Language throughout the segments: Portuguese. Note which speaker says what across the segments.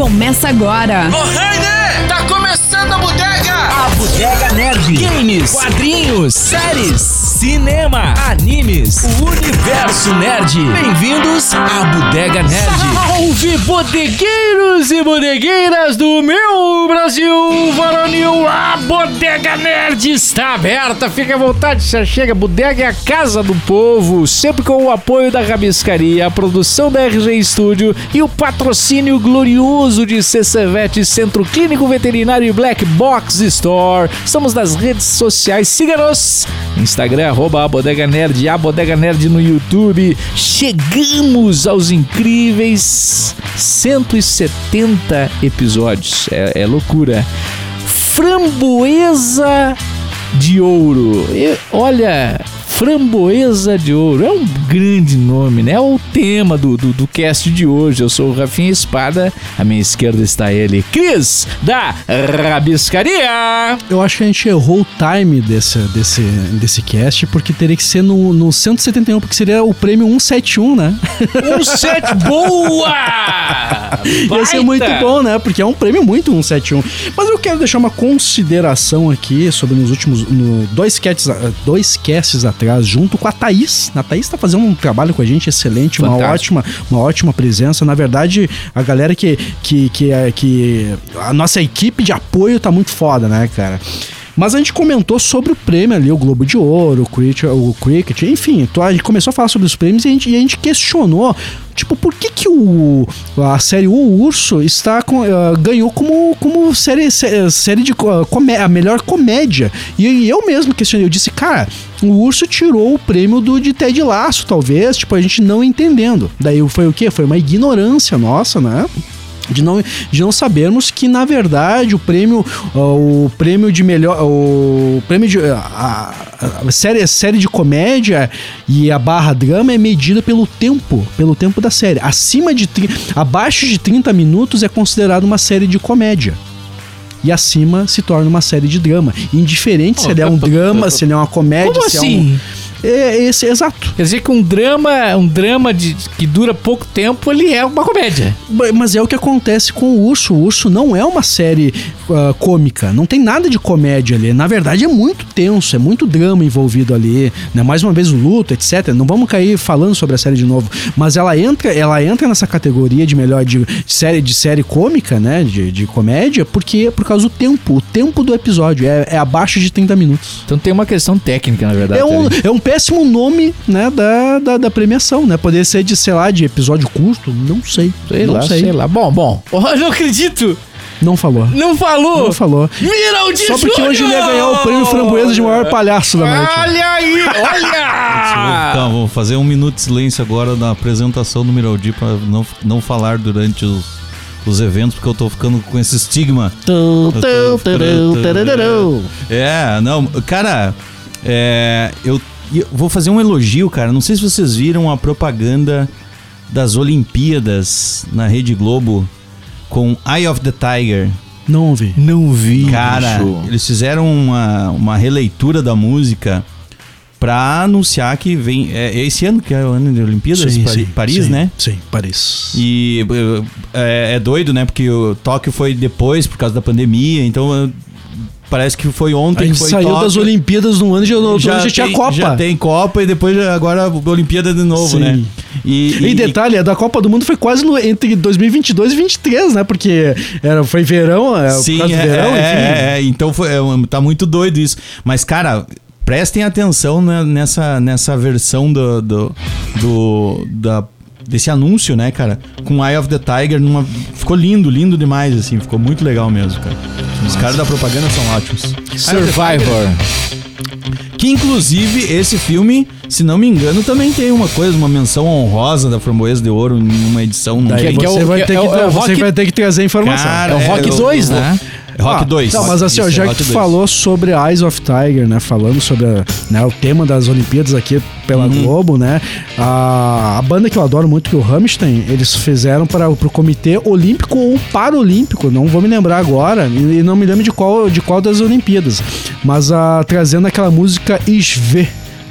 Speaker 1: começa agora.
Speaker 2: Ô, Heine! Tá começando a bodega!
Speaker 3: A Bodega Nerd. Games, quadrinhos, séries, cinema, animes, o universo nerd. Bem-vindos à Bodega Nerd.
Speaker 4: Salve bodegueiros e bodegueiras do meu Brasil varonil! A Bodega Nerd está aberta, fica à vontade, já chega. Bodega é a casa do povo, sempre com o apoio da Rabiscaria, a produção da RG Studio e o patrocínio glorioso de CCVET, Centro Clínico Veterinário e Black Box Store. Estamos nas redes sociais, siga-nos! Instagram, arroba a Bodega Nerd, a Bodega Nerd no YouTube. Chegamos aos incríveis 170 episódios. É, é loucura. Framboesa de ouro. E, olha, Framboesa de Ouro. É um grande nome, né? É o tema do, do, do cast de hoje. Eu sou o Rafinha Espada. À minha esquerda está ele, Cris, da Rabiscaria.
Speaker 5: Eu acho que a gente errou o time desse, desse, desse cast, porque teria que ser no, no 171, porque seria o prêmio 171, né?
Speaker 4: Um set boa!
Speaker 5: Ia ser muito bom, né? Porque é um prêmio muito 171. Mas eu quero deixar uma consideração aqui sobre nos últimos no, dois, casts, dois casts atrás, junto com a Thaís. A Thaís tá fazendo um trabalho com a gente excelente, uma
Speaker 4: Fantástico.
Speaker 5: ótima, uma ótima presença. Na verdade, a galera que, que, que, é- que. A nossa equipe de apoio tá muito foda, né, cara? Mas a gente comentou sobre o prêmio ali, o Globo de Ouro, o Cricket, o cricket enfim, então a gente começou a falar sobre os prêmios e a gente, e a gente questionou, tipo, por que, que o, a série O Urso está com, ah, ganhou como, como série, sé- eh, série de co- comé- a melhor comédia? E, eu mesmo questionei, eu disse, cara, o Urso tirou o prêmio do de Ted Laço, talvez, tipo, a gente não entendendo. Daí foi o quê? Foi uma ignorância nossa, né? de não, de não sabermos que na verdade o prêmio ah, o prêmio de melhor o prêmio de ah, a, a série a série de comédia e a barra drama é medida pelo tempo pelo tempo da série acima de tri- abaixo de 30 minutos é considerado uma série de comédia e acima se torna uma série de drama indiferente se ele é um drama se ele é uma comédia
Speaker 4: Como
Speaker 5: se
Speaker 4: assim?
Speaker 5: é um é, esse exato
Speaker 4: Quer dizer que um drama, um drama de, que dura pouco tempo, ele é uma comédia.
Speaker 5: Ba- Mas é o que acontece com o Urso. O Urso não é uma série ah, cômica. Não tem nada de comédia ali. Na verdade, é muito tenso, é muito drama envolvido ali. Né? Mais uma vez, o luto, etc. Não vamos cair falando sobre a série de novo. Mas ela entra, ela entra nessa categoria de melhor de série de série cômica, né? De, de comédia, porque por causa do tempo. O tempo do episódio é, é abaixo de 30 minutos.
Speaker 4: Então tem uma questão técnica, na verdade.
Speaker 5: É um,
Speaker 4: ali.
Speaker 5: é um péssimo nome, né, da, da, da premiação, né? Poderia ser de, sei lá, de episódio curto, não sei.
Speaker 4: Sei
Speaker 5: não
Speaker 4: lá, sei. lá. Bom, bom. Oh, eu não acredito!
Speaker 5: Não falou.
Speaker 4: Não falou!
Speaker 5: Não falou.
Speaker 4: Miraldi
Speaker 5: Só porque
Speaker 4: Júnior!
Speaker 5: hoje ele ia ganhar o prêmio framboesa de maior palhaço da
Speaker 6: Ah,
Speaker 5: noite.
Speaker 4: Olha aí, olha!
Speaker 6: Tá, vou fazer um minuto de silêncio agora na apresentação do Miraldi pra não, não falar durante os, os eventos, porque eu tô ficando com esse estigma. É, não, cara, é, eu, eu vou fazer um elogio, cara. Não sei se vocês viram a propaganda das Olimpíadas na Rede Globo com Eye of the Tiger.
Speaker 5: Não ouvi.
Speaker 4: Não vi.
Speaker 6: Cara, eles fizeram uma, uma releitura da música pra anunciar que vem. É, é esse ano que é o ano de Olimpíadas, Pari- Paris,
Speaker 5: sim,
Speaker 6: né?
Speaker 5: Sim, Paris.
Speaker 6: E eh, é, é doido, né? Porque o Tóquio foi depois, por causa da pandemia, então eh, parece que foi
Speaker 5: a
Speaker 6: ontem que
Speaker 5: gente
Speaker 6: foi
Speaker 5: saiu
Speaker 6: Tóquio.
Speaker 5: das Olimpíadas no ano de outubro, já, já tinha
Speaker 6: tem,
Speaker 5: Copa.
Speaker 6: Já tem Copa e depois já- agora a Olimpíada de novo,
Speaker 5: Sim.
Speaker 6: né?
Speaker 5: E, detalhe, a da Copa do Mundo foi quase no- entre 2022 e 2023, né? Porque era, foi verão, é, por
Speaker 6: Sim,
Speaker 5: causa do
Speaker 6: é,
Speaker 5: verão,
Speaker 6: é,
Speaker 5: enfim.
Speaker 6: é, é, então foi, é, um, tá muito doido isso. Mas, cara, prestem atenção né, nessa, nessa versão do, do, do- da, desse anúncio, né, cara? Com Eye of the Tiger, numa, ficou lindo, lindo demais, assim, ficou muito legal mesmo, cara. Os caras da propaganda são ótimos.
Speaker 4: Survivor.
Speaker 6: Que inclusive esse filme, se não me engano, também tem uma coisa, uma menção honrosa da Framboesa de Ouro em uma edição. Não
Speaker 4: que
Speaker 6: tem?
Speaker 4: é o-
Speaker 5: Você vai
Speaker 4: que
Speaker 5: ter
Speaker 4: é
Speaker 5: que
Speaker 4: o- é o
Speaker 5: tra-
Speaker 4: Rock-
Speaker 5: você vai ter que trazer a informação.
Speaker 6: Cara,
Speaker 4: É o Rock
Speaker 6: eu-
Speaker 4: 2,
Speaker 6: eu-
Speaker 4: né?
Speaker 6: É Rock 2.
Speaker 5: Não, mas assim, ó,
Speaker 6: Isso,
Speaker 5: já
Speaker 6: é
Speaker 5: que
Speaker 6: Rock
Speaker 5: tu
Speaker 6: 2.
Speaker 5: falou sobre Eyes of Tiger, né? Falando sobre a- né, o tema das Olimpíadas aqui pela
Speaker 6: Uhum.
Speaker 5: Globo, né? A, a banda que eu adoro muito, que é o Rammstein, eles fizeram para o pro Comitê Olímpico ou Paralímpico, não vou me lembrar agora, e, e não ah, me lembro de qual, de qual das Olimpíadas, mas a, trazendo aquela música Ich weh,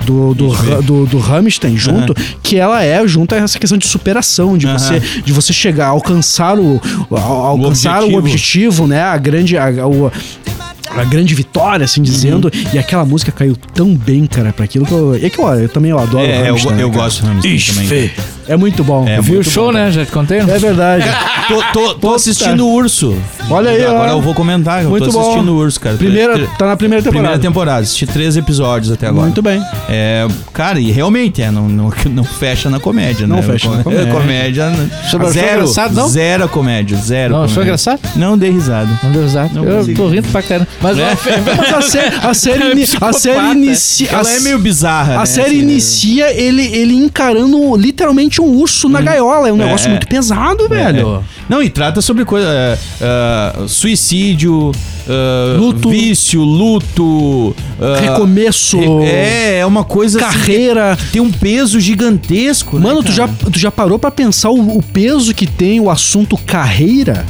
Speaker 5: do, do, Ra- do, do Rammstein junto, que ela é junto a essa questão de superação, de,
Speaker 6: Aham.
Speaker 5: você, de você chegar, alcançar o, a- alcançar o
Speaker 6: objetivo.
Speaker 5: objetivo, né? A grande. A, a- o- a grande vitória, assim dizendo,
Speaker 4: Uhum.
Speaker 5: e aquela música caiu tão bem, cara, pra aquilo que eu. É que eu, eu também eu adoro.
Speaker 6: É, eu,
Speaker 5: Rammstein,
Speaker 6: eu
Speaker 5: né, cara?
Speaker 6: gosto do Rammstein também.
Speaker 5: É muito bom. É,
Speaker 4: Viu o show, né? Já te contei?
Speaker 5: verdade.
Speaker 6: Ah, Tô, tô- tô assistindo o Urso.
Speaker 5: Olha aí,
Speaker 6: Agora
Speaker 5: ó.
Speaker 6: eu vou comentar. Eu
Speaker 5: Muito
Speaker 6: tô assistindo
Speaker 5: bom.
Speaker 6: o Urso, cara.
Speaker 5: Primeira,
Speaker 6: Tre-
Speaker 5: tá na primeira temporada.
Speaker 6: Primeira temporada, assisti três episódios até agora.
Speaker 5: Muito bem.
Speaker 6: É, cara, e realmente, é, não, não, não fecha na comédia,
Speaker 5: Não
Speaker 6: né?
Speaker 5: fecha na
Speaker 6: É,
Speaker 5: comédia.
Speaker 6: comédia. né?
Speaker 4: Sobre- achou
Speaker 6: zero,
Speaker 4: engraçado, não?
Speaker 6: zero comédia, zero.
Speaker 4: Não,
Speaker 6: comédia.
Speaker 4: achou engraçado?
Speaker 6: Não dei risada.
Speaker 4: Não deu exato.
Speaker 6: Não
Speaker 4: Eu
Speaker 6: consigo.
Speaker 4: tô rindo pra caramba. Né? Mas
Speaker 6: É.
Speaker 4: ó, fe-
Speaker 5: Mas a série, a série,
Speaker 4: É
Speaker 5: ini- a
Speaker 4: psicopata.
Speaker 5: série inicia.
Speaker 6: Ela
Speaker 5: a-
Speaker 6: é meio bizarra.
Speaker 5: A
Speaker 6: né,
Speaker 5: série
Speaker 6: assim, né?
Speaker 5: inicia ele, ele encarando literalmente um urso na gaiola. É um negócio
Speaker 6: é.
Speaker 5: muito pesado, velho.
Speaker 6: É. Não, e trata sobre coisa. é, é, suicídio, é,
Speaker 5: Luto.
Speaker 6: vício, luto. é,
Speaker 5: Recomeço,
Speaker 6: É, é uma coisa. assim,
Speaker 5: carreira.
Speaker 6: que tem um peso gigantesco. né,
Speaker 5: Mano, tu
Speaker 6: cara?
Speaker 5: já, tu já parou pra pensar o, o peso que tem o assunto carreira?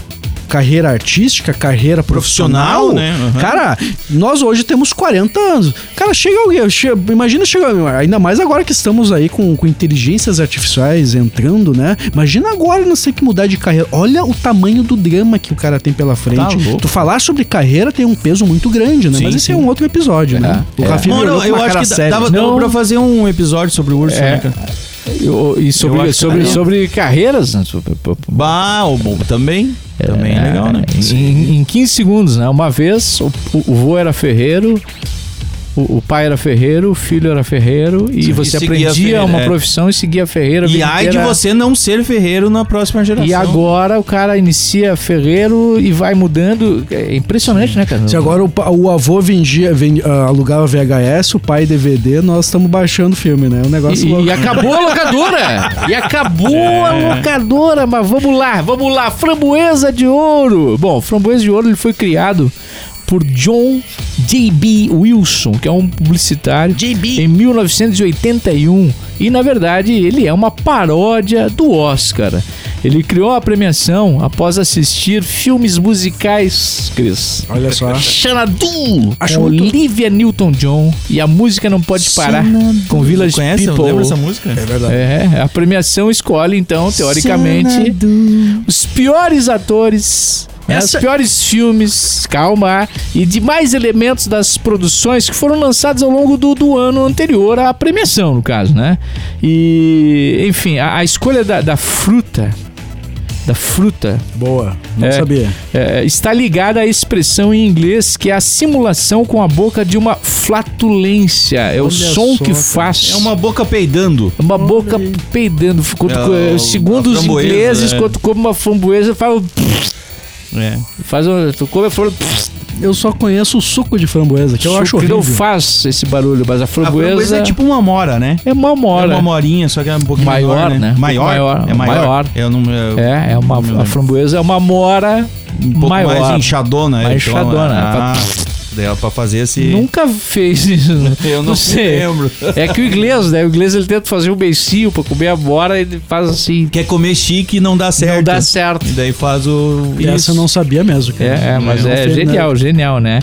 Speaker 5: Carreira artística, carreira profissional?
Speaker 6: Profissional, né? Uhum.
Speaker 5: Cara, nós hoje temos 40 anos. Cara, chega alguém, che- imagina chegar, ainda mais agora que estamos aí com, com inteligências artificiais entrando, né? Imagina agora nós temos que mudar de carreira. Olha o tamanho do drama que o cara tem pela frente.
Speaker 6: Tá louco.
Speaker 5: tu falar sobre carreira tem um peso muito grande, né?
Speaker 6: Sim,
Speaker 5: Mas esse é
Speaker 6: sim. É.
Speaker 5: um outro episódio, né? O
Speaker 4: tá
Speaker 5: Rafinha
Speaker 6: Mano,
Speaker 5: olhou com
Speaker 6: eu
Speaker 5: uma
Speaker 6: acho
Speaker 5: cara
Speaker 6: que
Speaker 5: séria.
Speaker 6: dava,
Speaker 4: Não.
Speaker 6: dava pra fazer um episódio sobre o urso,
Speaker 4: É.
Speaker 6: né, cara?
Speaker 4: eu- e
Speaker 6: Eu
Speaker 4: sobre,
Speaker 6: acho que
Speaker 4: sobre,
Speaker 6: não.
Speaker 4: sobre carreiras, né? Sobre- p- p-
Speaker 6: Bah, o bom, também. Também é legal, né?
Speaker 4: Em- Em, em 15 segundos, né? Uma vez o, o, o vô era ferreiro, o, o pai era ferreiro, o filho era ferreiro, e
Speaker 6: Sim,
Speaker 4: você
Speaker 6: e seguia
Speaker 4: aprendia
Speaker 6: ferreiro,
Speaker 4: uma
Speaker 6: é.
Speaker 4: profissão e seguia a ferreira. a
Speaker 6: E
Speaker 4: vida
Speaker 6: ai de
Speaker 4: inteira.
Speaker 6: você não ser ferreiro na próxima geração.
Speaker 4: E agora o cara inicia ferreiro e vai mudando. É impressionante, né, cara?
Speaker 5: Se agora o, pa- o avô vendia, ven- ah, alugava VHS, o pai DVD, nós estamos baixando filme, né? Um negócio
Speaker 4: E,
Speaker 5: louco. É.
Speaker 4: e acabou a locadora! E acabou a locadora, mas vamos lá, vamos lá. Framboesa de Ouro. Bom, Framboesa de Ouro ele foi criado por John J.B. Wilson, que é um publicitário, em 1981. E na verdade ele é uma paródia do Oscar. Ele criou a premiação após assistir filmes musicais, Cris.
Speaker 5: Olha só.
Speaker 4: Xanadu,
Speaker 5: Acho
Speaker 4: com
Speaker 5: muito-
Speaker 4: Olivia Newton-John e a música não pode parar com Village
Speaker 6: Conhece?
Speaker 4: People.
Speaker 6: Lembra essa música?
Speaker 5: É verdade.
Speaker 4: É, a premiação escolhe, então, teoricamente, os piores atores, né,
Speaker 5: Essa-
Speaker 4: os piores filmes, calma, e demais elementos das produções que foram lançados ao longo do, do ano anterior à premiação, no caso, né? E, enfim, a, a escolha da, da fruta, da fruta,
Speaker 5: Boa. Não
Speaker 4: É.
Speaker 5: sabia.
Speaker 4: é, está ligada à expressão em inglês que é a simulação com a boca de uma flatulência. É o
Speaker 5: Olha
Speaker 4: som
Speaker 5: só,
Speaker 4: que
Speaker 5: cara.
Speaker 4: faz.
Speaker 6: É uma boca peidando.
Speaker 4: Uma boca peidando. Ficou-
Speaker 6: É,
Speaker 4: co-
Speaker 6: o-
Speaker 4: segundo
Speaker 6: a
Speaker 4: os
Speaker 6: framboesa,
Speaker 4: ingleses,
Speaker 6: é.
Speaker 4: quando come uma framboesa, faz um-
Speaker 6: É.
Speaker 4: faz um, tu come a framboesa,
Speaker 5: Eu só conheço o suco de framboesa, que eu acho
Speaker 4: que não
Speaker 5: horrível.
Speaker 4: faz esse barulho, mas a
Speaker 6: A
Speaker 4: framboesa,
Speaker 6: framboesa é tipo uma mora, né?
Speaker 4: uma
Speaker 6: É
Speaker 4: mora.
Speaker 6: uma morinha, só que é um pouquinho
Speaker 4: Maior,
Speaker 6: menor,
Speaker 4: né? Um pouco
Speaker 6: Maior?
Speaker 4: maior,
Speaker 6: É maior.
Speaker 4: maior.
Speaker 6: Eu não, eu,
Speaker 4: É, é uma
Speaker 6: não me
Speaker 4: a
Speaker 6: lembro.
Speaker 4: framboesa é uma mora
Speaker 6: um pouco
Speaker 4: maior.
Speaker 6: mais inchadona. então,
Speaker 4: Mais inchadona, é pra-
Speaker 6: Ah, dela pra fazer esse...
Speaker 4: Nunca fez isso. né?
Speaker 6: Eu não
Speaker 4: sei.
Speaker 6: lembro.
Speaker 4: É que o inglês, né? O inglês ele tenta fazer um beicinho pra comer a mora, ele faz assim,
Speaker 6: Quer comer chique e não dá certo.
Speaker 4: não dá certo.
Speaker 6: E daí faz o...
Speaker 5: E Essa eu não sabia mesmo. cara. um
Speaker 4: É, é, mas
Speaker 5: Não
Speaker 4: é
Speaker 5: fez
Speaker 4: genial,
Speaker 5: nada.
Speaker 4: genial, né?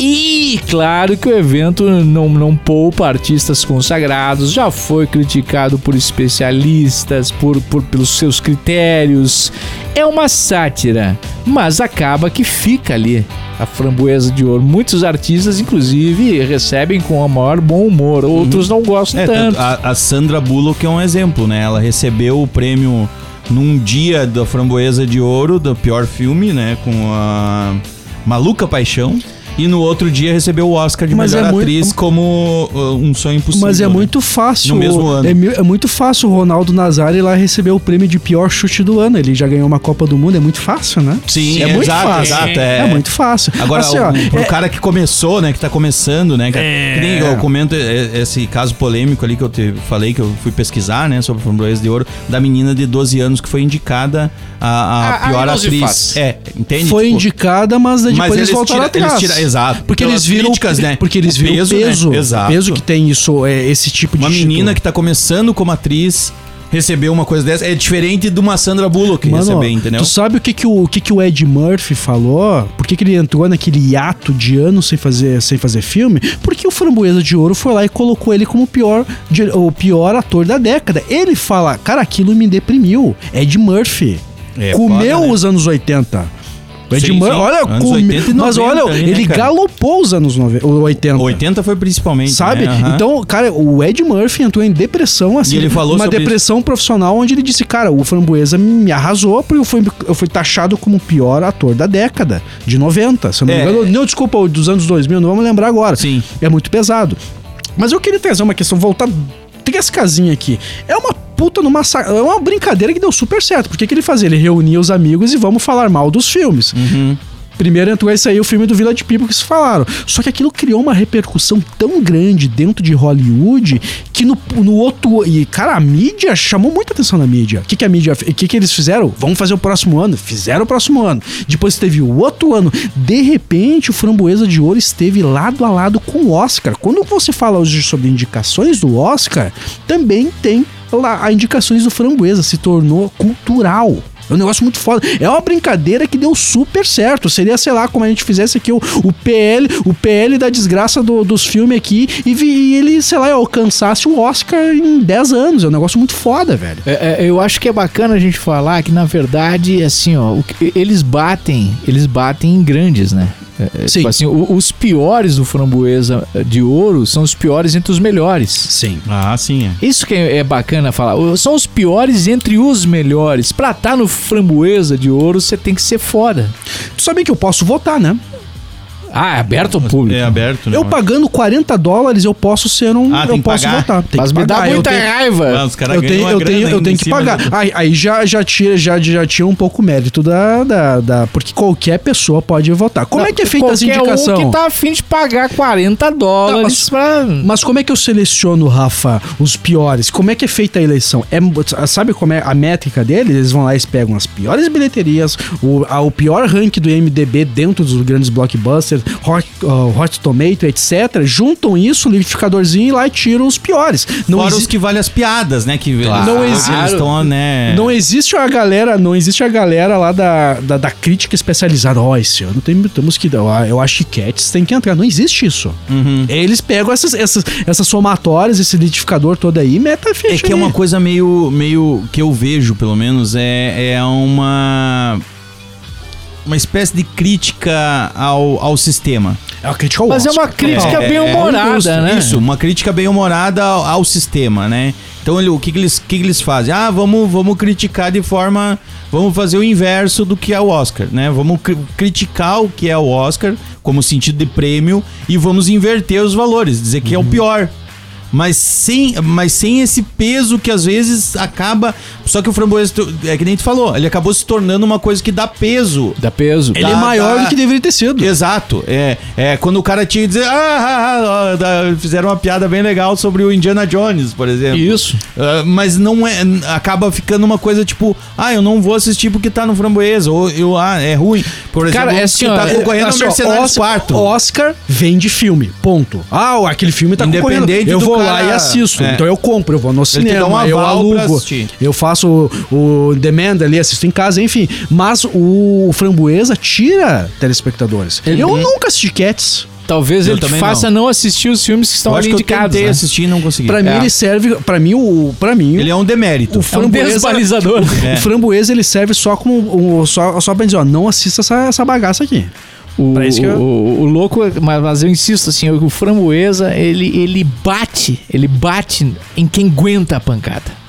Speaker 4: E claro que o evento não, não poupa artistas consagrados, já foi criticado por especialistas, por, por- pelos seus critérios. É uma sátira, mas acaba que fica ali a framboesa de ouro. Muitos artistas, inclusive, recebem com o maior bom humor, outros não gostam
Speaker 6: É,
Speaker 4: Uhum. tanto.
Speaker 6: tanto a, a Sandra Bullock é um exemplo, né? Ela recebeu o prêmio num dia da Framboesa de Ouro, do pior filme, né? Com a Maluca Paixão. E no outro dia recebeu o Oscar de
Speaker 5: Mas
Speaker 6: melhor
Speaker 5: é muito-
Speaker 6: atriz como uh, Um Sonho Impossível.
Speaker 5: Mas é
Speaker 6: né?
Speaker 5: muito fácil.
Speaker 6: No mesmo ano.
Speaker 5: É, mi- é muito fácil o Ronaldo Nazário ir lá receber o prêmio de pior chute do ano. Ele já ganhou uma Copa do Mundo, é muito fácil, né?
Speaker 6: Sim,
Speaker 5: é
Speaker 6: é
Speaker 5: muito
Speaker 6: exato,
Speaker 5: fácil.
Speaker 6: exato,
Speaker 5: É.
Speaker 6: é.
Speaker 5: muito fácil.
Speaker 6: Agora,
Speaker 5: assim,
Speaker 6: o,
Speaker 5: ó,
Speaker 6: pro
Speaker 5: é-
Speaker 6: cara que começou, né? Que tá começando, né? Cara, que nem eu comento é, esse caso polêmico ali que eu te falei, que eu fui pesquisar, né? Sobre o Framboesa de Ouro, da menina de 12 anos que foi indicada a, a
Speaker 4: A- a
Speaker 6: pior
Speaker 4: Rose
Speaker 6: atriz.
Speaker 4: Faz.
Speaker 6: É, entende?
Speaker 5: foi
Speaker 6: Tipo,
Speaker 5: indicada, mas daí depois
Speaker 6: Mas
Speaker 5: eles,
Speaker 6: eles
Speaker 5: voltaram
Speaker 6: tira-
Speaker 5: atrás.
Speaker 6: eles tira- exato.
Speaker 5: Porque
Speaker 6: Pelas
Speaker 5: eles viram
Speaker 6: críticas, né?
Speaker 5: Porque eles
Speaker 6: O
Speaker 5: viram o peso,
Speaker 6: peso, né?
Speaker 5: o
Speaker 6: Exato.
Speaker 5: peso que tem isso, é, esse tipo de
Speaker 6: Uma
Speaker 5: título.
Speaker 6: menina que tá começando como atriz receber uma coisa dessa. É diferente de uma Sandra Bullock receber, é entendeu?
Speaker 5: Tu sabe o que que o, o que que o Ed Murphy falou? Por que, que ele entrou naquele hiato de anos sem fazer, sem fazer filme? Porque o Framboesa de Ouro foi lá e colocou ele como o pior, di- o pior ator da década. Ele fala, cara, aquilo me deprimiu. Ed Murphy
Speaker 6: É
Speaker 5: comeu
Speaker 6: foda, né?
Speaker 5: os anos 80. O Ed
Speaker 6: Sim,
Speaker 5: Murphy,
Speaker 6: sim.
Speaker 5: olha,
Speaker 6: Anos
Speaker 5: come-
Speaker 6: 80 e
Speaker 5: mas
Speaker 6: 90
Speaker 5: olha,
Speaker 6: ali, né,
Speaker 5: ele
Speaker 6: cara?
Speaker 5: galopou os anos nove- 80.
Speaker 6: 80 foi principalmente.
Speaker 5: Sabe?
Speaker 6: né? Aham.
Speaker 5: Então, cara, o Ed Murphy entrou em depressão, assim.
Speaker 6: E ele falou
Speaker 5: Uma
Speaker 6: sobre
Speaker 5: depressão profissional onde ele disse, cara, o Framboesa me arrasou porque eu fui, eu fui taxado como o pior ator da década, de 90, se eu não
Speaker 6: É.
Speaker 5: me engano. Não, desculpa, o dos anos 2000, não vamos lembrar agora.
Speaker 6: Sim.
Speaker 5: É muito pesado. Mas eu queria trazer uma questão, voltar três casinhas aqui. É uma puta numa sa- É uma brincadeira que deu super certo. Porque o que ele fazia? Ele reunia os amigos e vamos falar mal dos filmes.
Speaker 6: Uhum.
Speaker 5: Primeiro entrou esse aí o filme do Village People que se falaram. Só que aquilo criou uma repercussão tão grande dentro de Hollywood que no, no outro. E, cara, a mídia chamou muita atenção da mídia. O que, que a mídia. O que, que eles fizeram? Vamos fazer o próximo ano. Fizeram o próximo ano. Depois teve o outro ano. De repente, o Framboesa de Ouro esteve lado a lado com o Oscar. Quando você fala hoje sobre indicações do Oscar, também tem lá a indicações do Framboesa. Se tornou cultural. É um negócio muito foda. É uma brincadeira que deu super certo. Seria, sei lá, como a gente fizesse aqui o, o PL, o PL da desgraça do- dos filmes aqui e, vi- e ele, sei lá, alcançasse o Oscar em 10 anos. É um negócio muito foda, velho.
Speaker 4: É, é, eu acho que é bacana a gente falar que, na verdade, assim, ó, o que- eles batem, eles batem em grandes, né? É, é,
Speaker 5: Sim.
Speaker 4: Tipo assim, o- os piores do Framboesa de Ouro são os piores entre os melhores.
Speaker 5: Sim.
Speaker 6: Ah, sim. é.
Speaker 4: Isso que é é bacana falar. O- São os piores entre os melhores. Pra estar no Framboesa de Ouro, você tem que ser foda.
Speaker 5: Tu sabia que eu posso votar, né?
Speaker 6: Uhum.
Speaker 4: Ah, é aberto ao público.
Speaker 6: É aberto, né?
Speaker 5: Eu pagando 40 dólares, eu posso ser um.
Speaker 6: Ah, tem
Speaker 5: eu
Speaker 6: que
Speaker 5: posso
Speaker 6: pagar?
Speaker 5: votar. Tem
Speaker 4: Mas
Speaker 5: que
Speaker 4: me dá
Speaker 5: pagar. Eu
Speaker 4: muita
Speaker 5: tenho-
Speaker 6: Ah,
Speaker 4: raiva.
Speaker 6: os caras
Speaker 5: eu
Speaker 6: ganham
Speaker 5: tenho,
Speaker 6: uma
Speaker 5: eu
Speaker 6: grana
Speaker 5: tenho, eu
Speaker 6: ainda em
Speaker 5: tenho que
Speaker 6: cima
Speaker 5: pagar.
Speaker 6: do-
Speaker 5: Aí, aí já, já, tira, já, já tinha um pouco mérito da, da, da- Porque qualquer pessoa pode votar. Como é que é feita as
Speaker 4: Qualquer
Speaker 5: indicações?
Speaker 4: Um que tá afim de pagar 40 dólares pra...
Speaker 5: Mas como é que eu seleciono, Rafa, os piores? Como é que é feita a eleição? É, sabe como é a métrica deles? Eles vão lá, eles pegam as piores bilheterias, o, a- o pior rank do MDB dentro dos grandes blockbusters, Hot, ah, Hot Tomato, etc. Juntam isso no liquidificadorzinho e lá e tiram os piores. Não
Speaker 6: Fora os
Speaker 5: existe.
Speaker 6: que valem as piadas, né? Que
Speaker 5: Não
Speaker 6: eles-
Speaker 5: existe.
Speaker 6: Eles estão, né?
Speaker 5: Não existe a galera, não existe a galera lá da, da, da crítica especializada. Ó, esse ano tem, temos que. ó, Eu acho que cats tem que entrar. Não existe isso.
Speaker 6: Uhum.
Speaker 5: Eles pegam essas, essas, essas somatórias, esse identificador todo aí e meta a
Speaker 6: É
Speaker 5: ficha
Speaker 6: que é
Speaker 5: ali.
Speaker 6: uma coisa meio, meio que eu vejo, pelo menos, é, é uma uma espécie de crítica ao, ao sistema.
Speaker 5: É uma crítica ao
Speaker 4: Mas é
Speaker 5: Oscar,
Speaker 4: uma crítica
Speaker 5: total.
Speaker 6: É,
Speaker 4: bem humorada,
Speaker 6: é,
Speaker 4: né?
Speaker 6: Isso, uma crítica bem humorada ao, ao sistema, né? Então ele- o que, que eles o que, que eles fazem? Ah, vamos vamos criticar de forma, vamos fazer o inverso do que é o Oscar, né? Vamos cri- criticar o que é o Oscar como sentido de prêmio e vamos inverter os valores, dizer que é o pior. Mas sem, mas sem esse peso que às vezes acaba. Só que o framboesa, tu- é que nem tu falou, ele acabou se tornando uma coisa que dá peso.
Speaker 4: Dá peso.
Speaker 5: Ele é
Speaker 6: Tá,
Speaker 5: maior
Speaker 6: tá.
Speaker 5: do que deveria ter sido.
Speaker 6: Exato. É, é quando o cara tinha que dizer. "Ah, ah, ah, ah", da- fizeram uma piada bem legal sobre o Indiana Jones, por exemplo.
Speaker 4: Isso.
Speaker 6: Ah, mas não é. n- Acaba ficando uma coisa tipo, ah, eu não vou assistir porque tá no framboesa. Ou eu, ah, é ruim. Por exemplo,
Speaker 4: Cara, é
Speaker 6: que
Speaker 4: assim, ó,
Speaker 6: tá
Speaker 4: é-
Speaker 6: concorrendo ao
Speaker 5: Assim, ó,
Speaker 6: Mercenários
Speaker 5: Oscar,
Speaker 6: 4.
Speaker 5: Oscar vende filme, ponto. Ah, aquele filme tá concorrendo.
Speaker 6: Independente
Speaker 5: Eu
Speaker 6: do
Speaker 5: vou lá
Speaker 6: cara-
Speaker 5: e assisto.
Speaker 6: É.
Speaker 5: Então eu compro, eu vou no
Speaker 6: te dá um
Speaker 5: cinema, eu
Speaker 6: aval pra
Speaker 5: alugo,
Speaker 6: assistir.
Speaker 5: eu faço o, o demanda ali, assisto em casa, enfim. Mas o Framboesa tira telespectadores. Eu
Speaker 6: é?
Speaker 5: nunca assisti Cats.
Speaker 4: Talvez
Speaker 6: Eu
Speaker 4: ele te
Speaker 6: também
Speaker 4: faça não. assistir os filmes que estão
Speaker 6: Eu
Speaker 4: ali
Speaker 6: acho que eu
Speaker 4: indicados.
Speaker 6: tentei
Speaker 4: né?
Speaker 6: assistir e não consegui.
Speaker 5: Pra mim
Speaker 4: É.
Speaker 5: ele serve, Pra mim o, para mim
Speaker 6: Ele é um demérito.
Speaker 5: o
Speaker 4: É um
Speaker 5: Framboesa
Speaker 4: desbalizador.
Speaker 5: o Framboesa ele serve só como um, só só para dizer, ó, não assista essa, essa bagaça aqui.
Speaker 4: O,
Speaker 5: Pra isso que eu-
Speaker 4: o- o louco, é- mas, mas eu insisto assim, o framboesa, ele, ele bate, ele bate em quem aguenta a pancada.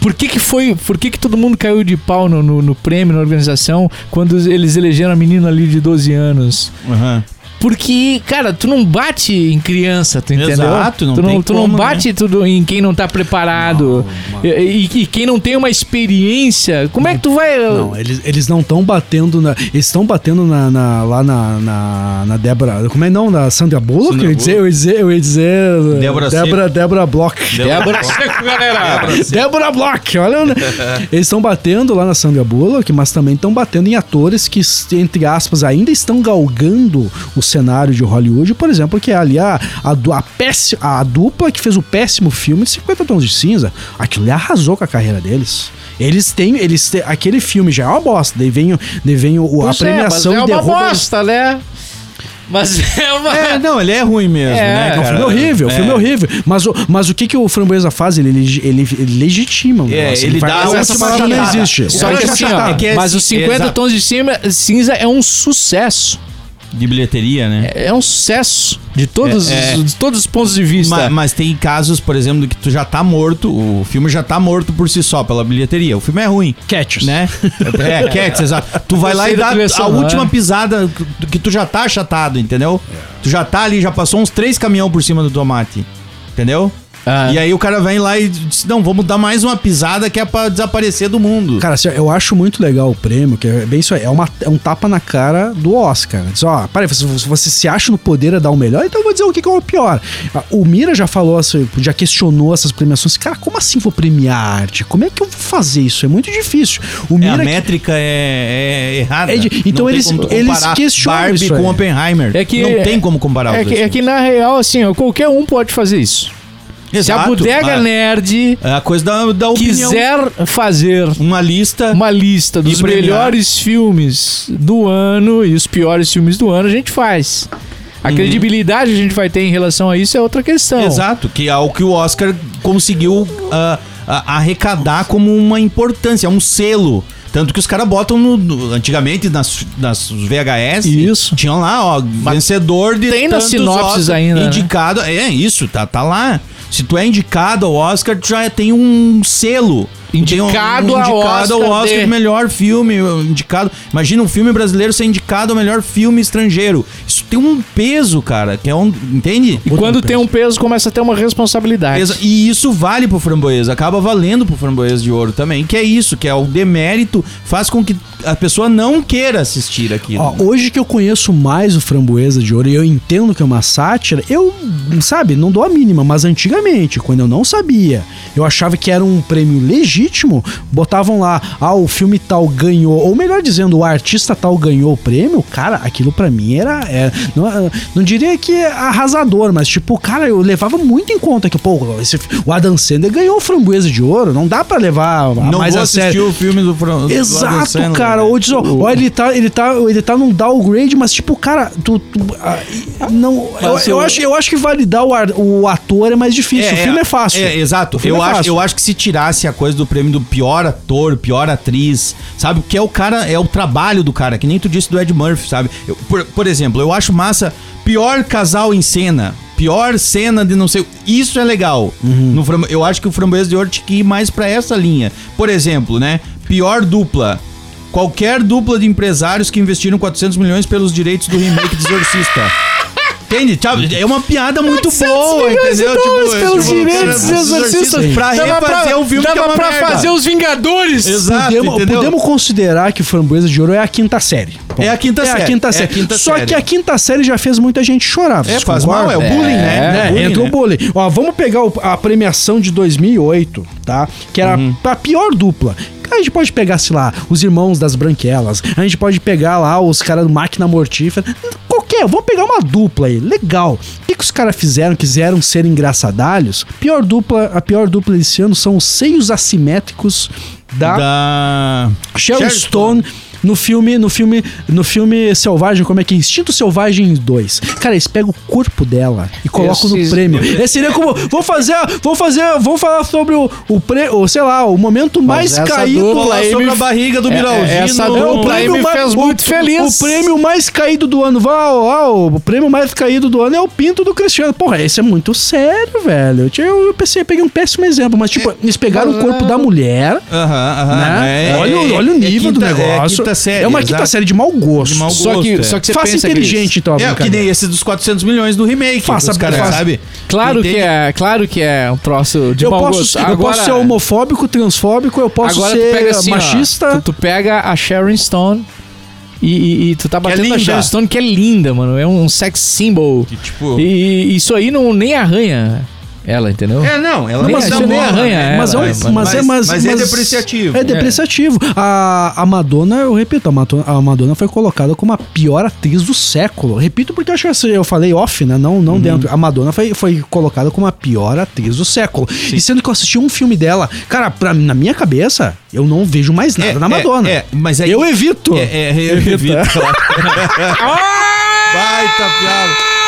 Speaker 4: Por que que foi, por que que todo mundo caiu de pau no, no- no prêmio, na organização, quando eles elegeram a menina ali de 12 anos?
Speaker 6: Aham.
Speaker 4: Porque, cara, tu não bate em criança, tu entendeu?
Speaker 6: Exato, não
Speaker 4: tu
Speaker 6: tem
Speaker 4: tu não
Speaker 6: como, né?
Speaker 4: bate tudo em quem não tá preparado. e, e- e quem não tem uma experiência, como é que tu vai...
Speaker 5: Não, eles, eles não estão batendo na. Eles estão batendo na, na- lá na, na, na Débora. Como é não? Na Sandra Bullock?
Speaker 6: Sandra
Speaker 5: eu, ia dizer, eu ia dizer. Eu ia dizer.
Speaker 6: Débora
Speaker 5: Débora, Débora Block.
Speaker 6: é
Speaker 4: Débora Seco, galera!
Speaker 5: Débora Block, olha. né? Eles estão batendo lá na Sandra Bullock, mas também estão batendo em atores que, entre aspas, ainda estão galgando o cenário de Hollywood, por exemplo, que é ali a, a, du- a, péss- a dupla que fez o péssimo filme de 50 Tons de Cinza. Aquilo ali arrasou com a carreira deles. Eles têm, eles têm- aquele filme já é uma bosta, daí vem, o- daí vem o- a
Speaker 4: Pois é,
Speaker 5: premiação
Speaker 4: mas é
Speaker 5: e
Speaker 4: uma
Speaker 5: derruba eles.
Speaker 4: bosta, né? Mas é uma.
Speaker 6: É, não, ele é ruim
Speaker 4: É.
Speaker 6: mesmo,
Speaker 4: É um
Speaker 6: né,
Speaker 5: É um
Speaker 6: cara?
Speaker 5: filme horrível, é. filme horrível. Mas o, mas o que, que o Framboesa faz? Ele, ele, ele, ele legitima o
Speaker 6: É,
Speaker 5: negócio.
Speaker 6: ele dá
Speaker 5: faz
Speaker 6: essa
Speaker 5: algo que mais não
Speaker 6: chatada.
Speaker 5: existe.
Speaker 4: Só
Speaker 6: É,
Speaker 4: que
Speaker 6: é
Speaker 4: assim, ó,
Speaker 6: chato. É que é
Speaker 4: mas
Speaker 6: esse-
Speaker 4: os 50
Speaker 6: exato.
Speaker 4: tons de cima- cinza é um sucesso.
Speaker 6: De bilheteria, né?
Speaker 4: É um sucesso de todos,
Speaker 6: É, é.
Speaker 4: os- de todos os pontos de vista.
Speaker 6: Ma- Mas, tem casos, por exemplo, que tu já tá morto, o filme já tá morto por si só, pela bilheteria. O filme é ruim.
Speaker 5: Catches.
Speaker 6: Né? É, Cats, exato. Tu vai lá e
Speaker 4: Gostei da
Speaker 6: dá
Speaker 4: trilha
Speaker 6: a
Speaker 4: sonora. né?
Speaker 6: última pisada que- que tu já tá achatado, entendeu? Tu já tá ali, já passou uns três caminhão por cima do tomate. Entendeu?
Speaker 4: Ah.
Speaker 6: E aí o cara vem lá e diz, não, vamos dar mais uma pisada que é pra desaparecer do mundo.
Speaker 5: Cara, assim, eu acho muito legal o prêmio, que é bem isso aí, é, uma, é um tapa na cara do Oscar. né? Diz, ó, peraí, se você, você se acha no poder a dar o melhor, então eu vou dizer o que, que é o pior. Ah, O Mira já falou, assim, já questionou essas premiações. Cara, como assim vou premiar arte? Como é que eu vou fazer isso? É muito difícil. O
Speaker 6: É,
Speaker 5: Mira.
Speaker 6: a
Speaker 5: que-
Speaker 6: métrica é, é errada.
Speaker 5: É de-
Speaker 6: Não
Speaker 5: então
Speaker 6: tem
Speaker 5: eles-
Speaker 6: como tu
Speaker 5: eles
Speaker 6: comparar
Speaker 5: questionam
Speaker 6: Barbie
Speaker 5: isso aí.
Speaker 6: com Oppenheimer.
Speaker 4: É que-
Speaker 6: não tem como comparar
Speaker 4: é,
Speaker 6: os
Speaker 4: que,
Speaker 6: dois
Speaker 4: é que, na real, assim, ó, qualquer um pode fazer isso.
Speaker 6: filmes.
Speaker 4: Se a
Speaker 6: Exato.
Speaker 4: bodega
Speaker 6: Ah,
Speaker 4: nerd
Speaker 6: É a coisa da, da opinião.
Speaker 4: quiser fazer
Speaker 6: Uma lista.
Speaker 4: uma lista dos
Speaker 6: premiar.
Speaker 4: melhores filmes do ano e os piores filmes do ano, a gente faz. A credibilidade que a gente vai ter em relação a isso é outra questão.
Speaker 6: Uhum. Exato, que é o que o Oscar conseguiu ah, ah, arrecadar como uma importância, um selo. Tanto que os caras botam no, no- antigamente nas, nas VHS.
Speaker 4: Isso.
Speaker 6: Tinham lá, ó, vencedor de.
Speaker 4: tem na
Speaker 6: tantos
Speaker 4: sinopses
Speaker 6: Oscar,
Speaker 4: ainda, né?
Speaker 6: Indicado. É isso, tá, tá lá. Se tu é indicado ao Oscar, tu já tem um selo.
Speaker 4: Indicado
Speaker 6: tem um, um
Speaker 4: ao
Speaker 6: indicado ao
Speaker 4: Oscar
Speaker 6: Oscar
Speaker 4: de-
Speaker 6: de melhor filme uh, indicado. Imagina um filme brasileiro ser indicado ao melhor filme estrangeiro. Isso tem um peso, cara, que é um, entende?
Speaker 4: E quando tem um peso, começa a ter uma responsabilidade.
Speaker 6: Exa- E isso vale pro framboesa, acaba valendo pro framboesa de ouro também, que é isso, que é o demérito, faz com que a pessoa não queira assistir aquilo.
Speaker 5: Ó, hoje que eu conheço mais o Framboesa de Ouro e eu entendo que é uma sátira, eu, sabe, não dou a mínima, mas antigamente, quando eu não sabia, eu achava que era um prêmio legítimo, botavam lá, ah, o filme tal ganhou, ou melhor dizendo, o artista tal ganhou o prêmio, cara, aquilo pra mim era, é, não, não diria que é arrasador, mas tipo, cara, eu levava muito em conta que, pô, esse- o Adam Sandler ganhou o Framboesa de Ouro, não dá pra levar
Speaker 6: não
Speaker 5: mais
Speaker 6: vou
Speaker 5: a
Speaker 6: assistir
Speaker 5: sério.
Speaker 6: o filme do né? framboesa.
Speaker 5: Exato, cara. Ou diz, ó, ó, ele tá, ele, tá, ele tá num downgrade, mas tipo, cara, tu. tu, ah, e- não, eu,
Speaker 6: Mas
Speaker 5: eu
Speaker 6: o-
Speaker 5: acho, eu acho que validar o, ar- o ator é mais difícil. o filme é, fácil.
Speaker 6: É, exato.
Speaker 5: O filme
Speaker 6: eu,
Speaker 5: é
Speaker 6: acho,
Speaker 5: fácil.
Speaker 6: eu acho que se tirasse a coisa do prêmio do pior ator, pior atriz, sabe? Porque é o cara, é o trabalho do cara, que nem tu disse do Ed Murphy, sabe? Eu- por, por exemplo, eu acho massa pior casal em cena. Pior cena de não sei. Isso é legal.
Speaker 5: Uhum.
Speaker 6: No frambo- eu acho que o Framboesa de Ouro tinha que ir mais pra essa linha. Por exemplo, né? Pior dupla. Qualquer dupla de empresários que investiram 400 milhões pelos direitos do remake do Exorcista. Entende? Sabe? É uma piada muito boa, entendeu?
Speaker 4: Dólares pelos
Speaker 6: tipo,
Speaker 4: direitos
Speaker 6: cara,
Speaker 4: dos exorcistas.
Speaker 6: Pra
Speaker 4: Dava
Speaker 6: refazer
Speaker 4: pra-
Speaker 6: o filme que é
Speaker 4: dava
Speaker 6: uma
Speaker 4: pra
Speaker 6: merda.
Speaker 4: fazer os Vingadores.
Speaker 6: Exato,
Speaker 5: podemos,
Speaker 6: entendeu?
Speaker 5: podemos considerar que o Framboesa de Ouro é a quinta série. Pronto.
Speaker 6: É a quinta série,
Speaker 5: É a quinta
Speaker 6: é
Speaker 5: série.
Speaker 6: a quinta
Speaker 5: Só
Speaker 6: série.
Speaker 5: que a quinta série já fez muita gente chorar.
Speaker 6: É,
Speaker 5: vocês
Speaker 6: faz
Speaker 5: concordam?
Speaker 6: mal, é o bullying, né?
Speaker 5: É,
Speaker 6: É, bullying,
Speaker 5: entra o
Speaker 6: né?
Speaker 5: bullying. Ó, vamos pegar o- a premiação de 2008, tá? Que era
Speaker 6: Uhum.
Speaker 5: a pior dupla. A gente pode pegar, sei lá, os irmãos das branquelas. A gente pode pegar lá os caras do Máquina Mortífera. Qualquer, vamos pegar uma dupla aí. Legal. O que, que os caras fizeram? Quiseram ser engraçadalhos? Pior dupla, a pior dupla desse ano são os seios assimétricos da,
Speaker 6: Da.
Speaker 5: Sharon
Speaker 6: Sharon
Speaker 5: Stone no filme, no filme, no filme Selvagem, como é que é? Instinto Selvagem 2. Cara, eles pegam o corpo dela e colocam no
Speaker 4: Esses-
Speaker 5: prêmio. Esse seria como, vou fazer, vou fazer, vou falar sobre o, o pre, o, sei lá, o momento mais
Speaker 4: essa
Speaker 5: caído
Speaker 4: dupla
Speaker 6: Falar
Speaker 4: aí
Speaker 6: sobre
Speaker 4: me-
Speaker 6: a barriga do
Speaker 4: É, é,
Speaker 6: Miraldino.
Speaker 4: essa
Speaker 5: É,
Speaker 4: dupla aí me
Speaker 5: mais-
Speaker 4: fez
Speaker 5: o-
Speaker 4: muito feliz.
Speaker 5: O prêmio mais caído do ano. Vá, ó, ó, o prêmio mais caído do ano é o pinto do Cristiano. Porra, esse é muito sério, velho. Eu, tinha- eu pensei, eu peguei um péssimo exemplo, mas tipo, eles pegaram o
Speaker 4: é
Speaker 5: corpo da mulher
Speaker 6: Aham, aham.
Speaker 5: né?
Speaker 6: é,
Speaker 5: olha, o-
Speaker 6: é,
Speaker 5: olha o
Speaker 6: é
Speaker 5: nível do
Speaker 6: quinta-
Speaker 5: negócio.
Speaker 6: É, quinta série,
Speaker 5: É uma
Speaker 6: exato.
Speaker 5: quinta série de mau gosto.
Speaker 6: De mau
Speaker 5: Só-
Speaker 4: Só
Speaker 6: gosto,
Speaker 4: que,
Speaker 6: é.
Speaker 4: só que você
Speaker 5: Faça
Speaker 4: pensa,
Speaker 5: inteligente,
Speaker 4: Cris.
Speaker 5: então, a
Speaker 6: É, que
Speaker 5: brincadeira.
Speaker 6: nem esse dos 400 milhões do remake.
Speaker 5: Faça-
Speaker 6: os caras,
Speaker 5: faça.
Speaker 6: sabe?
Speaker 4: Claro
Speaker 6: Entende?
Speaker 4: que é, claro que é um troço de
Speaker 5: eu
Speaker 4: mau
Speaker 5: posso,
Speaker 4: gosto.
Speaker 5: eu posso ser homofóbico, transfóbico, eu posso
Speaker 4: agora
Speaker 5: ser
Speaker 4: tu pega assim, ó,
Speaker 5: machista.
Speaker 4: tu, tu pega a Sharon Stone e, e- e tu tá batendo na
Speaker 6: linda.
Speaker 4: Sharon Stone que é linda, mano. É um É sex symbol.
Speaker 6: Que, tipo-
Speaker 4: E, e isso aí não nem arranha. Ela, entendeu?
Speaker 6: É, não, ela
Speaker 4: Nem
Speaker 6: mas
Speaker 4: isso
Speaker 6: dá
Speaker 4: nem
Speaker 6: bola,
Speaker 4: arranha,
Speaker 6: né?
Speaker 4: é.
Speaker 5: Mas, é, um-
Speaker 4: ela,
Speaker 5: mas,
Speaker 4: mas-
Speaker 5: é, mas,
Speaker 6: mas é depreciativo.
Speaker 5: É depreciativo. A, a Madonna, eu repito, a Madonna, a Madonna foi colocada como a pior atriz do século. Repito porque eu acho que assim, eu falei off, né? Não,
Speaker 6: Uhum.
Speaker 5: não dentro. A Madonna foi, foi colocada como a pior atriz do século. E sendo que eu assisti um filme dela, cara, pra, na minha cabeça, eu não vejo mais nada
Speaker 6: É,
Speaker 5: na
Speaker 6: é,
Speaker 5: Madonna.
Speaker 6: é, mas é-
Speaker 5: eu evito.
Speaker 6: É, é, eu evito. Baita piada. Eu,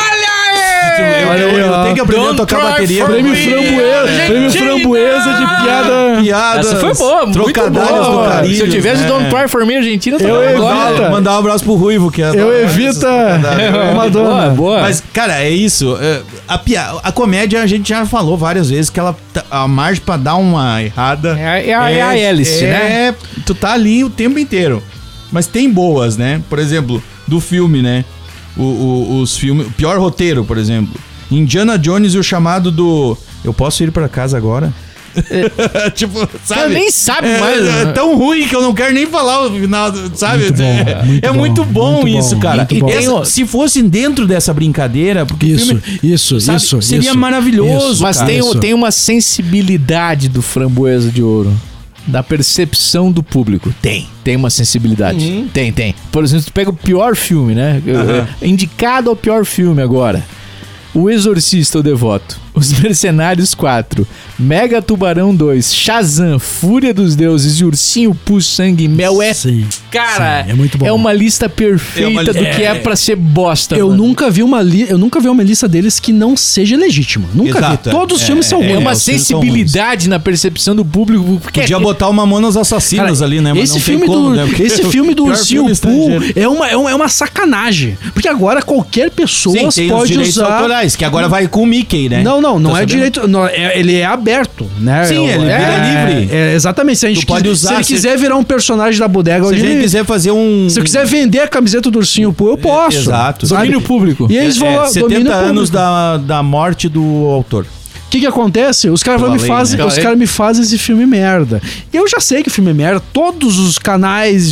Speaker 5: Olha
Speaker 6: É, eu,
Speaker 5: aí,
Speaker 6: eu
Speaker 5: ó.
Speaker 6: tenho que aprender a tocar bateria.
Speaker 5: Prêmio
Speaker 6: porque-
Speaker 5: framboesa, prêmio framboesa de piada.
Speaker 6: Piadas.
Speaker 4: Essa foi boa, muito
Speaker 6: Trocadalhos
Speaker 4: boa.
Speaker 6: do carinho.
Speaker 4: Se eu tivesse
Speaker 6: né?
Speaker 4: Don't Cry For Me Argentina, eu
Speaker 5: Eu
Speaker 4: tava agora.
Speaker 5: evito.
Speaker 6: Mandar, mandar um abraço pro Ruivo, que é
Speaker 5: Eu evito a
Speaker 4: É, Boa,
Speaker 5: Madonna.
Speaker 4: boa.
Speaker 6: Mas, cara, é isso. é, A, pia- a comédia a gente já falou várias vezes que ela tá- a margem pra dar uma errada.
Speaker 4: É a- é a- é a hélice, né?
Speaker 6: É, tu tá ali o tempo inteiro. Mas tem boas, né? Por exemplo, do filme, né? O, o- os filmes. O pior roteiro, por exemplo. Indiana Jones e o chamado do. Eu posso ir pra casa agora?
Speaker 4: É.
Speaker 6: tipo, sabe?
Speaker 4: Cara, nem sabe
Speaker 6: É,
Speaker 4: mais.
Speaker 6: É, tão ruim que eu não quero nem falar o final, do- sabe?
Speaker 5: né? Muito bom,
Speaker 6: é
Speaker 5: muito
Speaker 6: é
Speaker 5: bom,
Speaker 6: muito bom
Speaker 5: muito
Speaker 6: isso,
Speaker 5: bom,
Speaker 6: cara.
Speaker 5: muito bom.
Speaker 6: Essa-
Speaker 4: Tem o-
Speaker 6: se fosse dentro dessa brincadeira, porque o
Speaker 5: Isso,
Speaker 6: filme,
Speaker 5: isso,
Speaker 6: sabe,
Speaker 5: isso.
Speaker 6: seria
Speaker 5: isso.
Speaker 6: maravilhoso.
Speaker 5: Isso,
Speaker 4: Mas
Speaker 5: cara,
Speaker 4: tem,
Speaker 5: isso.
Speaker 4: tem uma sensibilidade do framboesa de ouro. Da percepção do público. Tem. Tem uma sensibilidade. Tem, tem. Por exemplo, tu pega o pior filme, né? Indicado ao pior filme agora. O Exorcista, o Devoto. Os Mercenários 4. Mega Tubarão 2. Shazam, Fúria dos Deuses e Ursinho Pus Sangue e Mel é...
Speaker 5: Sim,
Speaker 4: Cara,
Speaker 5: sim, é muito bom.
Speaker 4: uma lista perfeita
Speaker 6: É uma li-
Speaker 4: do que é,
Speaker 6: é.
Speaker 4: pra ser bosta.
Speaker 5: Eu
Speaker 4: mano.
Speaker 5: nunca vi uma li... eu nunca vi uma lista deles que não seja legítima. Nunca
Speaker 6: Exato, é.
Speaker 5: vi. Todos os
Speaker 6: É,
Speaker 5: filmes são
Speaker 6: é,
Speaker 4: É
Speaker 5: ruins.
Speaker 4: uma
Speaker 6: os filmes são
Speaker 4: sensibilidade na percepção do público. Porque é
Speaker 6: Podia botar uma Mamonas Assassinas ali, né? Mas
Speaker 5: esse
Speaker 6: não tem
Speaker 5: filme
Speaker 6: como,
Speaker 5: do
Speaker 6: né? Porque
Speaker 5: esse filme do
Speaker 6: pior
Speaker 5: ursinho
Speaker 6: filme
Speaker 5: Pooh
Speaker 6: estrangeiro.
Speaker 5: é uma, é uma é uma sacanagem, porque agora qualquer pessoa
Speaker 6: Sim, tem os
Speaker 5: pode
Speaker 6: direitos
Speaker 5: usar.
Speaker 6: autorais, que agora vai com o Mickey, né?
Speaker 5: Não, não, não
Speaker 6: Tá
Speaker 5: é
Speaker 6: sabendo?
Speaker 5: direito. não, é- ele é aberto, né?
Speaker 6: Sim,
Speaker 5: É o-
Speaker 6: ele
Speaker 5: é,
Speaker 6: vira livre.
Speaker 5: é, exatamente. Se, a gente
Speaker 6: Tu pode
Speaker 5: quis-
Speaker 6: usar,
Speaker 5: se ele
Speaker 6: se-
Speaker 5: quiser virar um personagem da bodega,
Speaker 6: Se
Speaker 5: onde
Speaker 6: ele
Speaker 5: ele-
Speaker 6: quiser fazer um.
Speaker 5: se eu quiser vender a camiseta do ursinho Pooh, eu posso.
Speaker 6: exato.
Speaker 5: sabe?
Speaker 4: domínio público.
Speaker 5: E eles
Speaker 6: É,
Speaker 5: vão lá,
Speaker 6: é, 70
Speaker 5: domínio
Speaker 6: anos
Speaker 5: público.
Speaker 6: da, da morte do autor.
Speaker 5: O que, que acontece? Os caras vão me
Speaker 6: Pela lei,
Speaker 5: fazem,
Speaker 4: né?
Speaker 5: os caras me fazem esse filme merda. Eu já sei que o filme é merda, todos os canais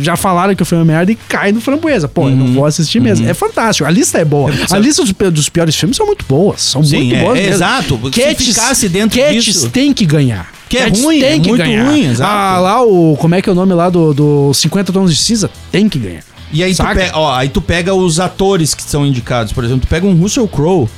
Speaker 5: já falaram que o filme é merda e cai no framboesa. Pô, eu não
Speaker 6: Uhum.
Speaker 5: vou assistir mesmo. É fantástico. A lista é boa. A lista dos, pe- dos piores filmes são muito boas, são
Speaker 6: Sim,
Speaker 5: muito
Speaker 6: é,
Speaker 5: boas.
Speaker 6: é
Speaker 5: mesmo.
Speaker 6: exato. Se ficasse dentro
Speaker 5: Cats
Speaker 6: disso-
Speaker 5: tem que ganhar.
Speaker 6: Que é
Speaker 5: Cats
Speaker 6: ruim, é muito ruim, exato.
Speaker 5: Ah, lá o como é que é o nome lá do, do 50 tons de cinza tem que ganhar.
Speaker 6: E aí tu,
Speaker 5: Saca?
Speaker 6: pega, ó, aí tu pega os atores que são indicados. Por exemplo, tu pega um Russell Crowe,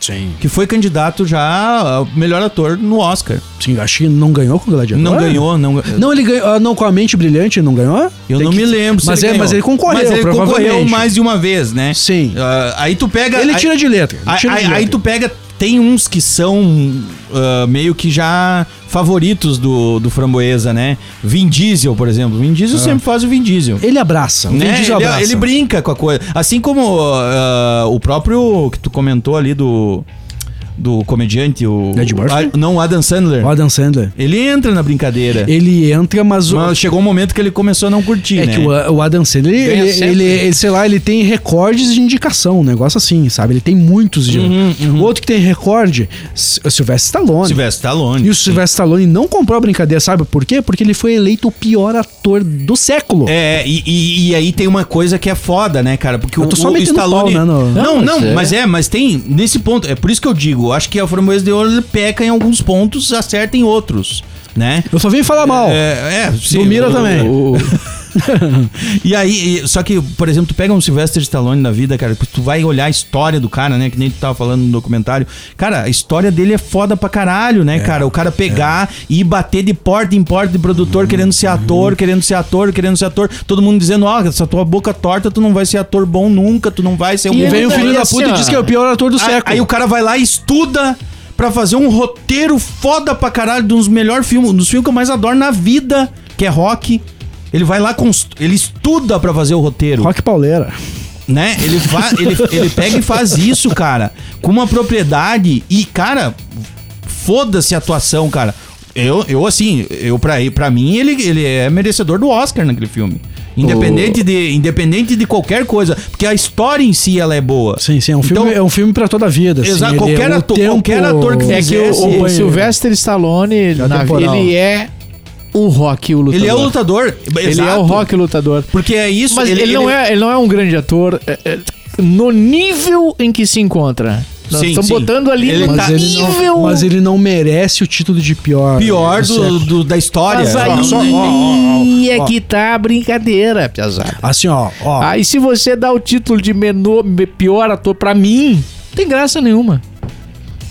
Speaker 5: Sim.
Speaker 6: que foi candidato já a melhor ator no Oscar.
Speaker 5: Sim, acho que não ganhou com o Gladiador.
Speaker 6: Não ganhou, não ganhou.
Speaker 5: Não, ele ganhou. ah, Não, com a mente brilhante, não ganhou? Tem
Speaker 6: Eu não
Speaker 5: que-
Speaker 6: me lembro. se
Speaker 5: mas, é,
Speaker 6: ganhou.
Speaker 5: mas ele concorreu.
Speaker 6: Mas ele concorreu
Speaker 5: provavelmente.
Speaker 6: mais de uma vez, né?
Speaker 5: Sim.
Speaker 6: Ah, aí tu pega.
Speaker 5: Ele
Speaker 6: aí-
Speaker 5: tira de letra. ele
Speaker 6: Aí,
Speaker 5: tira de
Speaker 6: aí-
Speaker 5: letra.
Speaker 6: aí tu pega. Tem uns que são ah, meio que já favoritos do, do Framboesa, né? Vin Diesel, por exemplo. Vin Diesel sempre faz o Vin Diesel.
Speaker 5: Ah. Ele abraça. O Vin
Speaker 6: né?
Speaker 5: Diesel
Speaker 6: ele,
Speaker 5: abraça.
Speaker 6: ele brinca com a coisa. Assim como ah, o próprio que tu comentou ali do. Do comediante, o.
Speaker 5: Ed Murphy?
Speaker 6: A- não, o Adam Sandler.
Speaker 5: O Adam Sandler.
Speaker 6: Ele entra na brincadeira.
Speaker 5: Ele entra, mas, o-
Speaker 6: Mas chegou um momento que ele começou a não curtir,
Speaker 5: É
Speaker 6: né?
Speaker 5: que o, o Adam Sandler, ele,
Speaker 4: Ganha
Speaker 5: ele,
Speaker 4: sempre.
Speaker 5: ele- ele, sei lá, ele tem recordes de indicação, um negócio assim, sabe? Ele tem muitos. de- Outro que tem recorde, S- o Sylvester Stallone.
Speaker 6: Silvestre Uhum, Stallone.
Speaker 5: E o Sylvester Stallone não comprou a brincadeira, sabe por quê? Porque ele foi eleito o pior ator do século.
Speaker 6: É, e, e- e aí tem uma coisa que é foda, né, cara? Porque
Speaker 5: Eu
Speaker 6: o,
Speaker 5: tô só
Speaker 6: o
Speaker 5: metendo
Speaker 6: Stallone.
Speaker 5: pau, né, no-
Speaker 6: Não,
Speaker 4: Não,
Speaker 6: não,
Speaker 4: mas é.
Speaker 6: mas é, mas tem. Nesse ponto, é por isso que eu digo, eu acho que a Framboesa de Ouro ele peca em alguns pontos, acerta em outros, né?
Speaker 5: Eu só vim falar mal.
Speaker 6: É, é sim,
Speaker 5: Do Mira
Speaker 6: o-
Speaker 5: também.
Speaker 4: O-
Speaker 6: E aí, e- só que, por exemplo, tu pega um Sylvester Stallone na vida, cara, tu vai olhar a história do cara, né? Que nem tu tava falando no documentário. Cara, a história dele é foda pra caralho, né, cara? O cara pegar e bater de porta em porta de produtor, querendo ser ator, querendo ser ator, querendo ser ator. Todo mundo dizendo, ó, essa tua boca torta, tu não vai ser ator bom nunca, tu não vai ser um...
Speaker 5: E
Speaker 4: ele
Speaker 5: vem o
Speaker 4: não
Speaker 5: filho
Speaker 4: daí,
Speaker 5: da
Speaker 4: assim,
Speaker 5: puta e
Speaker 4: ó.
Speaker 5: diz que é o pior ator do
Speaker 6: Aí-
Speaker 5: século.
Speaker 6: Aí o cara vai lá e estuda pra fazer um roteiro foda pra caralho de um dos melhores filmes, um dos filmes que eu mais adoro na vida, que é rock. Ele vai lá, const- ele estuda pra fazer o roteiro,
Speaker 5: Rock Pauleira.
Speaker 6: né? Ele, fa- ele, ele pega e faz isso, cara, com uma propriedade e, cara, foda-se a atuação, cara. Eu, eu assim, eu pra, pra mim, ele, ele é merecedor do Oscar naquele filme. Independente, de, independente de qualquer coisa, porque a história em si ela é boa.
Speaker 5: Sim, sim, é um
Speaker 6: Então,
Speaker 5: filme, é um filme pra toda a vida. assim,
Speaker 6: Exato,
Speaker 5: ele é
Speaker 6: qualquer
Speaker 5: o
Speaker 6: ator- qualquer ator que
Speaker 4: É que o,
Speaker 6: Esse-
Speaker 4: o
Speaker 6: esse-
Speaker 4: Sylvester Stallone,
Speaker 5: Já
Speaker 4: na,
Speaker 5: temporal.
Speaker 4: ele é o rock, o lutador.
Speaker 6: Ele é o lutador.
Speaker 4: Ele é o rock lutador.
Speaker 6: Porque é isso.
Speaker 4: Mas ele, não é, ele não é um grande ator é, é, no nível em que se encontra. Nós
Speaker 6: Sim,
Speaker 4: estamos
Speaker 6: sim.
Speaker 4: botando ali
Speaker 6: Ele
Speaker 4: no
Speaker 6: tá-
Speaker 5: ele
Speaker 4: nível-
Speaker 5: não, mas ele não merece o título de pior.
Speaker 6: Pior do,
Speaker 5: século.
Speaker 6: do- da história.
Speaker 4: é Mas aí
Speaker 6: Ó, tá- só-
Speaker 4: é que tá a brincadeira, Piazada.
Speaker 5: Assim, ó, ó.
Speaker 6: Ah.
Speaker 4: Aí se você dá o título de menor, me- pior ator pra mim, não tem graça nenhuma.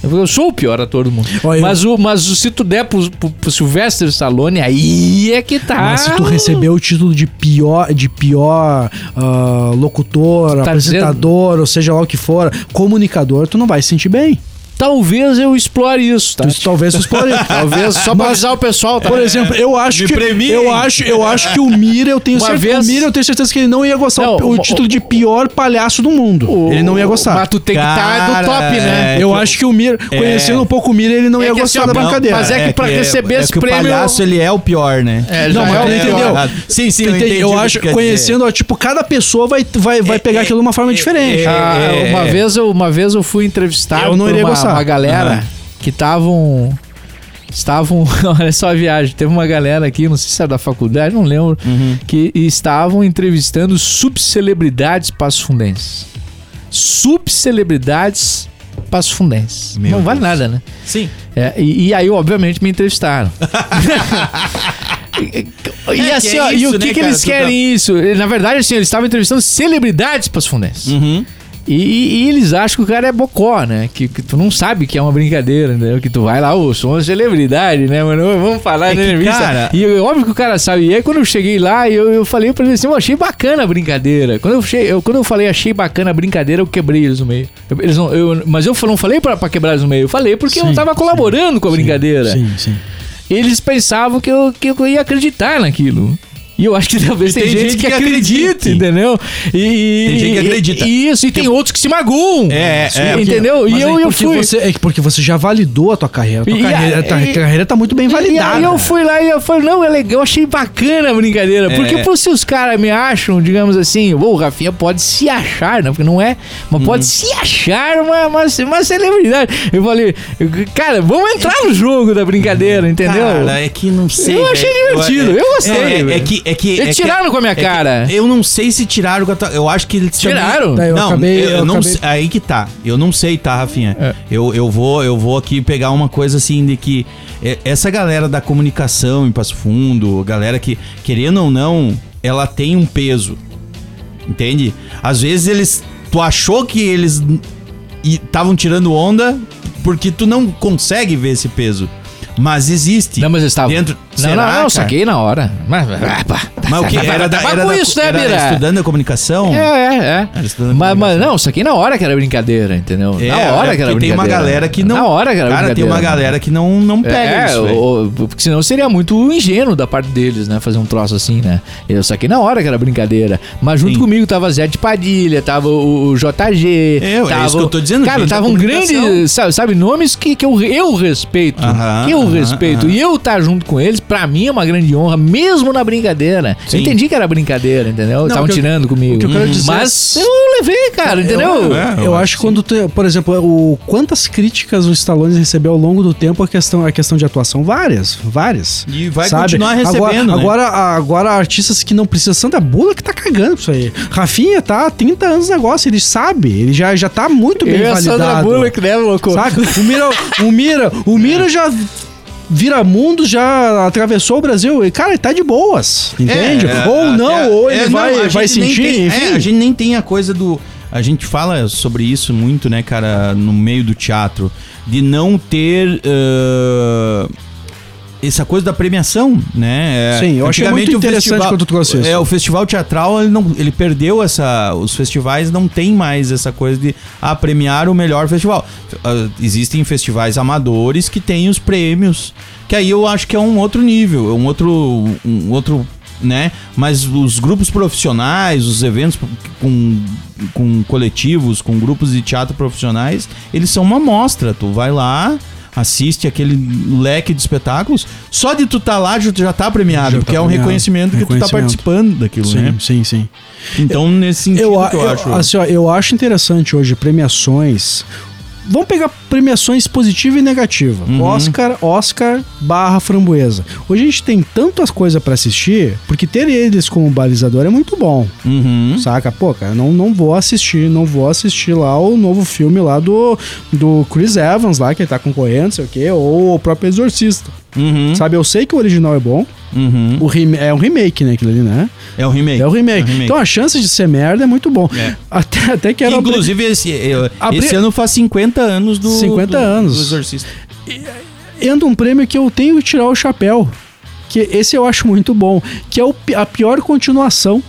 Speaker 4: Eu sou o pior ator do mundo.
Speaker 5: Olha,
Speaker 4: mas, o, mas o- se tu der pro, pro, pro Sylvester Stallone, aí é que tá.
Speaker 5: Mas se tu receber o título de pior, de pior ah,
Speaker 4: Tá
Speaker 5: locutor, apresentador, ou seja lá o que for, comunicador, tu não vai se sentir bem.
Speaker 4: Talvez eu explore isso, tá?
Speaker 5: Tu, talvez tu explore.
Speaker 4: Talvez só pra avisar o pessoal, tá?
Speaker 5: Por exemplo, eu acho
Speaker 6: Me
Speaker 5: que
Speaker 6: premiem.
Speaker 5: eu acho, eu acho que o Mira, eu tenho
Speaker 4: Uma
Speaker 5: certeza,
Speaker 4: vez-
Speaker 5: o Mira, eu tenho certeza que ele não ia gostar
Speaker 4: Não,
Speaker 5: o,
Speaker 4: o-
Speaker 5: o título de pior palhaço do mundo. ele não ia gostar.
Speaker 4: Mas tu tem que estar
Speaker 6: Cara,
Speaker 4: do top, né?
Speaker 6: é
Speaker 5: eu
Speaker 6: que-
Speaker 5: acho que o Mira, conhecendo um pouco o Mira, ele não
Speaker 4: É
Speaker 5: ia
Speaker 4: que
Speaker 5: gostar
Speaker 4: assim,
Speaker 5: da
Speaker 4: ó, não,
Speaker 5: brincadeira.
Speaker 4: mas é que pra receber esse
Speaker 6: que o
Speaker 4: prêmio-
Speaker 6: palhaço, ele é o pior, né?
Speaker 4: É,
Speaker 5: Não,
Speaker 4: já
Speaker 5: mas tu
Speaker 4: é
Speaker 6: o
Speaker 5: entendeu?
Speaker 6: errado. Sim, sim, eu
Speaker 5: Entendi,
Speaker 6: entendi
Speaker 5: eu
Speaker 6: o que
Speaker 5: acho,
Speaker 6: tu quer
Speaker 5: conhecendo, ó, tipo, cada pessoa vai, vai, vai pegar aquilo de uma forma diferente.
Speaker 4: Ah,
Speaker 6: É,
Speaker 4: uma,
Speaker 6: é.
Speaker 4: vez eu, uma vez eu fui entrevistado
Speaker 5: Eu não
Speaker 4: por
Speaker 5: iria
Speaker 4: uma,
Speaker 5: gostar.
Speaker 4: uma galera
Speaker 6: Aham.
Speaker 4: que estavam. Estavam. Olha só a viagem. Teve uma galera aqui, não sei se era da faculdade, não lembro,
Speaker 6: Uhum.
Speaker 4: que estavam entrevistando subcelebridades passfundenses. Subcelebridades passfundenses.
Speaker 6: Meu
Speaker 4: não vale nada, né?
Speaker 6: Sim.
Speaker 4: É, e, e aí, obviamente, me entrevistaram. E- e
Speaker 6: É,
Speaker 4: assim,
Speaker 6: que é
Speaker 4: ó, e
Speaker 6: isso,
Speaker 4: o que,
Speaker 6: né,
Speaker 4: que
Speaker 6: cara?
Speaker 4: eles
Speaker 6: Tu
Speaker 4: querem isso? Na verdade, assim, eles estavam entrevistando celebridades pasfundenses.
Speaker 6: Uhum.
Speaker 4: E, e- e eles acham que o cara é bocó, né? Que, que tu não sabe que é uma brincadeira, entendeu? Que tu vai lá, ô, sou uma celebridade, né? Mas não vamos falar na
Speaker 6: É que,
Speaker 4: entrevista.
Speaker 6: cara-
Speaker 4: E eu- óbvio que o cara sabe. E aí quando eu cheguei lá, eu, eu falei pra ele assim, eu achei bacana a brincadeira. Quando eu, che... eu, quando eu falei achei bacana a brincadeira, eu quebrei eles no meio. Eu- eles não, eu, mas eu não falei pra, pra quebrar eles no meio, eu falei porque eu
Speaker 5: Sim,
Speaker 4: tava colaborando com a brincadeira.
Speaker 5: Sim, sim.
Speaker 4: Eles pensavam que eu, que eu ia acreditar naquilo. E eu acho que talvez tem, gente, que, acredita,
Speaker 6: acredita.
Speaker 4: entendeu? E,
Speaker 6: Tem gente que
Speaker 4: e-
Speaker 6: acredita.
Speaker 4: E, isso, e tem outros que se magoam.
Speaker 6: É, é,
Speaker 4: Sim,
Speaker 6: é,
Speaker 4: entendeu? E
Speaker 5: Mas
Speaker 4: eu,
Speaker 5: é
Speaker 4: eu
Speaker 5: porque
Speaker 4: fui.
Speaker 5: Você, é que porque você já validou a tua carreira. A tua
Speaker 4: E-
Speaker 5: carreira,
Speaker 4: e-
Speaker 5: a tua
Speaker 4: e-
Speaker 5: carreira tá muito bem
Speaker 4: E
Speaker 5: validada.
Speaker 4: aí eu fui lá e eu falei, não, é legal, eu achei bacana a brincadeira.
Speaker 6: É.
Speaker 4: Porque pô, se os caras me acham, digamos assim, "Ô, o Rafinha pode se achar, né? Porque não é, mas pode se achar uma, uma, uma celebridade. Eu falei, cara, vamos entrar no jogo da brincadeira, entendeu?
Speaker 6: Cara, é que não sei.
Speaker 4: Eu achei
Speaker 6: velho.
Speaker 4: divertido, eu gostei,
Speaker 6: É, é,
Speaker 4: velho.
Speaker 6: é que. É que
Speaker 4: Eles
Speaker 6: é que-
Speaker 4: tiraram com a minha
Speaker 6: é que-
Speaker 4: cara.
Speaker 6: Eu não sei se tiraram com a tua. Eu acho que eles também-
Speaker 4: Tiraram?
Speaker 5: Tá, eu
Speaker 6: não,
Speaker 5: acabei-
Speaker 6: eu,
Speaker 5: eu
Speaker 6: não
Speaker 5: acabei-
Speaker 6: sei- Aí que tá. Eu não sei, tá, Rafinha?
Speaker 4: É.
Speaker 6: Eu, eu, vou, eu vou aqui pegar uma coisa assim de que é, essa galera da comunicação em Passo Fundo, galera que, querendo ou não, ela tem um peso. Entende? Às vezes eles. Tu achou que eles estavam tirando onda porque tu não consegue ver esse peso. Mas existe.
Speaker 4: Não, mas eu estava.
Speaker 6: Dentro,
Speaker 4: não, não, não,
Speaker 6: cara?
Speaker 4: saquei na hora. Mas, ah, pá.
Speaker 6: Mas o que? Era, da,
Speaker 4: Mas
Speaker 6: era,
Speaker 4: com
Speaker 6: da,
Speaker 4: isso, né,
Speaker 6: era
Speaker 4: Bira?
Speaker 6: estudando a comunicação?
Speaker 4: É, é,
Speaker 6: Era
Speaker 4: é.
Speaker 6: estudando
Speaker 4: Mas, mas
Speaker 6: comunicação.
Speaker 4: não, saquei na hora que era brincadeira, entendeu?
Speaker 6: É,
Speaker 4: na hora que era brincadeira.
Speaker 6: porque Tem uma galera que não.
Speaker 4: Na hora que era
Speaker 6: Cara, tem
Speaker 4: brincadeira.
Speaker 6: uma galera que não, não pega
Speaker 4: é,
Speaker 6: isso. velho.
Speaker 4: o- o- porque senão seria muito ingênuo da parte deles, né? Fazer um troço assim, né? Eu saquei na hora que era brincadeira. Mas junto
Speaker 6: Sim.
Speaker 4: comigo tava Zé de Padilha, tava o, o JG.
Speaker 6: É, é
Speaker 4: tava,
Speaker 6: isso que eu tô dizendo,
Speaker 4: Cara,
Speaker 6: gente da
Speaker 4: tava um
Speaker 6: comunicação.
Speaker 4: grande. Sabe, sabe, nomes que, que eu, eu respeito.
Speaker 6: Aham,
Speaker 4: que eu
Speaker 6: aham,
Speaker 4: respeito.
Speaker 6: aham.
Speaker 4: E eu estar junto com eles, pra mim é uma grande honra, mesmo na brincadeira. Eu
Speaker 6: Sim.
Speaker 4: entendi que era brincadeira, entendeu? Estavam
Speaker 5: o que eu-
Speaker 4: tirando comigo.
Speaker 5: o que eu quero dizer-
Speaker 4: Mas eu levei, cara, entendeu?
Speaker 6: é,
Speaker 5: Eu acho que quando, tu- por exemplo, o, quantas críticas o Stallone recebeu ao longo do tempo a questão, a questão de atuação? Várias, várias.
Speaker 6: E vai
Speaker 5: sabe?
Speaker 6: continuar
Speaker 5: Agora,
Speaker 6: recebendo, né?
Speaker 5: agora, agora artistas que não precisam. Sandra Bullock tá cagando pra isso aí. Rafinha tá há 30 anos no negócio, ele sabe. Ele já, já tá
Speaker 6: é
Speaker 5: muito bem
Speaker 4: Eu e a
Speaker 5: validado.
Speaker 4: Sandra Bullock, né, louco?
Speaker 5: Saca? O Mira, o Mira, o Mira
Speaker 6: É.
Speaker 5: já vira mundo, já atravessou o Brasil. E, cara, ele tá de boas, entende?
Speaker 6: É,
Speaker 5: ou
Speaker 6: até-
Speaker 5: não, ou ele
Speaker 6: é, não,
Speaker 5: vai,
Speaker 6: a
Speaker 5: vai
Speaker 6: gente nem
Speaker 5: sentir,
Speaker 6: tem-
Speaker 5: enfim.
Speaker 6: é, a gente nem tem a coisa do. A gente fala sobre isso muito, né, cara, no meio do teatro, de não ter. ah, essa coisa da premiação, né? É,
Speaker 5: Sim, eu achei
Speaker 6: antigamente
Speaker 5: muito
Speaker 6: o
Speaker 5: interessante
Speaker 6: festival-
Speaker 5: quando tu trouxe isso.
Speaker 6: É, o festival teatral, ele, não, ele perdeu essa... Os festivais não tem mais essa coisa de ah, premiar o melhor festival. Ah, existem festivais amadores que têm os prêmios, que aí eu acho que é um outro nível, é um outro... Um outro né? Mas os grupos profissionais, os eventos com, com coletivos, com grupos de teatro profissionais, eles são uma amostra. Tu vai lá, assiste aquele leque de espetáculos, só de tu estar tá lá já, já tá premiado,
Speaker 5: Já tá
Speaker 6: porque é um
Speaker 5: premiado.
Speaker 6: reconhecimento, que tu tá
Speaker 5: Reconhecimento.
Speaker 6: participando daquilo, né?
Speaker 5: Sim, sim, sim.
Speaker 6: Então, nesse sentido
Speaker 5: Eu,
Speaker 6: que eu, acho.
Speaker 5: assim, ó, eu acho interessante hoje premiações Vamos pegar premiações positiva e negativa.
Speaker 6: Uhum.
Speaker 5: Oscar, Oscar barra framboesa. Hoje a gente tem tantas coisas pra assistir, porque ter eles como balizador é muito bom.
Speaker 6: Uhum.
Speaker 5: Saca? Pô, cara, não, não vou assistir, não vou assistir lá o novo filme lá do, do Chris Evans lá, que ele tá concorrendo, não sei o quê, ou o próprio Exorcista.
Speaker 6: Uhum.
Speaker 5: Sabe, eu sei que o original é bom,
Speaker 6: Uhum.
Speaker 5: o rem- é um remake, né, aquilo ali, né?
Speaker 6: É o remake.
Speaker 5: É o remake.
Speaker 6: remake.
Speaker 5: Então a chance de ser merda é muito bom.
Speaker 6: É.
Speaker 5: Até, até que era... um
Speaker 6: Inclusive, esse, eu-
Speaker 5: Abri-
Speaker 6: esse ano faz 50 anos do.
Speaker 5: 50
Speaker 6: do-
Speaker 5: anos. É
Speaker 6: Do Exorcista.
Speaker 5: entra um prêmio que eu tenho que tirar o chapéu. Que esse eu acho muito bom. Que é o pi- a pior continuação.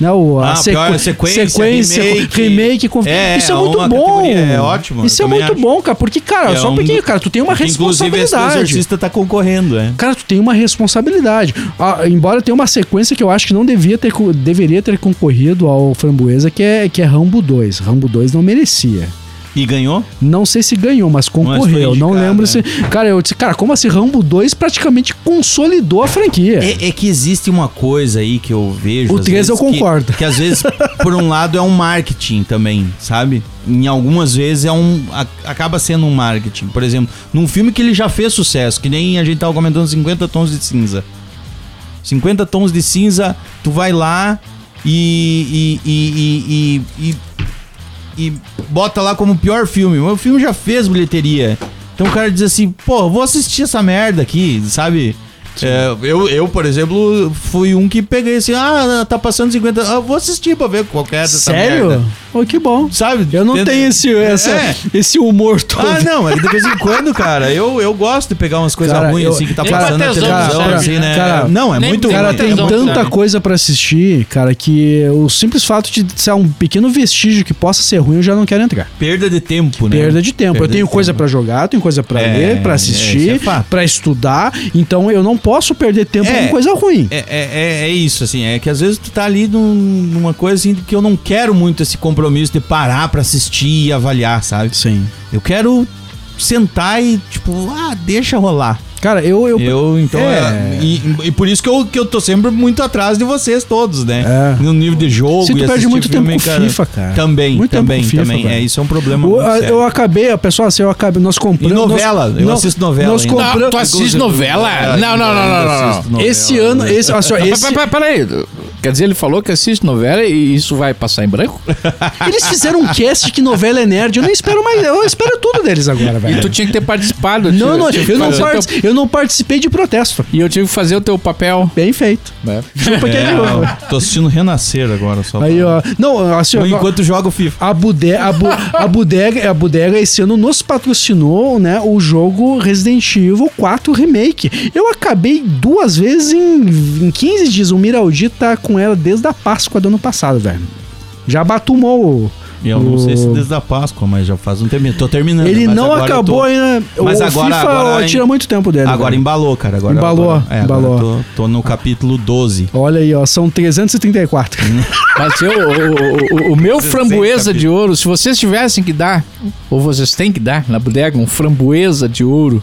Speaker 5: Né, o, a
Speaker 6: Ah,
Speaker 5: sequ-
Speaker 6: pior sequência, remake.
Speaker 5: remake. com-
Speaker 6: É,
Speaker 5: isso é
Speaker 6: uma
Speaker 5: muito bom.
Speaker 6: categoria, é ótimo, eu
Speaker 5: Isso é
Speaker 6: também
Speaker 5: muito
Speaker 6: acho.
Speaker 5: bom, cara. Porque, cara,
Speaker 6: É
Speaker 5: só
Speaker 6: um-
Speaker 5: porque, cara, tu tem uma
Speaker 6: Que, Inclusive, esse do
Speaker 5: responsabilidade.
Speaker 6: Exorcista tá concorrendo, é.
Speaker 5: Cara, tu tem uma responsabilidade. Ah, embora tenha uma sequência que eu acho que não devia ter, co- deveria ter concorrido ao Framboesa, que é, que é Rambo 2. Rambo 2 não merecia.
Speaker 6: E ganhou?
Speaker 5: Não sei se ganhou, mas concorreu.
Speaker 6: Mas foi
Speaker 5: não
Speaker 6: indicado,
Speaker 5: lembro
Speaker 6: né?
Speaker 5: se. Cara, eu disse, cara, como assim? Rambo 2 praticamente consolidou a franquia.
Speaker 6: É, é que existe uma coisa aí que eu vejo.
Speaker 5: O
Speaker 6: às
Speaker 5: três
Speaker 6: vezes,
Speaker 5: eu
Speaker 6: que-
Speaker 5: concordo.
Speaker 6: Que, às vezes, por um lado, é um marketing também, sabe? Em algumas vezes é um. a- acaba sendo um marketing. Por exemplo, num filme que ele já fez sucesso, que nem a gente tava comentando 50 tons de cinza. 50 tons de cinza, tu vai lá e. e. e. e, e- e- e bota lá como o pior filme. Mas O filme já fez bilheteria. Então o cara diz assim, pô, vou assistir essa merda aqui, sabe? É, eu, eu, por exemplo, fui um que peguei assim, ah, tá passando 50. Ah, vou assistir pra ver qual que é dessa
Speaker 5: Sério?
Speaker 6: merda.
Speaker 5: Oh, que bom.
Speaker 6: Sabe?
Speaker 5: Eu não
Speaker 6: Tenta-
Speaker 5: tenho esse, essa-
Speaker 6: É.
Speaker 5: esse humor todo.
Speaker 6: Ah, não, mas de vez em quando, cara, eu, eu gosto de pegar umas coisas
Speaker 5: Cara,
Speaker 6: ruins
Speaker 5: eu-
Speaker 6: assim que tá
Speaker 4: Nem
Speaker 6: passando na
Speaker 4: batezão,
Speaker 6: televisão,
Speaker 5: sabe?
Speaker 6: assim, né?
Speaker 5: Cara,
Speaker 6: não, é
Speaker 4: nem-
Speaker 6: muito
Speaker 4: nem
Speaker 5: Cara,
Speaker 6: ruim.
Speaker 5: tem
Speaker 6: é
Speaker 4: tesão,
Speaker 6: muito
Speaker 5: tanta
Speaker 4: sabe?
Speaker 5: coisa pra assistir, cara, que o simples fato de ser um pequeno vestígio que possa ser ruim, eu já não quero entrar.
Speaker 6: Perda de tempo, né?
Speaker 5: Perda de tempo. eu
Speaker 6: Perda
Speaker 5: tenho
Speaker 6: de
Speaker 5: coisa
Speaker 6: tempo.
Speaker 5: pra jogar, tenho coisa pra
Speaker 6: É,
Speaker 5: ler, pra
Speaker 6: é, isso
Speaker 5: assistir,
Speaker 6: é fato.
Speaker 5: pra estudar. Então eu não posso perder tempo
Speaker 6: É.
Speaker 5: com coisa ruim.
Speaker 6: É, é, é, é isso, assim, é que às vezes tu tá ali num- numa coisa assim que eu não quero muito esse compromisso de parar pra assistir e avaliar, sabe?
Speaker 5: Sim.
Speaker 6: Eu quero sentar e, tipo, ah, deixa rolar.
Speaker 5: Cara, eu- eu
Speaker 6: Eu, então,
Speaker 5: É.
Speaker 6: é. e, e por isso que eu, que eu tô sempre muito atrás de vocês todos, né?
Speaker 5: É.
Speaker 6: No nível de jogo
Speaker 5: Se tu
Speaker 6: e
Speaker 5: perde
Speaker 6: assistir
Speaker 5: muito tempo
Speaker 6: filme,
Speaker 5: com FIFA, cara.
Speaker 6: Também,
Speaker 5: Muito tempo
Speaker 6: também,
Speaker 5: com FIFA,
Speaker 6: também.
Speaker 5: velho.
Speaker 6: É, isso é um problema
Speaker 5: O-
Speaker 6: muito
Speaker 5: a-
Speaker 6: sério.
Speaker 5: eu acabei, pessoal, assim, eu acabei, nós compramos.
Speaker 6: E novela,
Speaker 5: nós-
Speaker 6: eu
Speaker 5: nó-
Speaker 6: assisto novela
Speaker 5: Nós
Speaker 6: ainda.
Speaker 5: compramos.
Speaker 4: tu assiste novela? Não, não, não, não, não, não.
Speaker 5: Esse
Speaker 6: né?
Speaker 5: ano, esse, assim, ó, esse-
Speaker 4: Peraí, peraí. Quer dizer, ele falou que assiste novela e isso vai passar em branco?
Speaker 5: eles fizeram um cast que novela é nerd. Eu nem espero mais, eu espero tudo deles agora,
Speaker 4: E
Speaker 5: velho.
Speaker 4: tu tinha que ter participado.
Speaker 5: Não, não,
Speaker 4: tinha que
Speaker 5: eu um não,
Speaker 4: fazer o teu-
Speaker 5: partici- eu não participei de protesto.
Speaker 4: E eu tive que fazer o teu papel.
Speaker 5: Bem feito.
Speaker 4: né?
Speaker 5: Chupa que é de novo.
Speaker 6: Tô assistindo Renascer agora só.
Speaker 5: Aí, ó. Não, assim, ó.
Speaker 6: Enquanto joga o FIFA.
Speaker 5: A, bude, a, bu- a bodega, a bodega esse ano nos patrocinou, né, o jogo Resident Evil 4 Remake. Eu acabei duas vezes em, em 15 dias. O Miraldi tá com ela desde a Páscoa do ano passado, velho. Já batumou. o-
Speaker 6: E eu não sei se
Speaker 5: o-
Speaker 6: desde a Páscoa, mas já faz um tempinho. Tô terminando.
Speaker 5: Ele
Speaker 6: mas
Speaker 5: não
Speaker 6: agora eu
Speaker 5: acabou
Speaker 6: tô-
Speaker 5: ainda.
Speaker 6: Mas
Speaker 5: o
Speaker 6: agora-
Speaker 5: FIFA
Speaker 6: agora, hein?
Speaker 5: tira muito tempo dele.
Speaker 6: Agora
Speaker 5: velho.
Speaker 6: embalou, cara. Agora,
Speaker 5: Embalou,
Speaker 6: agora, é, agora
Speaker 5: embalou.
Speaker 6: tô, tô no capítulo 12.
Speaker 5: Olha aí, ó, são 334.
Speaker 4: Mas eu, o, o- o- o meu framboesa de ouro, se vocês tivessem que dar, ou vocês têm que dar na bodega, um framboesa de ouro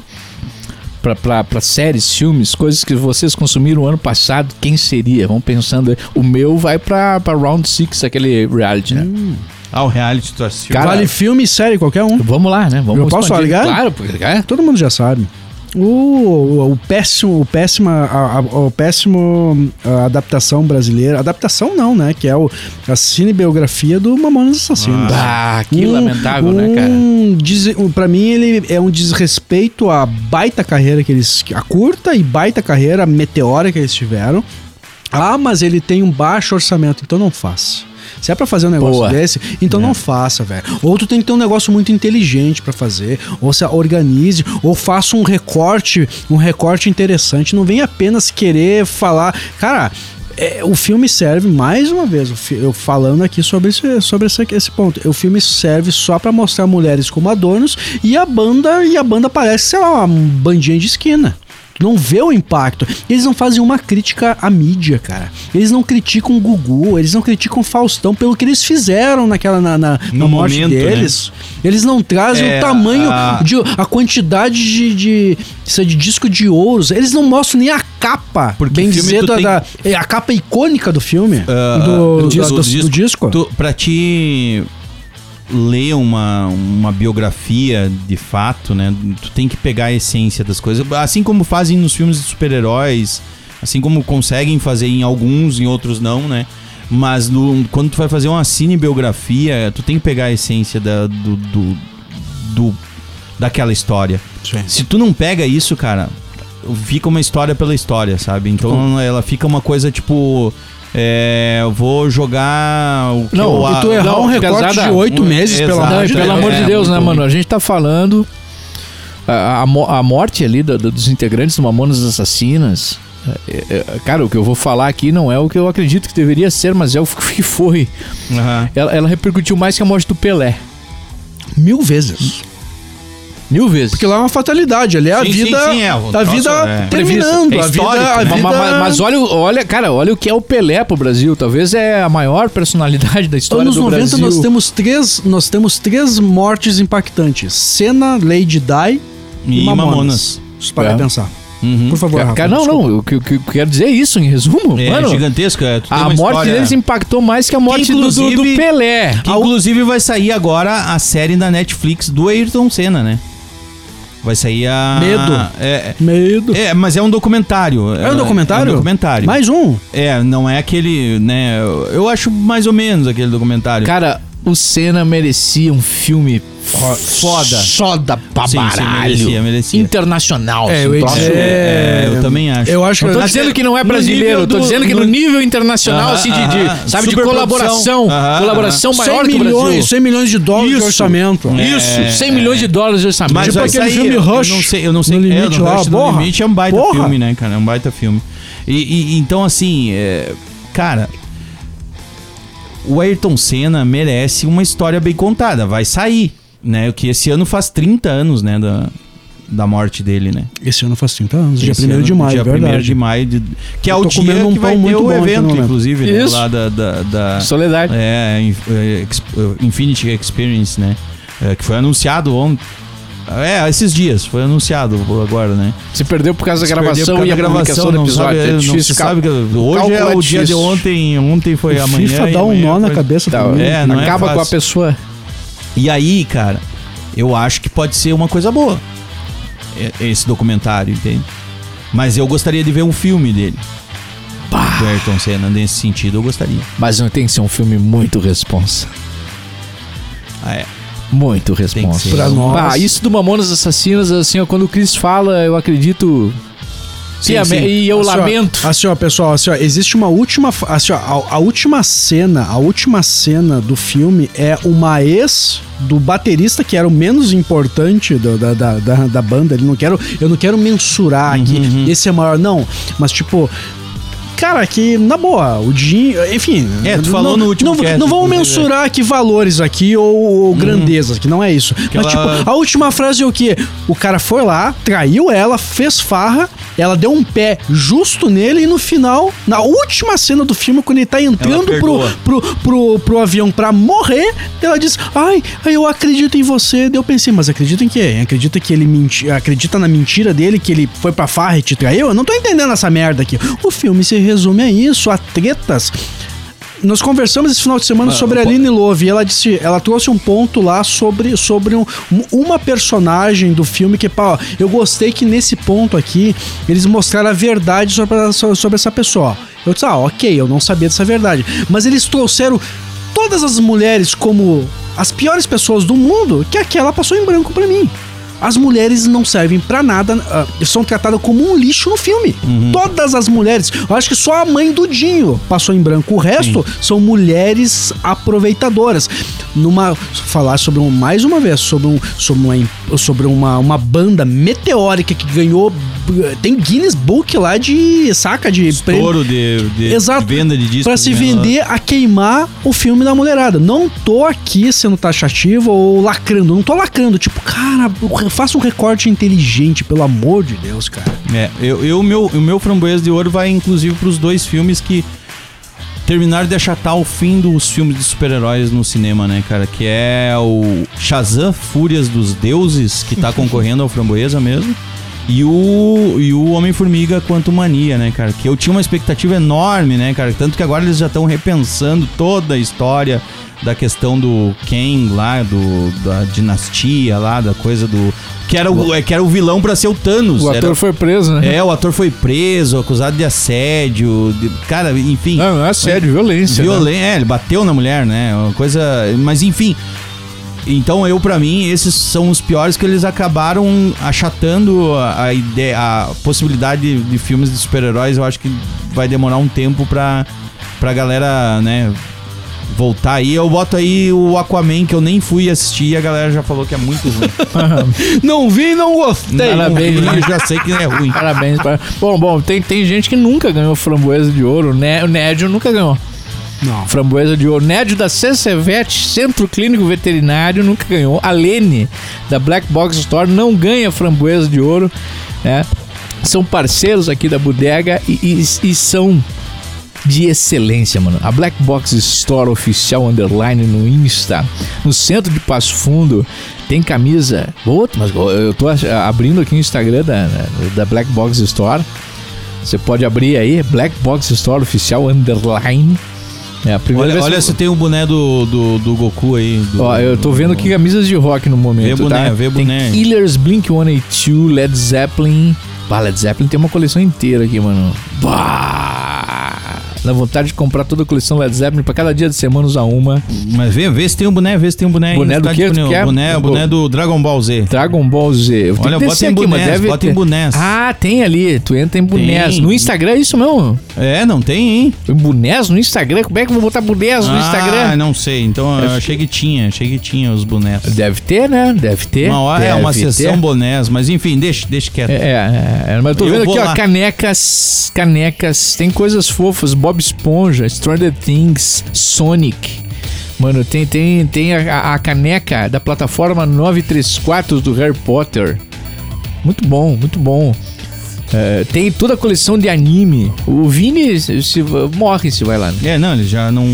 Speaker 4: pra- pra pra séries, filmes, coisas que vocês consumiram ano passado, quem seria? Vamos pensando aí. O meu vai pra, pra Round Six aquele reality, né?
Speaker 5: Hum.
Speaker 6: Ah, o reality tu assistiu.
Speaker 4: Cara,
Speaker 5: vale filme, série, qualquer um.
Speaker 4: Vamos lá, né? Vamos
Speaker 5: Eu posso
Speaker 4: expandir.
Speaker 5: ligar?
Speaker 4: Claro, porque é,
Speaker 5: Todo mundo já sabe. O, o, o péssimo, o péssima, a, a- o péssimo a adaptação brasileira, adaptação não, né? Que é o, a cinebiografia do Mamonas Assassinos.
Speaker 4: Ah, que lamentável, né, cara?
Speaker 5: Diz, um, pra mim, ele é um desrespeito à baita carreira que eles. A curta e baita carreira meteora que eles tiveram. Ah, mas ele tem um baixo orçamento, então não faça. Se é pra fazer um negócio
Speaker 4: Boa.
Speaker 5: desse, então não faça, velho. Ou tu tem que ter um negócio muito inteligente pra fazer, ou se organize, ou faça um recorte, um recorte interessante. Não vem apenas querer falar. Cara. é, o filme serve, mais uma vez, o fi- eu falando aqui sobre, esse, sobre esse, esse ponto. O filme serve só pra mostrar mulheres como adornos e a banda e a banda parece, sei lá, uma bandinha de esquina. Tu não vê o impacto. Eles não fazem uma crítica à mídia, cara. Eles não criticam o Gugu, eles não criticam o Faustão pelo que eles fizeram naquela na, na,
Speaker 6: No
Speaker 5: na morte
Speaker 6: momento, né?
Speaker 5: deles. Eles não trazem
Speaker 6: É,
Speaker 5: o tamanho,
Speaker 6: a-
Speaker 5: de, a quantidade de, de, isso é de disco de ouros. Eles não mostram nem a capa,
Speaker 6: Porque
Speaker 5: bem
Speaker 6: o filme
Speaker 5: dizer,
Speaker 6: tu
Speaker 5: da,
Speaker 6: tem- Ah,
Speaker 5: da- é a capa icônica do filme, do, da- da- do disco.
Speaker 6: Tu, pra ti ler uma, uma biografia de fato, né? Tu tem que pegar a essência das coisas. Assim como fazem nos filmes de super-heróis, assim como conseguem fazer em alguns, em outros não, né? Mas no- quando tu vai fazer uma cinebiografia, tu tem que pegar a essência da, do, do, do- daquela história. Se tu não pega isso, cara, fica uma história pela história, sabe? Então ela fica uma coisa tipo. É, eu vou jogar o que eu
Speaker 5: e tu errar
Speaker 4: não,
Speaker 5: um recorte
Speaker 4: pesada.
Speaker 5: de oito meses, pelo
Speaker 6: exato.
Speaker 5: amor
Speaker 4: Não, e
Speaker 5: de
Speaker 4: pelo
Speaker 5: Deus.
Speaker 4: amor de
Speaker 6: É,
Speaker 4: Deus, né,
Speaker 6: muito
Speaker 4: mano? A gente tá falando. A, a mo- a morte ali da- da- dos integrantes do Mamonas Assassinas. é, é, cara, o que eu vou falar aqui não é o que eu acredito que deveria ser, mas é o que foi.
Speaker 6: Aham.
Speaker 4: Ela, ela repercutiu mais que a morte do Pelé.
Speaker 5: Mil vezes.
Speaker 4: Mil vezes.
Speaker 5: Porque lá é uma fatalidade, ali é a
Speaker 6: Sim, sim,
Speaker 5: vida.
Speaker 6: sim, é, o
Speaker 5: a
Speaker 6: troço
Speaker 5: vida
Speaker 6: é-
Speaker 5: terminando.
Speaker 6: É
Speaker 5: a
Speaker 6: histórico,
Speaker 5: vida. A
Speaker 6: né?
Speaker 5: vida...
Speaker 4: Ma- ma- Mas, olha, o- olha, cara, olha o que é o Pelé pro Brasil. Talvez é a maior personalidade da história
Speaker 5: Anos
Speaker 4: do
Speaker 5: 90
Speaker 4: Brasil.
Speaker 5: nós temos três, nós temos três mortes impactantes: Senna, Lady Di e,
Speaker 6: E Uhum.
Speaker 5: Mamonas. Isso para
Speaker 4: É.
Speaker 5: pensar. Por favor, Rafa.
Speaker 4: Cara, não,
Speaker 5: desculpa.
Speaker 4: não. O que eu, que eu quero dizer é isso, em resumo.
Speaker 6: É
Speaker 4: mano,
Speaker 6: gigantesco. É, tu tem
Speaker 4: a
Speaker 6: uma
Speaker 4: morte
Speaker 6: história-
Speaker 4: deles impactou mais que a morte do, do- do
Speaker 6: inclusive-
Speaker 4: Pelé.
Speaker 6: Que, inclusive vai sair agora a série da Netflix do Ayrton Senna, né? Vai sair a.
Speaker 5: Medo.
Speaker 6: É,
Speaker 5: Medo.
Speaker 6: é, é, mas é um documentário.
Speaker 5: É um documentário?
Speaker 6: É um documentário.
Speaker 5: Mais um?
Speaker 6: É, não é aquele, né? Eu eu acho mais ou menos aquele documentário.
Speaker 4: Cara, o Senna merecia um filme foda. Foda pra
Speaker 6: Sim, sim,
Speaker 4: baralho.
Speaker 6: merecia, merecia.
Speaker 4: Internacional.
Speaker 5: É,
Speaker 4: assim,
Speaker 5: eu ia
Speaker 4: um troço-
Speaker 5: dizer-
Speaker 6: É,
Speaker 5: É,
Speaker 6: eu também acho.
Speaker 5: Eu acho
Speaker 4: Não tô
Speaker 5: que.
Speaker 4: dizendo que não é
Speaker 6: no
Speaker 4: brasileiro,
Speaker 6: nível
Speaker 4: tô
Speaker 6: do-
Speaker 4: dizendo que no,
Speaker 6: no-
Speaker 4: nível internacional,
Speaker 6: Aham,
Speaker 4: assim, de, de-
Speaker 6: aham.
Speaker 4: sabe, de
Speaker 6: Superprodução.
Speaker 4: colaboração.
Speaker 6: Aham,
Speaker 4: colaboração maior
Speaker 5: 100
Speaker 4: que é o Brasil.
Speaker 5: milhões, 100 milhões de dólares de
Speaker 6: Isso.
Speaker 5: orçamento.
Speaker 4: Isso,
Speaker 6: É,
Speaker 4: 100 milhões de dólares de orçamento.
Speaker 6: Ah, Mas
Speaker 5: Tipo
Speaker 6: vai
Speaker 5: aquele
Speaker 6: sair,
Speaker 5: filme
Speaker 6: eu
Speaker 5: Rush,
Speaker 6: não sei, eu não sei.
Speaker 5: No
Speaker 6: é,
Speaker 5: Limite lá,
Speaker 6: Rush,
Speaker 5: porra.
Speaker 6: no limite é um baita
Speaker 5: Porra.
Speaker 6: filme, né, cara? É um baita filme. E, e- então assim, é, cara, o Ayrton Senna merece uma história bem contada. Vai sair, né? O que esse ano faz 30 anos, né, da, da morte dele, né?
Speaker 5: Esse ano faz 30 anos, dia
Speaker 6: Esse
Speaker 5: 1
Speaker 6: ano,
Speaker 5: de maio,
Speaker 6: dia
Speaker 5: é verdade.
Speaker 6: 1 de maio, de- que é
Speaker 5: Eu
Speaker 6: o
Speaker 5: tô
Speaker 6: dia
Speaker 5: comendo um
Speaker 6: que vai
Speaker 5: pão
Speaker 6: ter
Speaker 5: muito
Speaker 6: o
Speaker 5: bom aqui no
Speaker 6: evento,
Speaker 5: momento.
Speaker 6: inclusive, né,
Speaker 4: Isso.
Speaker 6: lá da, da, da-
Speaker 4: Soledade.
Speaker 6: é, in- é, Ex- é, Infinity Experience, né? É, que foi anunciado ontem. É, esses dias, foi anunciado agora, né?
Speaker 4: Se perdeu por causa da
Speaker 6: Se
Speaker 4: gravação
Speaker 6: perdeu
Speaker 4: e a
Speaker 6: por causa da
Speaker 4: publicação do
Speaker 6: não
Speaker 4: episódio.
Speaker 6: sabe-
Speaker 4: é
Speaker 6: não
Speaker 4: difícil
Speaker 6: se
Speaker 4: ficar-
Speaker 6: sabe que- hoje
Speaker 4: cálculo
Speaker 6: é
Speaker 4: é
Speaker 6: o dia de
Speaker 4: difícil.
Speaker 6: ontem, ontem foi
Speaker 5: O
Speaker 6: amanhã.
Speaker 5: FIFA
Speaker 6: e
Speaker 5: dá um
Speaker 6: amanhã
Speaker 5: nó na
Speaker 6: foi-
Speaker 5: cabeça
Speaker 4: Tá,
Speaker 5: também.
Speaker 6: É, não é
Speaker 4: acaba com a
Speaker 6: fácil.
Speaker 4: pessoa.
Speaker 6: E aí, cara, eu acho que pode ser uma coisa boa e- esse documentário, entende? Mas eu gostaria de ver um filme dele. Do Ayrton Senna, nesse sentido, eu gostaria.
Speaker 4: Mas não tem que ser um filme muito responsa.
Speaker 6: Ah, é.
Speaker 4: Muito
Speaker 6: Tem que
Speaker 4: responsa.
Speaker 6: ser.
Speaker 5: Pra nós.
Speaker 4: Ah, isso do Mamonas Assassinas, assim, ó, quando o Chris fala, eu acredito. e, a-
Speaker 6: sim.
Speaker 4: e eu
Speaker 5: Assim, ó,
Speaker 4: lamento.
Speaker 5: Assim, ó, pessoal, assim, ó, existe uma última. fa- Assim, ó, a, a última cena, a última cena do filme é uma ex do baterista que era o menos importante do- da, da, da, da banda. Ele não quero, eu não quero mensurar
Speaker 6: Uhum,
Speaker 5: aqui. Esse é maior, não. Mas, tipo. Cara, que na boa, o dinheiro. Enfim.
Speaker 6: É, tu falou
Speaker 5: não,
Speaker 6: no último
Speaker 5: Não,
Speaker 6: cast,
Speaker 5: não vamos
Speaker 6: inclusive. é.
Speaker 5: mensurar que valores aqui ou, ou grandezas, que não é isso. Mas, tipo,
Speaker 6: Uhum. Aquela-
Speaker 5: a última frase é o quê? O cara foi lá, traiu ela, fez farra, ela deu um pé justo nele e no final, na última cena do filme, quando ele tá entrando pro,
Speaker 6: perdoa.
Speaker 5: pro, pro, pro avião pra morrer, ela diz: Ai, eu acredito em você. Daí eu pensei, mas acredita em quê? Acredita que ele menti acredita na mentira dele, que ele foi pra farra e te traiu? Eu não tô entendendo essa merda aqui. O filme se resume a isso, a tretas. Nós conversamos esse final de semana sobre a
Speaker 6: po-
Speaker 5: Aline Love e ela disse, ela trouxe um ponto lá sobre, sobre um- um- uma personagem do filme que, pá, ó, eu gostei que nesse ponto aqui eles mostraram a verdade sobre, a- so- sobre essa pessoa. Eu disse, ah, ok, eu não sabia dessa verdade. Mas eles trouxeram todas as mulheres como as piores pessoas do mundo, que aquela passou em branco pra mim. As mulheres não servem pra nada, ah, são tratadas como um lixo no filme. Todas as mulheres. Eu acho que só a mãe do Dinho passou em branco. O resto são mulheres aproveitadoras. Numa falar sobre um mais uma vez sobre um sobre uma, im- sobre uma, uma banda meteórica que ganhou eh, tem Guinness Book lá de saca de prêmio
Speaker 6: Estouro de, de-
Speaker 5: Exato.
Speaker 6: de venda de disco.
Speaker 5: Pra se
Speaker 6: de venda-
Speaker 5: vender a queimar o filme da mulherada. Não tô aqui sendo taxativo ou lacrando. Não tô lacrando. Tipo, cara, faça um recorte inteligente, pelo amor de Deus, cara.
Speaker 6: É, eu, eu- o meu, o meu framboesa de ouro vai inclusive pros dois filmes que terminaram de achatar o fim dos filmes de super-heróis no cinema, né, cara? Que é o Shazam Fúrias dos Deuses, que tá concorrendo ao framboesa mesmo, E o, e o Homem-Formiga quanto Mania, né, cara? Que eu tinha uma expectativa enorme, né, cara? Tanto que agora eles já estão repensando toda a história da questão do Ken lá, do, da dinastia lá, da coisa do. Que era o, é, que era o vilão pra ser o Thanos.
Speaker 4: O
Speaker 6: Era-
Speaker 4: ator foi preso, né?
Speaker 6: É, o ator foi preso, acusado de assédio, de- cara, enfim.
Speaker 4: Não, não é sério, violência. né?
Speaker 6: Violen- é, ele bateu na mulher, né? Uma coisa. Mas enfim. Então eu, pra mim, esses são os piores que eles acabaram achatando a, a ideia, a possibilidade de, de filmes de super-heróis. Eu acho que vai demorar um tempo pra, pra galera, né? Voltar aí, eu boto aí o Aquaman que eu nem fui assistir e a galera já falou que é muito ruim.
Speaker 5: Não vi e não gostei.
Speaker 4: Parabéns,
Speaker 6: eu
Speaker 4: né?
Speaker 6: já sei que é ruim.
Speaker 4: Parabéns. par- Bom, bom, tem, tem gente que nunca ganhou framboesa de ouro. O Né- o Nédio nunca ganhou.
Speaker 5: Não.
Speaker 4: Framboesa de ouro. Nédio da CCVET, Centro Clínico Veterinário, nunca ganhou. A Lene, da Black Box Store, não ganha framboesa de ouro. né? São parceiros aqui da bodega e- e- e são de excelência, mano. A Black Box Store Oficial Underline no Insta, no centro de Passo Fundo, tem camisa. Outro, mas eu tô ach- abrindo aqui o Instagram da, da Black Box Store. Você pode abrir aí, Black Box Store Oficial Underline. É a primeira
Speaker 6: Olha,
Speaker 4: vez
Speaker 6: olha
Speaker 4: que-
Speaker 6: se tem um boné do, do, do Goku aí. do-
Speaker 4: Ó, eu tô vendo
Speaker 6: do-
Speaker 4: aqui camisas de rock no momento,
Speaker 6: Vê boné,
Speaker 4: tá?
Speaker 6: vê
Speaker 4: Tem
Speaker 6: boné.
Speaker 4: Killers, Blink-182, Led Zeppelin. Bah, Led Zeppelin tem uma coleção inteira aqui, mano. Bah! Dá vontade de comprar toda a coleção Led Zeppelin pra cada dia de semana usar uma.
Speaker 6: Mas vê, vê se tem um boné, vê se tem um boné. aí.
Speaker 4: Boné
Speaker 6: Não
Speaker 4: do
Speaker 6: tá
Speaker 4: quê? Tu
Speaker 6: disponível.
Speaker 4: quer?
Speaker 6: Boné,
Speaker 4: Do-
Speaker 6: boné do Dragon Ball Z.
Speaker 4: Dragon Ball Z. Eu tenho
Speaker 6: Olha,
Speaker 4: que
Speaker 6: bota
Speaker 4: descer
Speaker 6: em
Speaker 4: aqui, mas
Speaker 6: bonés,
Speaker 4: deve
Speaker 6: bota
Speaker 4: ter.
Speaker 6: em bonés.
Speaker 4: Ah, tem ali. Tu entra em bonés.
Speaker 6: Tem.
Speaker 4: No Instagram é isso mesmo?
Speaker 6: É, não tem, hein?
Speaker 4: Em bonés no Instagram? Como é que eu vou botar bonés no
Speaker 6: Ah,
Speaker 4: Instagram?
Speaker 6: não sei. Então eu
Speaker 4: Acho
Speaker 6: achei que tinha, achei que tinha os bonés.
Speaker 4: Deve ter, né? Deve ter.
Speaker 6: Uma hora é
Speaker 4: Deve
Speaker 6: uma
Speaker 4: ter.
Speaker 6: sessão bonés, mas enfim, deixa, deixa quieto.
Speaker 4: É, é, é, mas eu tô
Speaker 6: Eu
Speaker 4: vendo
Speaker 6: vou
Speaker 4: aqui, ó,
Speaker 6: lá.
Speaker 4: canecas, canecas, tem coisas fofas, Bob Esponja, Stranger Things, Sonic. Mano, tem, tem, tem a, a caneca da plataforma 934 do Harry Potter. Muito bom, muito bom. É, tem toda a coleção de anime. O Vini se, se- morre se vai lá. né?
Speaker 6: É, não, ele já não.
Speaker 4: É,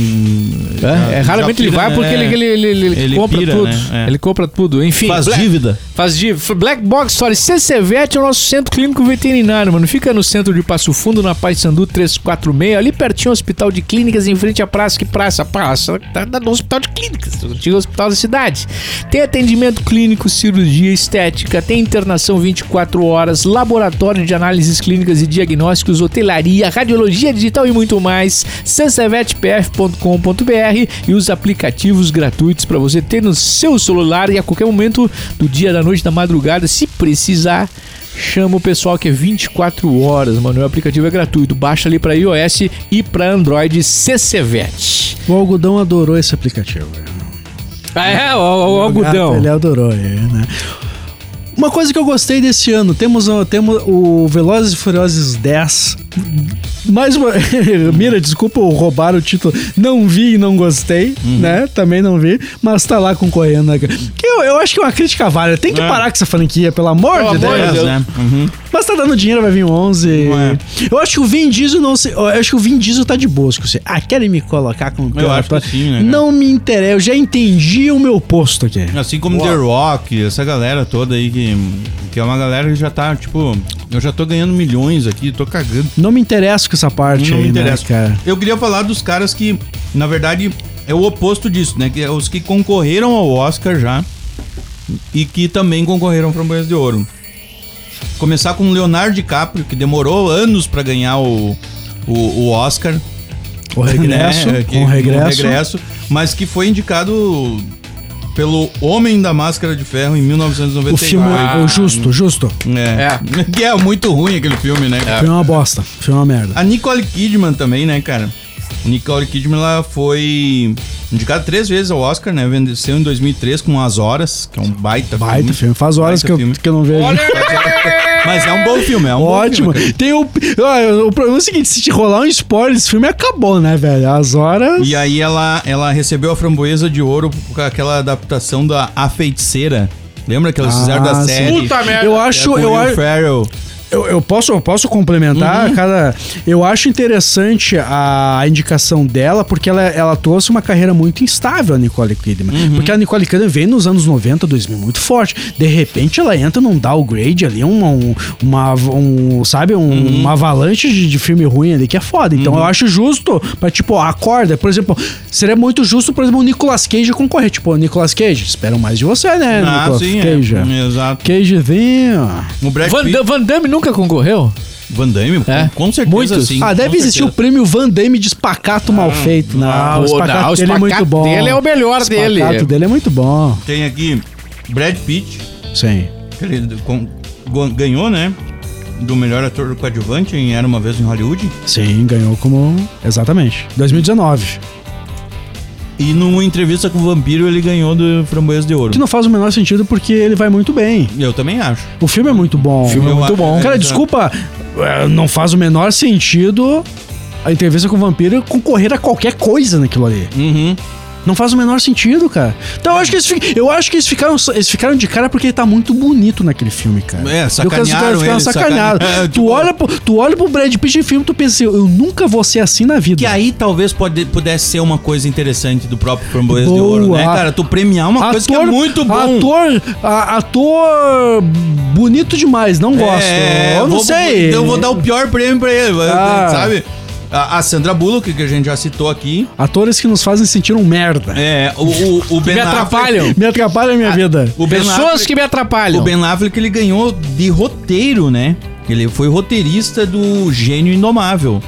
Speaker 6: Ah, já-
Speaker 4: é, raramente
Speaker 6: já
Speaker 4: ele
Speaker 6: pira,
Speaker 4: vai porque
Speaker 6: né?
Speaker 4: ele, ele, ele- ele
Speaker 6: Ele
Speaker 4: compra
Speaker 6: pira,
Speaker 4: tudo.
Speaker 6: né? É.
Speaker 4: Ele compra tudo. Enfim,
Speaker 6: faz
Speaker 4: Black-
Speaker 6: dívida.
Speaker 4: Faz de Black Box Store CCVET é o nosso centro clínico veterinário, mano. Fica no centro de Passo Fundo, na Paysandu 346, ali pertinho ao Hospital de Clínicas, em frente à praça. Que praça? Praça tá, tá no Hospital de Clínicas, o antigo hospital da cidade. Tem atendimento clínico, cirurgia estética, tem internação 24 horas, laboratório de análises clínicas e diagnósticos, hotelaria, radiologia digital e muito mais. CCVETPF.com.br e os aplicativos gratuitos para você ter no seu celular e a qualquer momento do dia, da noite, da madrugada, se precisar. Chama o pessoal que é 24 horas, mano. O aplicativo é gratuito. Baixa ali para iOS e para Android CCVET.
Speaker 5: O algodão adorou esse aplicativo. velho.
Speaker 4: Ah, é, o, o- o algodão.
Speaker 5: gato, Ele adorou, é, né? Uma coisa que eu gostei desse ano, temos, o- temos o Velozes e Furiosos 10. Mais uma. Mira, desculpa eu roubar o título. Não vi e não gostei,
Speaker 6: Uhum.
Speaker 5: né? Também não vi, mas tá lá concorrendo. né, cara? Que eu, eu acho que é uma crítica válida. Tem que
Speaker 6: É.
Speaker 5: parar com essa franquia, pelo amor
Speaker 4: Pelo
Speaker 5: de
Speaker 4: amor
Speaker 5: Deus.
Speaker 4: de
Speaker 6: É,
Speaker 4: Deus.
Speaker 6: né? Uhum.
Speaker 5: Mas tá dando dinheiro, vai vir um 11.
Speaker 6: Não é.
Speaker 5: Eu acho que o Vin Diesel não se, Eu acho que o Vin Diesel tá de boas com você. Ah, querem me colocar como pior
Speaker 6: acho que
Speaker 5: ator?
Speaker 6: sim, né, cara?
Speaker 5: Não me interessa, eu já entendi o meu posto aqui.
Speaker 6: Assim como The Rock, essa galera toda aí que, que é uma galera que já tá, tipo, eu já tô ganhando milhões aqui, tô cagando.
Speaker 5: Não me interessa com essa parte
Speaker 6: Não
Speaker 5: aí,
Speaker 6: me
Speaker 5: né,
Speaker 6: interessa.
Speaker 5: cara?
Speaker 6: Eu queria falar dos caras que, na verdade, é o oposto disso, né? Que é os que concorreram ao Oscar já e que também concorreram para Boias de Ouro. Começar com o Leonardo DiCaprio, que demorou anos para ganhar o, o, o Oscar.
Speaker 5: O regresso,
Speaker 6: né? Que-
Speaker 5: um Né? regresso.
Speaker 6: Mas que foi indicado pelo Homem da Máscara de Ferro em
Speaker 5: O
Speaker 6: 1999.
Speaker 5: filme, o justo, justo. O
Speaker 6: É. Que é muito ruim aquele filme, né? cara?
Speaker 5: filme é uma bosta, o filme é uma merda.
Speaker 6: A Nicole Kidman também, né, cara? Nicole Kidman ela foi indicada três vezes ao Oscar, né? Venceu em 2003 com As Horas, que é um baita,
Speaker 5: Baita filme, faz horas
Speaker 6: Baita
Speaker 5: que eu,
Speaker 6: filme.
Speaker 5: que eu não vejo.
Speaker 6: Mas é um bom filme, é um
Speaker 5: Ótimo.
Speaker 6: Bom filme,
Speaker 5: Tem o, ah, o problema é o seguinte: se te rolar um spoiler, esse filme acabou, né, velho? As horas.
Speaker 6: cara. e aí ela, ela recebeu a framboesa de ouro com aquela adaptação da A Feiticeira. Lembra que elas fizeram da
Speaker 5: Ah, sim.
Speaker 6: série?
Speaker 2: Puta merda.
Speaker 5: Eu acho,
Speaker 6: Com
Speaker 5: eu
Speaker 6: Will
Speaker 5: acho.
Speaker 6: Ferrell.
Speaker 5: Eu, eu posso, eu posso complementar,
Speaker 6: Uhum.
Speaker 5: cara. Eu acho interessante a, a indicação dela, porque ela, ela trouxe uma carreira muito instável, a Nicole Kidman.
Speaker 6: Uhum.
Speaker 5: Porque a Nicole Kidman vem nos anos 90, 2000, muito forte. De repente ela entra num downgrade ali, uma, um- uma, um, sabe, um-
Speaker 6: Uhum.
Speaker 5: uma avalanche de, de filme ruim ali que é foda. Então eu acho justo pra, tipo, ó, acorda. Por exemplo, seria muito justo, por exemplo, o Nicolas Cage concorrer. Tipo, o Nicolas Cage, esperam mais de você, né,
Speaker 6: Ah,
Speaker 5: Nicolas
Speaker 6: sim, é.
Speaker 5: Cage?
Speaker 6: Exato.
Speaker 5: Cagezinho.
Speaker 6: O Brad
Speaker 4: Van,
Speaker 6: Pitt-
Speaker 4: Da- Van Damme nunca concorreu?
Speaker 6: Van Damme,
Speaker 4: É.
Speaker 6: com, com certeza
Speaker 4: Muitos.
Speaker 6: sim.
Speaker 5: Ah,
Speaker 6: com
Speaker 5: deve existir o
Speaker 6: certeza.
Speaker 5: prêmio Van Damme de espacato mal feito. Não, o espacato,
Speaker 4: não, o
Speaker 5: dele é muito
Speaker 4: espacato
Speaker 5: bom.
Speaker 4: dele é o melhor
Speaker 5: O
Speaker 4: dele.
Speaker 5: espacato dele é muito bom.
Speaker 6: Tem aqui Brad Pitt,
Speaker 5: Sim.
Speaker 6: que ele com- gon- ganhou, né? Do melhor ator coadjuvante em Era Uma Vez em Hollywood.
Speaker 5: Sim, ganhou como... Exatamente. 2019.
Speaker 6: E numa entrevista com o Vampiro, ele ganhou do Framboesa de Ouro.
Speaker 5: Que não faz o menor sentido porque ele vai muito bem.
Speaker 6: Eu também acho.
Speaker 5: O filme é muito bom. O
Speaker 6: filme é muito bom.
Speaker 5: Cara, desculpa, eh, não faz o menor sentido a entrevista com o vampiro concorrer a qualquer coisa naquilo ali.
Speaker 6: Uhum.
Speaker 5: Não faz o menor sentido, cara. Então eu acho que eles, fi- eu acho que eles, ficaram, eles ficaram de cara porque ele tá muito bonito naquele filme, cara.
Speaker 6: É,
Speaker 5: E o caso-
Speaker 6: sacanearam
Speaker 5: os caras ficaram
Speaker 6: ele,
Speaker 5: sacaneados.
Speaker 6: sacanearam. É,
Speaker 5: tu,
Speaker 6: tipo-
Speaker 5: olha pro, tu olha pro Brad Pitt em filme tu pensa, assim, eu nunca vou ser assim na vida.
Speaker 6: Que aí talvez pode- pudesse ser uma coisa interessante do próprio Framboesa de
Speaker 5: Boa.
Speaker 6: Ouro, né, cara? Tu premiar uma coisa que é muito bom.
Speaker 5: Ator, a- ator bonito demais, não gosto.
Speaker 6: É,
Speaker 5: eu não
Speaker 6: vou-
Speaker 5: sei.
Speaker 6: Eu vou dar o pior prêmio pra ele,
Speaker 5: Ah.
Speaker 6: sabe? A a Sandra Bullock, que a gente já citou aqui.
Speaker 5: Atores que nos fazem sentir um merda.
Speaker 6: É, o, o, o Ben
Speaker 4: Me
Speaker 6: Affleck-
Speaker 4: atrapalham.
Speaker 5: Me atrapalha a minha vida.
Speaker 6: Ah, O ben
Speaker 4: Pessoas
Speaker 6: Affleck-
Speaker 4: que me atrapalham.
Speaker 6: O Ben Affleck ele ganhou de roteiro, né? Ele foi roteirista do Gênio Indomável.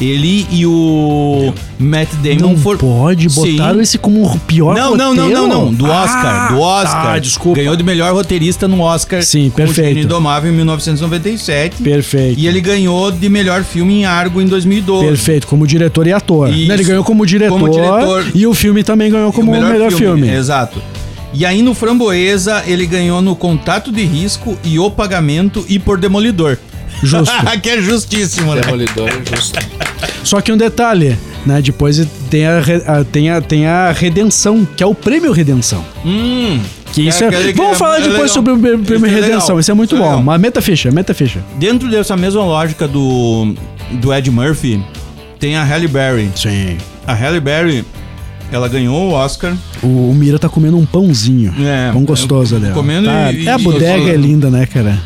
Speaker 6: Ele e o Matt Damon
Speaker 5: Não
Speaker 6: for-
Speaker 5: pode, botaram
Speaker 6: Sim.
Speaker 5: esse como o pior
Speaker 6: Não, não, não,
Speaker 5: roteiro?
Speaker 6: não, não. Do Oscar,
Speaker 5: Ah,
Speaker 6: do Oscar.
Speaker 5: tá, desculpa.
Speaker 6: Ganhou de melhor roteirista no Oscar.
Speaker 5: Sim,
Speaker 6: com o
Speaker 5: perfeito.
Speaker 6: Gênio Indomável em 1997.
Speaker 5: Perfeito.
Speaker 6: E ele ganhou de melhor filme em Argo em 2012.
Speaker 5: Perfeito, como diretor e ator. Né,
Speaker 6: Isso.
Speaker 5: Ele ganhou como diretor,
Speaker 6: Como diretor.
Speaker 5: e o filme também ganhou como o melhor, filme.
Speaker 6: Exato. E aí no Framboesa ele ganhou no Contato de Risco e O Pagamento e por Demolidor.
Speaker 5: Justo.
Speaker 6: que é justíssimo, né?
Speaker 2: Demolidor é justo.
Speaker 5: Só que um detalhe, né? Depois tem a, re- a- tem a, tem a redenção, que é o prêmio redenção.
Speaker 6: Hum.
Speaker 5: Que isso é-
Speaker 6: aquele que
Speaker 5: Vamos
Speaker 6: é-
Speaker 5: falar
Speaker 6: é
Speaker 5: depois
Speaker 6: legal.
Speaker 5: sobre o prêmio
Speaker 6: Isso é legal.
Speaker 5: redenção, isso é muito
Speaker 6: Isso é
Speaker 5: bom.
Speaker 6: legal.
Speaker 5: Mas meta ficha, meta ficha.
Speaker 6: Dentro dessa mesma lógica do, do Ed Murphy, tem a Halle Berry.
Speaker 5: Sim.
Speaker 6: A Halle Berry, ela ganhou o Oscar.
Speaker 5: O, o Mira tá comendo um pãozinho.
Speaker 6: É,
Speaker 5: Pão gostoso ali. ó.
Speaker 6: comendo
Speaker 5: Tá-
Speaker 6: e-
Speaker 5: Até a
Speaker 6: e-
Speaker 5: bodega é
Speaker 6: falando.
Speaker 5: linda, né, cara?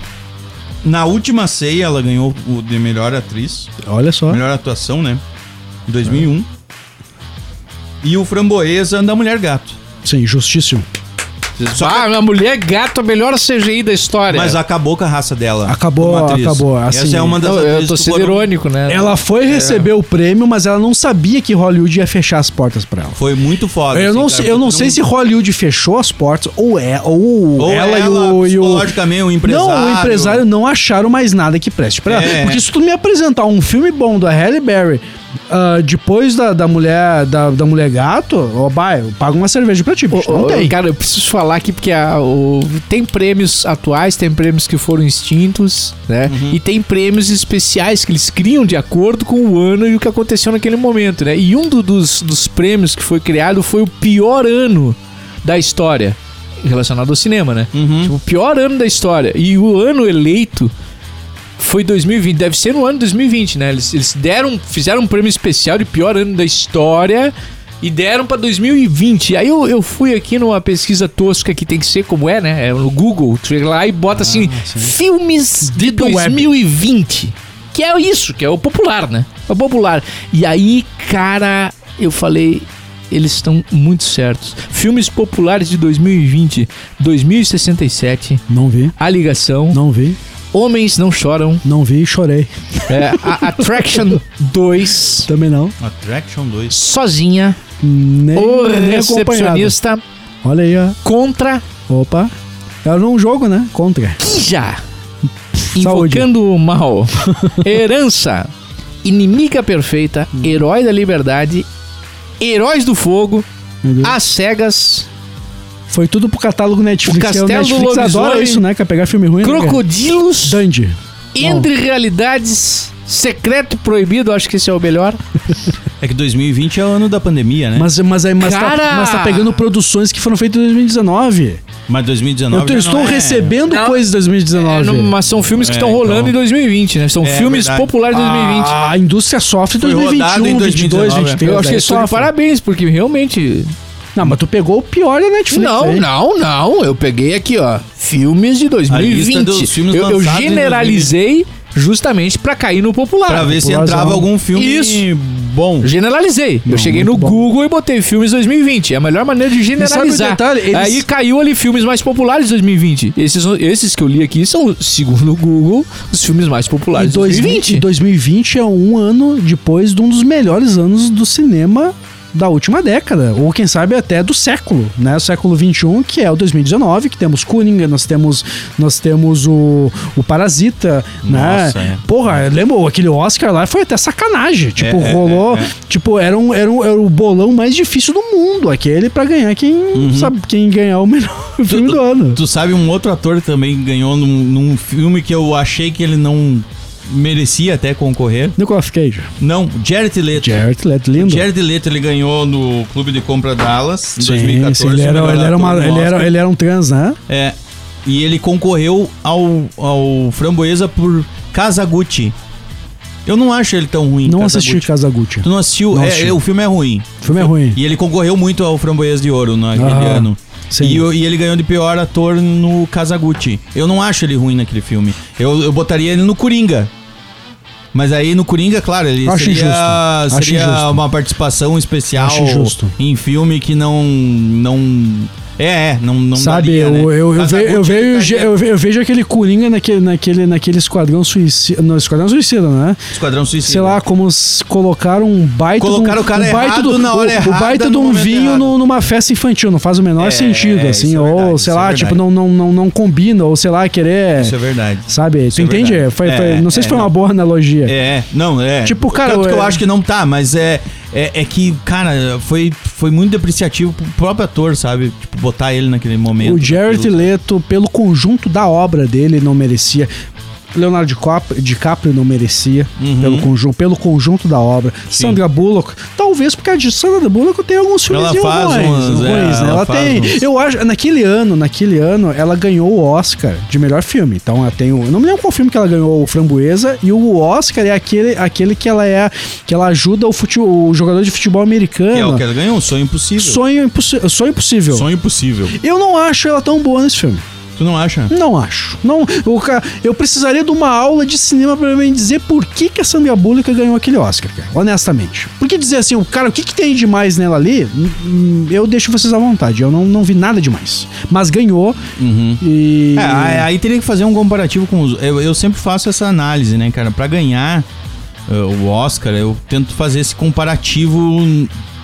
Speaker 6: Na última ceia, ela ganhou o de melhor atriz.
Speaker 5: Olha só.
Speaker 6: Melhor atuação, né? Em 2001. E o Framboesa da Mulher Gato.
Speaker 5: Sim, justíssimo.
Speaker 4: Ah, minha mulher gato, a melhor CGI da história.
Speaker 6: Mas acabou com a raça dela.
Speaker 5: Acabou,
Speaker 6: como atriz.
Speaker 5: acabou, assim,
Speaker 6: Essa é uma das
Speaker 4: eu, eu
Speaker 6: atrizes
Speaker 4: tô
Speaker 6: que
Speaker 4: sendo
Speaker 6: foram-
Speaker 4: irônico,
Speaker 6: É.
Speaker 4: né?
Speaker 5: Ela foi receber o prêmio, mas ela não sabia que Hollywood ia fechar as portas pra ela.
Speaker 6: Foi muito foda.
Speaker 5: Eu
Speaker 6: assim,
Speaker 5: não,
Speaker 6: cara,
Speaker 5: sei- eu não
Speaker 6: porque
Speaker 5: sei se Hollywood fechou as portas ou é ou,
Speaker 6: Ou
Speaker 5: ela, e
Speaker 6: ela,
Speaker 5: o e o
Speaker 6: psicologicamente, o empresário.
Speaker 5: Não, o empresário não acharam mais nada que preste pra ela.
Speaker 6: É.
Speaker 5: Porque se tu me apresentar um filme bom da Halle Berry ah, depois da, da mulher da, da mulher gato, ó, bai, eu pago uma cerveja pra ti. bicho.
Speaker 4: Ô,
Speaker 5: não
Speaker 4: ô,
Speaker 5: tem.
Speaker 4: Cara, eu preciso falar aqui porque a- o- tem prêmios atuais, tem prêmios que foram extintos, né?
Speaker 6: Uhum.
Speaker 4: E tem prêmios especiais que eles criam de acordo com o ano e o que aconteceu naquele momento, né? E um do- dos, dos prêmios que foi criado foi o pior ano da história relacionado ao cinema, né?
Speaker 6: Uhum.
Speaker 4: Tipo, o pior ano da história. E o ano eleito foi 2020, deve ser no ano 2020, né? Eles, eles deram, fizeram um prêmio especial de pior ano da história e deram pra 2020. Aí eu, eu fui aqui numa pesquisa tosca que tem que ser como é, né? É no Google, tu chega lá e bota assim, filmes de
Speaker 5: Web.
Speaker 4: 2020. Que é isso, que é o popular, né? É o popular. E aí, cara, eu falei, eles estão muito certos. Filmes populares de 2020, 2067,
Speaker 5: Não vi,
Speaker 4: A Ligação,
Speaker 5: não vi,
Speaker 4: Homens Não Choram,
Speaker 5: não vi e chorei.
Speaker 4: é, a Attraction 2,
Speaker 5: Também não.
Speaker 6: Attraction 2.
Speaker 4: Sozinha,
Speaker 5: Nem,
Speaker 4: O
Speaker 5: nem acompanhado.
Speaker 4: Recepcionista,
Speaker 5: Olha aí, ó.
Speaker 4: Contra,
Speaker 5: Opa. Era um jogo, né? Contra.
Speaker 4: Kija,
Speaker 5: Saúde.
Speaker 4: Invocando o Mal, Herança, Inimiga Perfeita,
Speaker 5: Hum.
Speaker 4: Herói da Liberdade, Heróis do Fogo,
Speaker 5: Meu Deus.
Speaker 4: As Cegas,
Speaker 5: Foi tudo pro catálogo Netflix.
Speaker 4: O
Speaker 5: que é
Speaker 4: Castelo
Speaker 5: o Netflix
Speaker 4: do Lobisomem.
Speaker 5: adora isso, né? Quer pegar filme ruim. né, cara?
Speaker 4: Crocodilos,
Speaker 5: Dandy.
Speaker 4: Entre Realidades, Secreto Proibido, acho que esse é o melhor.
Speaker 6: É que 2020 é o ano da pandemia, né?
Speaker 5: Mas, mas, aí- mas, tá,
Speaker 4: Cara!
Speaker 5: mas tá pegando produções que foram feitas em 2019.
Speaker 6: Mas 2019
Speaker 5: Eu tô-
Speaker 6: já
Speaker 5: estou
Speaker 6: não é-
Speaker 5: recebendo
Speaker 4: Não.
Speaker 5: coisas
Speaker 4: É,
Speaker 5: de 2019.
Speaker 4: não- mas são filmes que
Speaker 6: É,
Speaker 4: estão rolando
Speaker 6: então.
Speaker 4: em 2020, né? São
Speaker 6: É,
Speaker 4: filmes
Speaker 6: verdade.
Speaker 4: populares de 2020.
Speaker 5: Ah, A indústria sofre em
Speaker 6: Foi rodado
Speaker 5: 2021,
Speaker 6: em
Speaker 5: 2022,
Speaker 6: 2019,
Speaker 5: 2023.
Speaker 4: eu acho que
Speaker 5: daí
Speaker 4: eles estão de
Speaker 5: sofre.
Speaker 4: parabéns, porque realmente.
Speaker 5: Não, mas tu pegou o pior da Netflix.
Speaker 4: Não,
Speaker 5: aí.
Speaker 4: não, não. Eu peguei aqui, ó. Filmes de
Speaker 6: A lista
Speaker 4: 2020.
Speaker 6: dos filmes
Speaker 4: eu, eu
Speaker 6: lançados em
Speaker 4: generalizei justamente pra cair no popular.
Speaker 6: Pra ver se
Speaker 5: População.
Speaker 6: entrava algum filme
Speaker 4: Isso.
Speaker 6: bom.
Speaker 4: Generalizei. eu cheguei no
Speaker 5: muito bom.
Speaker 4: Google e botei filmes 2020. É a melhor maneira de
Speaker 5: E sabe
Speaker 4: generalizar.
Speaker 5: o detalhe? Eles-
Speaker 4: Aí caiu ali filmes mais populares de 2020. Esses, esses que eu li aqui são, segundo o Google, os filmes mais
Speaker 5: E
Speaker 4: populares de 2020.
Speaker 5: 2020, e 2020 é um ano depois de um dos melhores anos do cinema da última década, ou quem sabe até do século, né? O século 21, que é o 2019, que temos Coringa, nós temos nós temos o, o Parasita,
Speaker 6: Nossa,
Speaker 5: né?
Speaker 6: é.
Speaker 5: Porra, lembra aquele Oscar lá? Foi até sacanagem, tipo,
Speaker 6: É, é,
Speaker 5: rolou,
Speaker 6: é, é.
Speaker 5: tipo, era um, era um era o bolão mais difícil do mundo, aquele pra ganhar quem
Speaker 6: Uhum.
Speaker 5: sabe quem ganhar o melhor filme do ano.
Speaker 6: Tu sabe, um outro ator também ganhou num, num filme que eu achei que ele não merecia até concorrer.
Speaker 5: Nicolas Cage,
Speaker 6: Não, Jared Leto.
Speaker 5: Jared Leto, lindo.
Speaker 6: Jared Leto, ele ganhou no Clube de Compra Dallas em
Speaker 5: Sim,
Speaker 6: 2014.
Speaker 5: sim, ele, era,
Speaker 6: melhor
Speaker 5: ele, era
Speaker 6: ator
Speaker 5: uma-
Speaker 6: no
Speaker 5: ele,
Speaker 6: Oscar.
Speaker 5: era, ele era um trans, né?
Speaker 6: É. E ele concorreu ao, ao Framboesa por Kazaguchi. Eu não acho ele tão ruim.
Speaker 5: Não
Speaker 6: Kazaguchi.
Speaker 5: assisti Kazaguchi.
Speaker 6: Tu não assistiu?
Speaker 5: Não
Speaker 6: É,
Speaker 5: assisti.
Speaker 6: é, o filme é ruim.
Speaker 5: O filme é ruim.
Speaker 6: E ele concorreu muito ao Framboesa de Ouro naquele
Speaker 5: Ah,
Speaker 6: ano.
Speaker 5: sim.
Speaker 6: E, o- e ele ganhou de pior ator no Kazaguchi. Eu não acho ele ruim naquele filme. Eu, eu botaria ele no Coringa. Mas aí no Coringa, claro, ele
Speaker 5: Acho
Speaker 6: seria,
Speaker 5: injusto. Acho
Speaker 6: seria
Speaker 5: injusto.
Speaker 6: uma participação especial
Speaker 5: Acho injusto.
Speaker 6: em filme que não. não é, é, não, não
Speaker 5: Sabe,
Speaker 6: daria, né? tá
Speaker 5: eu, eu, eu, ve,
Speaker 6: Kazaguchi
Speaker 5: eu, vejo,
Speaker 6: daria-
Speaker 5: eu, ve- eu vejo aquele Coringa naquele, naquele, naquele esquadrão suicida. Não, esquadrão suicida, né?
Speaker 6: Esquadrão Suicida.
Speaker 5: Sei lá, como s- colocaram um baita. de um-
Speaker 6: Colocaram o cara
Speaker 5: um baita
Speaker 6: errado
Speaker 5: do-
Speaker 6: na hora
Speaker 5: o,
Speaker 6: errada,
Speaker 5: O baita de
Speaker 6: no
Speaker 5: um
Speaker 6: momento
Speaker 5: vinho
Speaker 6: errado.
Speaker 5: no- numa festa infantil. Não faz o menor
Speaker 6: É,
Speaker 5: sentido,
Speaker 6: é,
Speaker 5: assim.
Speaker 6: isso é
Speaker 5: ou,
Speaker 6: verdade,
Speaker 5: sei
Speaker 6: isso é
Speaker 5: lá,
Speaker 6: verdade.
Speaker 5: tipo, não, não, não, não combina. Ou sei lá, querer.
Speaker 6: Isso é verdade.
Speaker 5: Sabe?
Speaker 6: Isso
Speaker 5: tu
Speaker 6: é
Speaker 5: entende?
Speaker 6: verdade.
Speaker 5: Foi- foi-
Speaker 6: É,
Speaker 5: não sei
Speaker 6: é,
Speaker 5: se foi uma
Speaker 6: não.
Speaker 5: boa analogia.
Speaker 6: É, não, é.
Speaker 5: Tipo, cara,
Speaker 6: Tanto que
Speaker 5: é-
Speaker 6: eu acho que não tá, mas é. É, é que, cara, foi, foi muito depreciativo pro próprio ator, sabe? Tipo, botar ele naquele momento.
Speaker 5: O Jared
Speaker 6: Aquilo.
Speaker 5: Leto, pelo conjunto da obra dele, não merecia. Leonardo DiCap- DiCaprio não merecia
Speaker 6: Uhum.
Speaker 5: pelo, conjunto, pelo conjunto da obra. Sandra Bullock, talvez por causa de Sandra Bullock eu tenho alguns
Speaker 6: Ela
Speaker 5: filmes
Speaker 6: faz
Speaker 5: ruins,
Speaker 6: uns,
Speaker 5: ruins,
Speaker 6: é,
Speaker 5: né? Ela,
Speaker 6: ela faz
Speaker 5: tem,
Speaker 6: uns.
Speaker 5: eu acho, naquele ano, naquele ano ela ganhou o Oscar de melhor filme. Então ela tem, o- eu não me lembro qual filme que ela ganhou, o Framboesa, e o Oscar é aquele, aquele que ela é, que ela ajuda o, fute- o jogador de futebol americano.
Speaker 6: Que é o que ele ganhou, um sonho impossível.
Speaker 5: Sonho, impossi- sonho impossível.
Speaker 6: Sonho impossível.
Speaker 5: Eu não acho ela tão boa nesse filme.
Speaker 6: Tu não acha?
Speaker 5: Não acho. Não, o ca- eu precisaria de uma aula de cinema pra me dizer por que, que a Sandra Bullock ganhou aquele Oscar, cara. Honestamente. Porque dizer assim, o cara, o que, que tem demais nela ali? Hum, hum, Eu deixo vocês à vontade. Eu não, não vi nada demais. Mas ganhou. E.
Speaker 6: É, aí- aí teria que fazer um comparativo com os. Eu, eu sempre faço essa análise, né, cara? Pra ganhar eh, o Oscar, eu tento fazer esse comparativo,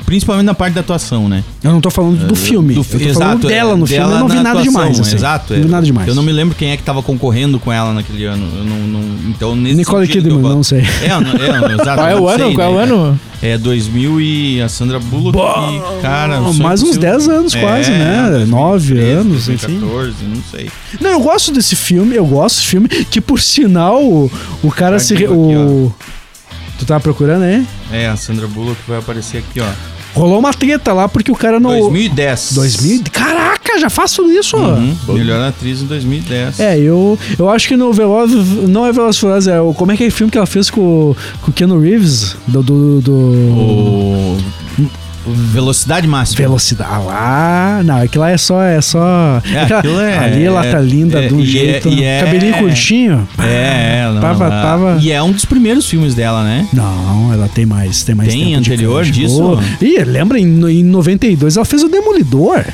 Speaker 6: principalmente na parte da atuação, né?
Speaker 5: eu não tô falando do filme.
Speaker 6: Do-
Speaker 5: eu tô falando
Speaker 6: exato,
Speaker 5: dela no
Speaker 6: é,
Speaker 5: filme. Eu não
Speaker 6: na
Speaker 5: vi nada
Speaker 6: atuação,
Speaker 5: demais. assim.
Speaker 6: Exato.
Speaker 5: Não vi
Speaker 6: é.
Speaker 5: nada demais.
Speaker 6: Eu não me lembro quem é que tava concorrendo com ela naquele ano. Eu não, não- então, nesse
Speaker 5: Nicole
Speaker 6: sentido que
Speaker 5: Kidman,
Speaker 6: eu falo.
Speaker 5: não sei.
Speaker 6: É, eu não- é, eu não- exato,
Speaker 4: Qual é
Speaker 6: eu
Speaker 4: o
Speaker 6: não
Speaker 4: ano?
Speaker 6: sei,
Speaker 4: Qual é o
Speaker 6: né, cara?
Speaker 4: ano?
Speaker 6: É 2000 e a Sandra Bullock, e, cara... o É, Sonho
Speaker 5: mais uns
Speaker 6: Impossível-
Speaker 5: 10 anos quase, né? 9
Speaker 6: 2013,
Speaker 5: anos, enfim.
Speaker 6: 2014, não sei.
Speaker 5: Não, eu gosto desse filme, eu gosto desse filme, que por sinal o, o cara
Speaker 6: Tá
Speaker 5: se. re-
Speaker 6: aqui,
Speaker 5: O, tu tava procurando aí?
Speaker 6: É, a Sandra Bullock vai aparecer aqui, ó.
Speaker 5: Rolou uma treta lá porque o cara não.
Speaker 6: 2010.
Speaker 5: 2000? Caraca, já faço isso?
Speaker 6: Uhum, melhor atriz em 2010.
Speaker 5: É, eu, eu acho que no Veloz. Não é Veloz e Furiosos, é o. Como é que é o filme que ela fez com, o- com o Keanu Reeves? Do. do, do-
Speaker 6: O... Velocidade máxima.
Speaker 5: Velocidade Ah, lá. Não, aquilo lá é só. É só
Speaker 6: É,
Speaker 5: aquela-
Speaker 6: aquilo é-
Speaker 5: ali ela tá
Speaker 6: é-
Speaker 5: linda
Speaker 6: é-
Speaker 5: de um
Speaker 6: e é-
Speaker 5: jeito.
Speaker 6: e é-
Speaker 5: cabelinho curtinho.
Speaker 6: É, é, não,
Speaker 5: Ah, Tava-
Speaker 6: ela-
Speaker 5: tava-
Speaker 6: E é um dos primeiros filmes dela, né?
Speaker 5: Não, ela tem mais, tem mais
Speaker 6: Tem
Speaker 5: tempo de
Speaker 6: anterior
Speaker 5: canto.
Speaker 6: disso?
Speaker 5: Oh, Ih, lembra em, no- em 92 ela fez o Demolidor.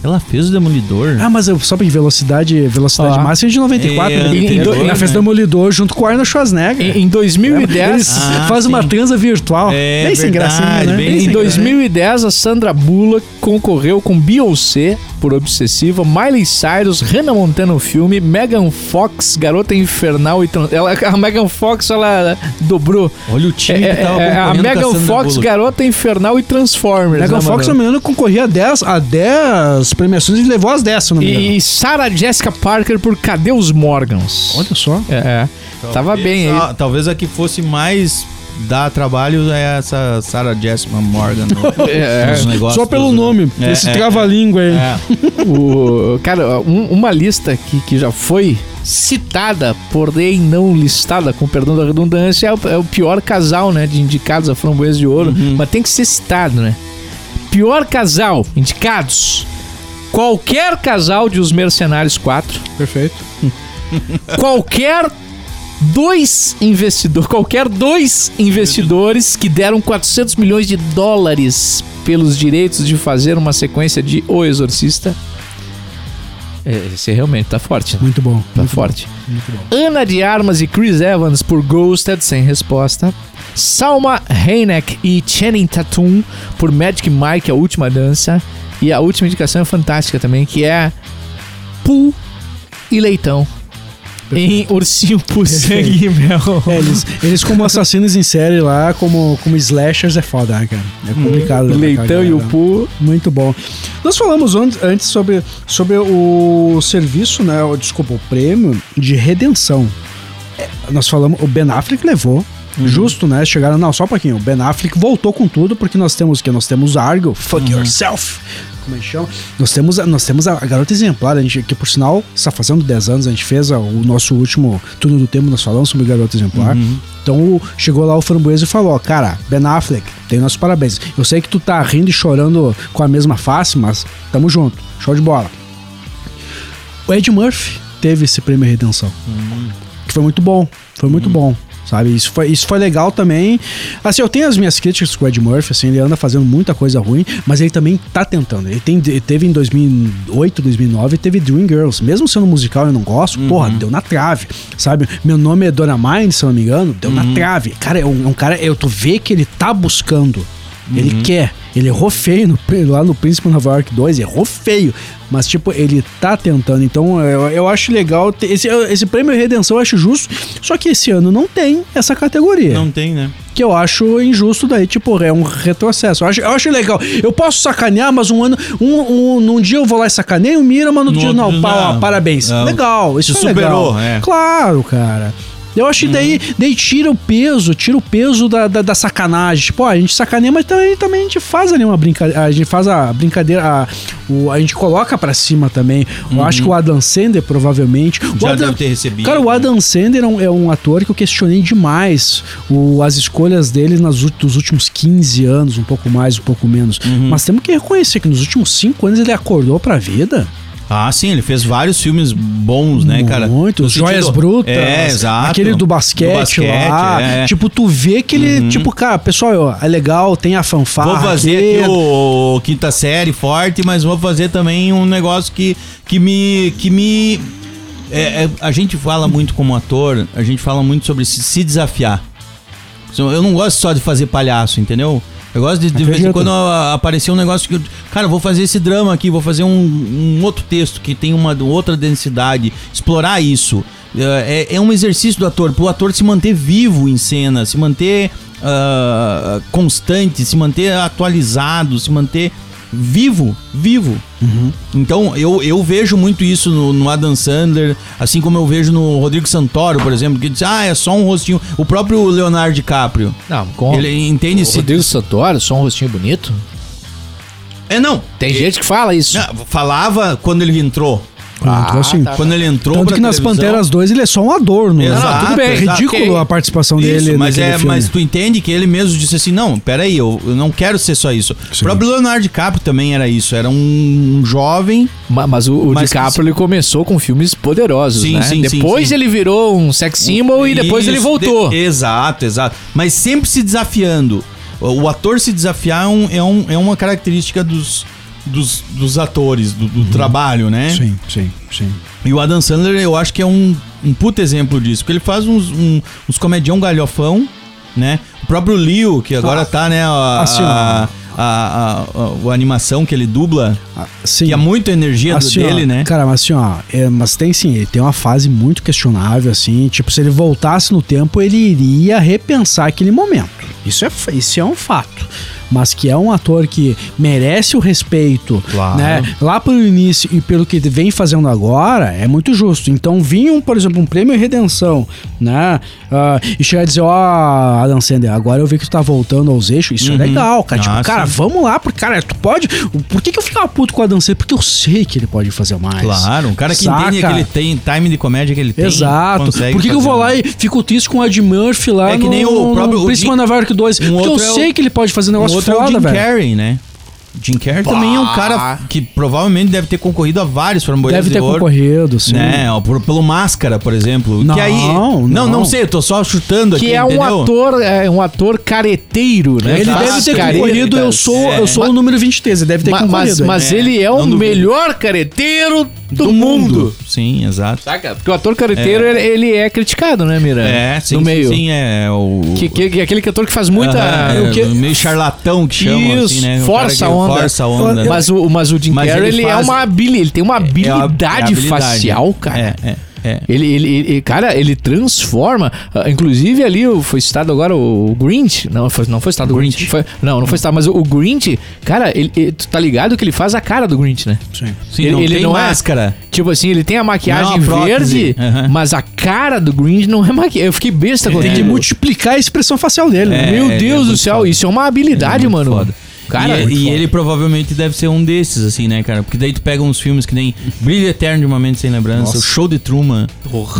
Speaker 6: Ela fez o Demolidor.
Speaker 5: Ah, mas eu, só em velocidade, velocidade
Speaker 4: Ah.
Speaker 5: máxima é de 94.
Speaker 6: É,
Speaker 5: né?
Speaker 6: anterior,
Speaker 5: ela fez o
Speaker 6: né?
Speaker 5: Demolidor junto com o Arnold Schwarzenegger.
Speaker 4: Em, em
Speaker 5: Eles
Speaker 4: 2010.
Speaker 6: Ah,
Speaker 5: faz uma
Speaker 6: sim.
Speaker 5: transa virtual.
Speaker 6: É
Speaker 5: bem sem
Speaker 6: verdade,
Speaker 5: gracinha, né?
Speaker 6: bem
Speaker 5: sem
Speaker 4: Em
Speaker 6: sem
Speaker 5: gracinha.
Speaker 4: 2010, a Sandra Bullock concorreu com Beyoncé por Obsessiva, Miley Cyrus, Hannah Montana no filme, Megan Fox, Garota Infernal e Tran- ela A Megan Fox, ela dobrou.
Speaker 6: Olha o time
Speaker 4: É,
Speaker 6: que tava
Speaker 4: é, é, a
Speaker 6: concorrendo com
Speaker 4: Megan
Speaker 6: Sandra
Speaker 4: Fox,
Speaker 6: Bullock. é
Speaker 4: Garota Infernal e Transformers.
Speaker 5: Megan
Speaker 4: né,
Speaker 5: Fox, se
Speaker 4: mano?
Speaker 5: não me engano, concorria a 10, a 10 premiações e levou as 10, se não me engano.
Speaker 4: E, e Sarah Jessica Parker por Cadê os Morgans?
Speaker 5: Olha só.
Speaker 6: Então,
Speaker 4: É, é. Tava bem aí.
Speaker 6: Ah, talvez a que fosse mais dá trabalho é essa Sarah Jessica Morgan no-
Speaker 4: É.
Speaker 6: nos negócios.
Speaker 5: Só pelo
Speaker 6: dos-
Speaker 5: nome,
Speaker 6: É,
Speaker 5: esse
Speaker 6: é,
Speaker 5: trava-língua aí.
Speaker 6: é.
Speaker 4: O, cara, um- uma lista que, que já foi citada, porém não listada, com perdão da redundância, é o, é o pior casal, né? De indicados a framboesa de ouro. Mas tem que ser citado, né? Pior casal, indicados. Qualquer casal de Os Mercenários 4.
Speaker 5: Perfeito.
Speaker 4: Qualquer dois investidor, qualquer dois investidores que deram 400 milhões de dólares pelos direitos de fazer uma sequência de O Exorcista. É, Esse realmente tá forte, né?
Speaker 5: Muito bom.
Speaker 4: Tá forte. Ana de Armas e Chris Evans por Ghosted sem resposta. Salma Hayek e Channing Tatum por Magic Mike, a última dança. E a última indicação é fantástica também, que é Pool e Leitão. Em Ursinho por Sangue e Mel.
Speaker 5: É, eles, eles como assassinos em série lá, como, como slashers, é foda, né, cara? É complicado. né, cara,
Speaker 4: Leitão e o
Speaker 5: galera?
Speaker 4: Poo.
Speaker 5: Muito bom. Nós falamos an- antes sobre, sobre o serviço, né? O, desculpa, o prêmio de redenção. É, nós falamos, o Ben Affleck levou. Justo, né? Chegaram, não, só um pouquinho. O Ben Affleck voltou com tudo, porque nós temos o quê? Nós temos Argo, Fuck Yourself. Como é que chama? Nós temos, a- nós temos a, a garota exemplar, a gente, que por sinal está fazendo 10 anos, a gente fez a- o nosso último turno do tempo, nós falamos sobre garota exemplar. Então o- chegou lá o framboesa e falou: Cara, Ben Affleck, tem nossos parabéns. Eu sei que tu tá rindo e chorando com a mesma face, mas tamo junto. Show de bola. O Ed Murphy teve esse prêmio Redenção. Que foi muito bom. Foi muito bom. Sabe? Isso foi, isso foi legal também. Assim, eu tenho as minhas críticas com o Ed Murphy, assim, ele anda fazendo muita coisa ruim, mas ele também tá tentando. Ele, tem, ele teve em 2008, 2009, teve Dream Girls. Mesmo sendo musical, eu não gosto, porra, deu na trave, sabe? Meu nome é Dona Mine, se eu não me engano, deu na trave. Cara, é um, é um cara, eu, tu vê que ele tá buscando. Ele quer. Ele errou feio no- lá no Príncipe Nova York 2, errou feio. Mas, tipo, ele tá tentando. Então, eu, eu acho legal. ter- Esse, esse prêmio Redenção eu acho justo. Só que esse ano não tem essa categoria.
Speaker 6: Não tem, né?
Speaker 5: Que eu acho injusto daí, tipo, é um retrocesso. Eu acho, eu acho legal. Eu posso sacanear, mas um ano. Um, um, num dia eu vou lá e sacaneio, mira, mas no,
Speaker 6: No
Speaker 5: dia
Speaker 6: outro
Speaker 5: não,
Speaker 6: dia
Speaker 5: pau,
Speaker 6: não.
Speaker 5: ó, parabéns.
Speaker 6: Não.
Speaker 5: Legal, isso
Speaker 6: Te
Speaker 5: é
Speaker 6: superou,
Speaker 5: legal.
Speaker 6: é. Uhum.
Speaker 5: Claro, cara. Eu acho que daí, daí tira o peso, tira o peso da, da, da sacanagem. Tipo, ó, a gente sacaneia, mas também, também a gente faz ali uma brincadeira. A gente faz a brincadeira. A, o- a gente coloca pra cima também. Eu
Speaker 6: Uhum.
Speaker 5: acho que o Adam Sandler, provavelmente. o
Speaker 6: Já
Speaker 5: Adam-
Speaker 6: deve ter recebido.
Speaker 5: Cara, o
Speaker 6: né?
Speaker 5: Adam Sandler é um, é um ator que eu questionei demais o- as escolhas dele nas, ú- nos últimos 15 anos, um pouco mais, um pouco menos.
Speaker 6: Uhum.
Speaker 5: Mas temos que reconhecer que nos últimos 5 anos ele acordou pra vida.
Speaker 6: Ah, sim, ele fez vários filmes bons, né, cara?
Speaker 5: Muito.
Speaker 6: No
Speaker 5: Os Joias
Speaker 6: sentido-
Speaker 5: Brutas.
Speaker 6: É, exato.
Speaker 5: Aquele do basquete, lá.
Speaker 6: é. Uhum.
Speaker 5: Tipo, tu vê que ele. Tipo, cara, pessoal, ó, é legal, tem a fanfarra.
Speaker 6: Vou fazer
Speaker 5: aqui,
Speaker 6: aqui o, o quinta série forte, mas vou fazer também um negócio que, que me. Que me é, é, a gente fala muito como ator, a gente fala muito sobre se, se desafiar. Então, Eu não gosto só de fazer palhaço, entendeu? Eu gosto de, de vez em
Speaker 5: Acredito.
Speaker 6: quando a- aparecer um negócio que. eu- Cara, eu vou fazer esse drama aqui, vou fazer um, um outro texto que tem uma outra densidade. Explorar isso. É, é- é um exercício do ator, pro ator se manter vivo em cena, se manter ah, constante, se manter atualizado, se manter vivo, vivo.
Speaker 4: Uhum.
Speaker 6: Então eu, eu vejo muito isso no, no Adam Sandler, assim como eu vejo no Rodrigo Santoro, por exemplo, que diz, ah, é só um rostinho. O próprio Leonardo DiCaprio.
Speaker 4: Não, com
Speaker 6: Ele é entende
Speaker 4: o
Speaker 6: se.
Speaker 4: Rodrigo Santoro, só um rostinho bonito.
Speaker 6: É não.
Speaker 4: Tem gente que fala isso.
Speaker 6: Não, Falava quando ele entrou.
Speaker 5: Ah, então, assim,
Speaker 4: tá.
Speaker 6: Quando ele entrou
Speaker 5: Tanto
Speaker 6: pra
Speaker 5: que nas
Speaker 6: televisão-
Speaker 5: Panteras 2 ele é só um adorno. né?
Speaker 6: Exato,
Speaker 5: tudo bem. É
Speaker 6: exato.
Speaker 5: ridículo
Speaker 4: Ok.
Speaker 5: a participação dele.
Speaker 6: Isso, mas
Speaker 5: naquele
Speaker 6: é,
Speaker 5: filme.
Speaker 6: mas tu entende que ele mesmo disse assim, não, peraí, eu, eu não quero ser só isso. O próprio Leonardo DiCaprio também era isso, era um, um jovem
Speaker 4: Ma- Mas o, o
Speaker 6: Mas-
Speaker 4: DiCaprio ele começou com filmes poderosos,
Speaker 6: Sim,
Speaker 4: né?
Speaker 6: sim, sim,
Speaker 4: depois
Speaker 6: sim.
Speaker 4: ele virou um sex symbol e depois ele
Speaker 6: Isso,
Speaker 4: voltou.
Speaker 6: de- exato, exato. Mas sempre se desafiando. O, o ator se desafiar é, um- é um- é uma característica dos, dos, dos atores, do, do trabalho, né?
Speaker 5: Uhum. Sim, sim, sim.
Speaker 6: E o Adam Sandler, eu acho que é um, um puta exemplo disso. Porque ele faz uns, um- uns comedião galhofão, né? O próprio Leo, que
Speaker 5: Ah,
Speaker 6: agora tá, né? A,
Speaker 5: assim,
Speaker 6: a, a, a- a- a animação que ele dubla,
Speaker 5: Ah, sim.
Speaker 6: que é muita energia do-
Speaker 5: Assim, ó,
Speaker 6: dele, né?
Speaker 5: Cara, mas assim, ó, é, mas tem sim, ele tem uma fase muito questionável, assim, tipo, se ele voltasse no tempo, ele iria repensar aquele momento. Isso é, fa- isso é um fato. mas que é um ator que merece o respeito,
Speaker 6: Claro.
Speaker 5: né? Lá pelo início e pelo que vem fazendo agora, é muito justo. Então, vinha, um, por exemplo, um prêmio Redenção, né? Ah, e chegar a dizer, ó, Adam Sandler, agora eu vi que tu tá voltando aos eixos. Isso é legal, cara. Tipo,
Speaker 6: Ah,
Speaker 5: cara,
Speaker 6: sim.
Speaker 5: vamos lá, porque, cara, tu pode. Por que, que eu ficava puto com o Adam Sandler? Porque eu sei que ele pode fazer mais.
Speaker 6: Claro, um cara que
Speaker 5: Saca?
Speaker 6: entende que ele tem time de comédia que ele tem.
Speaker 5: Exato. Por
Speaker 6: consegue
Speaker 5: que, que eu
Speaker 6: fazer
Speaker 5: vou
Speaker 6: um-
Speaker 5: lá e fico triste com o Ed Murphy lá
Speaker 6: É que
Speaker 5: no,
Speaker 6: nem o próprio-
Speaker 5: no
Speaker 6: o
Speaker 5: Príncipe
Speaker 6: Jim-
Speaker 5: Nova York 2?
Speaker 6: um
Speaker 5: porque eu
Speaker 6: outro é o-
Speaker 5: sei que ele pode fazer um
Speaker 6: O
Speaker 5: negócio
Speaker 6: outro é o
Speaker 5: foda,
Speaker 6: Jim
Speaker 5: velho.
Speaker 6: Carrey, né? Jim Carrey também é um cara que provavelmente deve ter concorrido a vários framboesas
Speaker 5: Deve ter
Speaker 6: de ouro.
Speaker 5: concorrido, sim.
Speaker 6: Né, ó, por- pelo Máscara, por exemplo.
Speaker 5: Não,
Speaker 6: que aí,
Speaker 5: não.
Speaker 6: não, não sei, eu tô só chutando aqui,
Speaker 4: Que é um
Speaker 6: entendeu?
Speaker 4: ator, é um ator careteiro, né?
Speaker 5: Ele
Speaker 6: Exato.
Speaker 5: deve ter
Speaker 4: Careta.
Speaker 5: concorrido, eu sou, eu sou o número 23, ele deve ter
Speaker 4: Ma-
Speaker 5: concorrido.
Speaker 4: Mas, mas
Speaker 5: hein?
Speaker 6: É,
Speaker 4: ele é
Speaker 6: não
Speaker 4: o
Speaker 6: duvido.
Speaker 4: melhor careteiro do, mundo. Tá.
Speaker 6: Sim, exato.
Speaker 4: Saca? Porque o ator careteiro, ele, ele é criticado, né, Mira?
Speaker 6: É, sim,
Speaker 4: No
Speaker 6: sim,
Speaker 4: meio.
Speaker 6: sim, é o...
Speaker 4: Que, que- que é aquele ator que faz muita...
Speaker 6: Aham, é,
Speaker 4: o que-
Speaker 6: meio charlatão que chama, assim,
Speaker 4: Isso,
Speaker 6: né? O
Speaker 4: força
Speaker 6: cara
Speaker 4: a
Speaker 6: que
Speaker 4: onda.
Speaker 6: Força a onda. né?
Speaker 4: Mas o, mas o Jim
Speaker 6: Mas
Speaker 4: Carrey, ele,
Speaker 6: ele
Speaker 4: é
Speaker 6: faz-
Speaker 4: uma habilidade, ele tem uma
Speaker 6: É a- é a
Speaker 4: habilidade
Speaker 6: habilidade.
Speaker 4: facial, cara.
Speaker 6: É, é, é.
Speaker 4: Ele, ele, ele- cara, ele transforma. ah, Inclusive ali o- foi citado agora o Grinch. Não, foi, não foi citado o Grinch.
Speaker 6: Grinch.
Speaker 4: Foi- não, não foi citado, mas o, o Grinch, cara, ele, ele- tu tá ligado que ele faz a cara do Grinch, né?
Speaker 5: Sim.
Speaker 6: Sim,
Speaker 4: ele
Speaker 6: não
Speaker 4: ele
Speaker 6: tem
Speaker 4: não
Speaker 6: máscara.
Speaker 4: é. Tipo assim, ele tem a
Speaker 6: Não é
Speaker 4: maquiagem
Speaker 6: uma prótese.
Speaker 4: verde,
Speaker 6: Aham.
Speaker 4: mas a cara do Grinch não é maquiagem. Eu fiquei besta com
Speaker 5: Tem que
Speaker 4: aquilo.
Speaker 5: multiplicar a expressão facial dele, né?
Speaker 6: É,
Speaker 4: Meu
Speaker 6: é
Speaker 4: Deus do
Speaker 6: muito
Speaker 4: céu,
Speaker 6: foda.
Speaker 4: isso é uma habilidade,
Speaker 6: muito
Speaker 4: mano.
Speaker 6: foda.
Speaker 4: Cara,
Speaker 6: e, é
Speaker 4: muito
Speaker 6: e
Speaker 4: foda.
Speaker 6: ele provavelmente deve ser um desses, assim, né, cara? Porque daí tu pega uns filmes que nem Brilho Eterno de Uma Mente Sem Lembrança, o Show de Truman,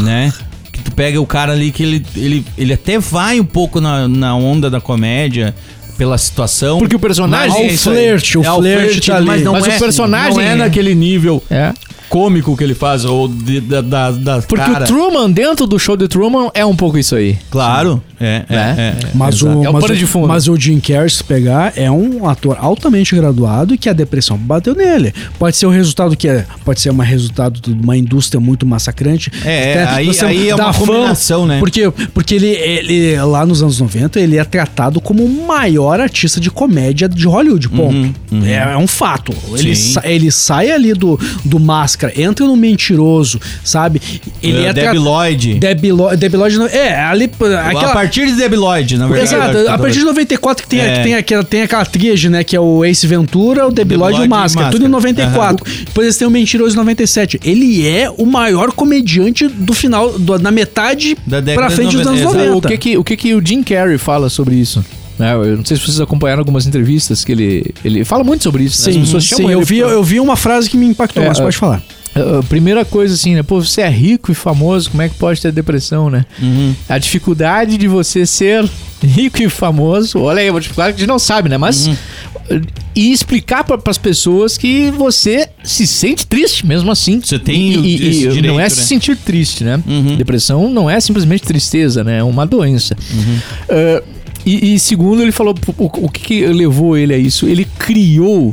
Speaker 6: né? Que tu pega o cara ali que ele, ele, ele até vai um pouco na, na onda da comédia, pela situação.
Speaker 4: Porque o personagem-
Speaker 6: Mas
Speaker 4: É
Speaker 6: é
Speaker 4: isso
Speaker 6: isso
Speaker 4: aí.
Speaker 5: flerte, o
Speaker 6: É o
Speaker 5: flerte
Speaker 6: flerte,
Speaker 5: tá ali.
Speaker 6: mas não
Speaker 4: Mas
Speaker 6: é,
Speaker 4: o personagem-
Speaker 6: Não é naquele nível
Speaker 4: É.
Speaker 6: cômico que ele faz, ou de- da, da, da
Speaker 4: Porque
Speaker 6: cara.
Speaker 4: o Truman, dentro do show de Truman, é um pouco isso aí.
Speaker 6: Claro. É, é,
Speaker 4: Né?
Speaker 6: é, é.
Speaker 5: Mas
Speaker 6: Exato.
Speaker 5: o,
Speaker 4: É o
Speaker 5: mas,
Speaker 4: pano
Speaker 5: o-
Speaker 4: de fundo.
Speaker 5: mas o Jim Carrey, se tu pegar, é um ator altamente graduado e que a depressão bateu nele. Pode ser o resultado que é. Pode ser um resultado de uma indústria muito massacrante.
Speaker 6: É, é,
Speaker 5: Até
Speaker 6: aí-
Speaker 5: você
Speaker 6: aí é
Speaker 5: dá
Speaker 6: uma combinação, né?
Speaker 5: Porque, porque ele, ele, lá nos anos 90, ele é tratado como o maior artista de comédia de Hollywood, ponto. É, é um fato. Ele,
Speaker 6: Uhum, Sim.
Speaker 5: sa- ele sai ali do, do máscara, entra no mentiroso, sabe? Ele
Speaker 6: É,
Speaker 5: é,
Speaker 6: Debi
Speaker 5: tratado...
Speaker 6: Lloyd.
Speaker 5: Debiloid. Debiloid não. É, ali. Aquela,
Speaker 6: A partir de Debi Lloyd, na verdade.
Speaker 5: Exato, a partir de 94 que tem,
Speaker 6: É.
Speaker 5: que tem, aquela, tem aquela tríade, né? Que é o Ace Ventura, o Debiloid e
Speaker 6: Debiloid
Speaker 5: o
Speaker 6: e
Speaker 5: Máscara.
Speaker 6: Máscara.
Speaker 5: Tudo em 94. Depois eles têm o Mentiroso em 97. Ele é o maior comediante do final, do- na metade
Speaker 6: Da década
Speaker 5: pra frente
Speaker 6: de
Speaker 5: dos anos
Speaker 6: 90.
Speaker 5: 90.
Speaker 4: né, O que que, o que que o Jim Carrey fala sobre isso? É, eu não sei se vocês acompanharam algumas entrevistas que ele, ele fala muito sobre isso. né? As
Speaker 5: Sim,
Speaker 4: pessoas
Speaker 5: sim,
Speaker 4: chamam
Speaker 5: eu,
Speaker 4: ele
Speaker 5: vi,
Speaker 4: pra-
Speaker 5: eu vi uma frase que me impactou,
Speaker 4: É,
Speaker 5: mas
Speaker 4: é.
Speaker 5: pode falar.
Speaker 4: Uh, primeira coisa assim, né? Pô, você é rico e famoso, como é que pode ter depressão, né?
Speaker 6: Uhum.
Speaker 4: A dificuldade de você ser rico e famoso, olha aí, uma dificuldade que a gente não sabe, né? Mas
Speaker 6: Uhum.
Speaker 4: uh, e explicar para as pessoas que você se sente triste mesmo assim.
Speaker 6: Você tem
Speaker 4: e,
Speaker 6: o-
Speaker 4: e- e
Speaker 6: esse direito,
Speaker 4: não é
Speaker 6: né? Uhum.
Speaker 4: se sentir triste, né? Depressão não é simplesmente tristeza, né? É uma doença.
Speaker 6: Uhum.
Speaker 4: Uh, e, e segundo, ele falou o, o que, que levou ele a isso? Ele criou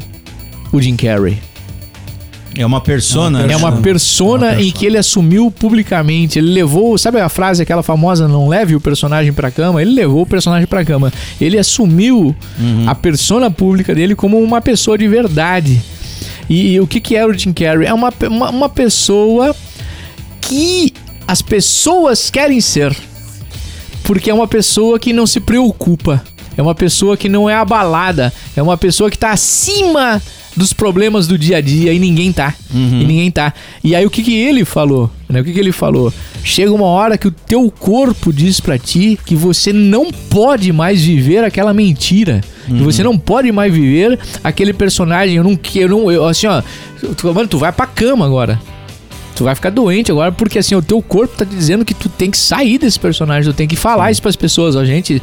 Speaker 4: o Jim Carrey.
Speaker 6: É uma persona.
Speaker 4: É uma persona em que ele assumiu publicamente. Ele levou, sabe a frase aquela famosa, não leve o personagem pra cama? Ele levou o personagem pra cama. Ele assumiu a persona pública dele como uma pessoa de verdade. E, e o que, que é o Jim Carrey? É uma, pe- uma, uma pessoa que as pessoas querem ser. Porque é uma pessoa que não se preocupa. É uma pessoa que não é abalada. É uma pessoa que tá acima dos problemas do dia a dia e ninguém tá. E ninguém tá. E aí o que que ele falou? né? O que que ele falou? Chega uma hora que o teu corpo diz pra ti que você não pode mais viver aquela mentira. Que você não pode mais viver aquele personagem. Eu não quero. eu não- Eu, assim, ó. tu- Mano, tu vai pra cama agora. Tu vai ficar doente agora porque assim, o teu corpo tá te dizendo que tu tem que sair desse personagem, tu tem que falar isso pras pessoas, ó, gente.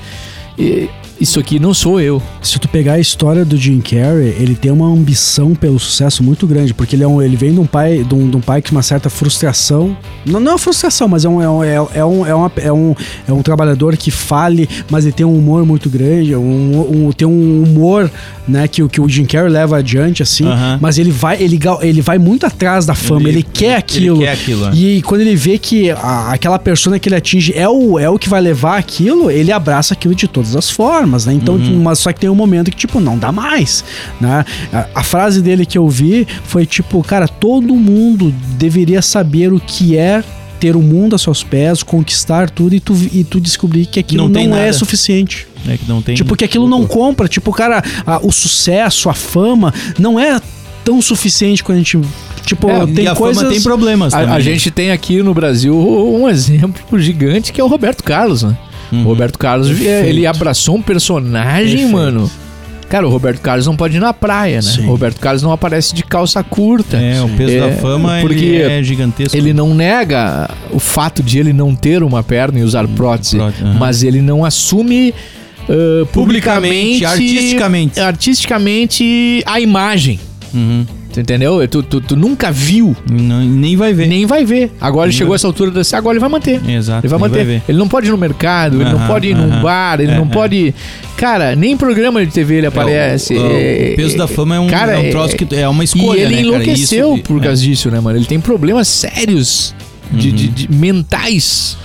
Speaker 4: e- Isso aqui não sou eu.
Speaker 5: Se tu pegar a história do Jim Carrey, ele tem uma ambição pelo sucesso muito grande, porque ele, é um, ele vem de um pai de um, de um pai que tinha uma certa frustração. Não, não é uma frustração, mas é um, é um, é, é um, é, uma- é um, é um trabalhador que fale, mas ele tem um humor muito grande, um, um- tem um humor né, que, o- que o Jim Carrey leva adiante, assim,
Speaker 6: Aham.
Speaker 5: mas ele vai, ele, ga- ele vai muito atrás da fama, ele,
Speaker 6: Ele-
Speaker 5: quer
Speaker 6: ele
Speaker 5: aquilo.
Speaker 6: quer aquilo, é.
Speaker 5: E quando ele vê que a- aquela persona que ele atinge é o, é o que vai levar aquilo, ele abraça aquilo de todas as formas, né? Então,
Speaker 6: Uhum.
Speaker 5: mas só que tem um momento que, tipo, não dá mais, né? A, a frase dele que eu vi foi, tipo, cara, todo mundo deveria saber o que é ter o mundo a seus pés, conquistar tudo e tu, e tu descobrir que aquilo
Speaker 6: Não
Speaker 5: não,
Speaker 6: tem
Speaker 5: é
Speaker 6: nada.
Speaker 5: suficiente.
Speaker 6: É que não tem.
Speaker 5: Tipo, que aquilo não compra. Tipo, o cara, a- o sucesso, a fama, não é tão suficiente quando a gente. Tipo,
Speaker 6: É, e
Speaker 5: tem
Speaker 6: a
Speaker 5: coisas.
Speaker 6: fama tem problemas.
Speaker 4: A, a
Speaker 6: também.
Speaker 4: gente tem aqui no Brasil um exemplo gigante que é o Roberto Carlos, né?
Speaker 6: Uhum.
Speaker 4: O Roberto Carlos, eh,
Speaker 5: Perfeito.
Speaker 4: ele abraçou um personagem,
Speaker 5: Perfeito.
Speaker 4: mano. Cara, o Roberto Carlos não pode ir na praia, né?
Speaker 5: Sim.
Speaker 4: O Roberto Carlos não aparece de calça curta.
Speaker 6: É, o peso
Speaker 4: É,
Speaker 6: da fama ele
Speaker 4: porque
Speaker 6: é gigantesco.
Speaker 4: Ele não nega o fato de ele não ter uma perna e usar prótese,
Speaker 6: Hum, prótese, aham.
Speaker 4: mas ele não assume ah, publicamente,
Speaker 6: Publicamente, artisticamente.
Speaker 4: artisticamente a imagem.
Speaker 6: Uhum.
Speaker 4: Tu entendeu? Tu, tu- tu nunca viu,
Speaker 6: Não- nem vai ver.
Speaker 4: nem vai ver. Agora ele
Speaker 6: Nem
Speaker 4: chegou
Speaker 6: vai-
Speaker 4: a essa altura da agora ele vai manter.
Speaker 6: Exato.
Speaker 4: Ele vai
Speaker 6: nem
Speaker 4: manter.
Speaker 6: ver.
Speaker 4: Ele não pode ir no mercado, ele não
Speaker 6: Aham,
Speaker 4: pode ir num
Speaker 6: aham.
Speaker 4: bar, ele
Speaker 6: É,
Speaker 4: não
Speaker 6: é.
Speaker 4: pode. Cara, nem em programa de TV ele aparece.
Speaker 6: O, o-
Speaker 4: É,
Speaker 6: Então, o peso da fama é um,
Speaker 4: cara,
Speaker 6: é um troço que é uma escolha,
Speaker 4: e ele
Speaker 6: né, cara?
Speaker 4: enlouqueceu
Speaker 6: Isso- é.
Speaker 4: por causa disso, né, mano? Ele tem problemas sérios de, de- de- mentais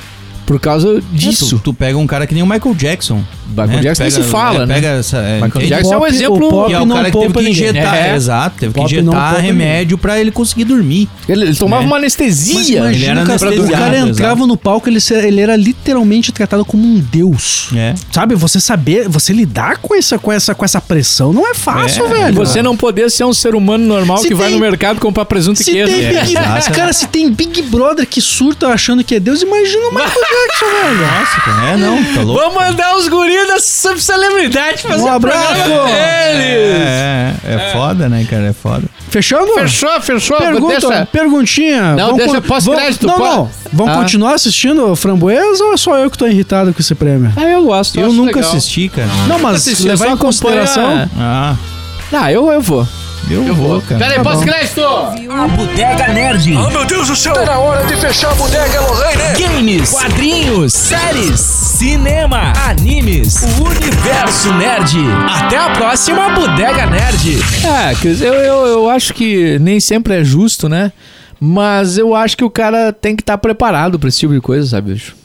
Speaker 4: por causa
Speaker 6: é,
Speaker 4: disso.
Speaker 6: Tu, tu pega um cara que nem o Michael Jackson.
Speaker 4: Michael Jackson nem
Speaker 6: Pega-
Speaker 4: se fala,
Speaker 6: é,
Speaker 4: né?
Speaker 6: Pega essa, é,
Speaker 4: Michael
Speaker 6: ele-
Speaker 4: Jackson é um
Speaker 5: pop- o
Speaker 4: exemplo.
Speaker 5: pop
Speaker 6: que é o
Speaker 5: não
Speaker 6: cara que teve
Speaker 5: poupa
Speaker 6: que
Speaker 5: ninguém.
Speaker 6: injetar,
Speaker 4: É.
Speaker 6: exato, teve que
Speaker 5: Pop não
Speaker 6: injetar
Speaker 5: poupa
Speaker 6: remédio pra ele conseguir dormir.
Speaker 4: Ele, ele tomava
Speaker 6: Né?
Speaker 4: uma anestesia.
Speaker 5: Mas
Speaker 6: Ele
Speaker 5: imagina,
Speaker 6: era
Speaker 5: cara, o
Speaker 6: anestesiado,
Speaker 5: cara
Speaker 6: exato.
Speaker 5: entrava no palco, ele, se- ele era literalmente tratado como um deus.
Speaker 6: É.
Speaker 5: Sabe, você saber, você lidar com essa, com essa, com essa pressão não é fácil,
Speaker 6: É,
Speaker 5: velho.
Speaker 4: Você não poder ser um ser humano normal
Speaker 5: Se
Speaker 4: que vai
Speaker 5: tem-
Speaker 4: no mercado comprar presunto
Speaker 5: se
Speaker 4: e queijo.
Speaker 5: tem
Speaker 4: É.
Speaker 5: Big,
Speaker 6: exato.
Speaker 5: cara, se tem Big Brother que surta achando que é Deus, imagina o Michael Jackson, velho.
Speaker 6: Nossa, cara, é não, tá louco.
Speaker 4: Vamos mandar os guris da subcelebridade fazer
Speaker 5: Um
Speaker 4: um
Speaker 5: abraço!
Speaker 4: programa com eles.
Speaker 6: É, é, é foda, né, cara? É foda.
Speaker 5: Fechando?
Speaker 4: Fechou, fechou.
Speaker 5: Pergunta,
Speaker 4: Deixa-
Speaker 5: perguntinha.
Speaker 4: Não,
Speaker 5: Vamos
Speaker 4: deixa
Speaker 5: con-
Speaker 4: pós-crédito,
Speaker 5: vamos- Não,
Speaker 4: pode.
Speaker 5: não. Vamos
Speaker 4: Ah.
Speaker 5: continuar assistindo o Framboesa ou é só eu que tô irritado com esse prêmio?
Speaker 4: Ah, eu gosto.
Speaker 6: Eu
Speaker 4: acho
Speaker 6: nunca
Speaker 4: legal.
Speaker 6: assisti, cara.
Speaker 5: Não, mas
Speaker 4: assisti, eu
Speaker 5: levar
Speaker 4: só
Speaker 5: em consideração.
Speaker 4: acompanho
Speaker 6: Ah,
Speaker 4: Ah, eu, eu vou.
Speaker 6: eu, vou, cara. Tá
Speaker 4: Pera aí, tá pós-crédito!
Speaker 3: A Bodega Nerd.
Speaker 2: Oh, meu Deus do céu! Tá na hora de fechar a bodega, né? Lorraine!
Speaker 3: Games, quadrinhos, séries, cinema, animes, o universo nerd. Até a próxima Bodega Nerd.
Speaker 4: Ah, Cris, eu, eu, eu acho que nem sempre é justo, né? Mas eu acho que o cara tem que estar preparado pra esse tipo de coisa, sabe, bicho?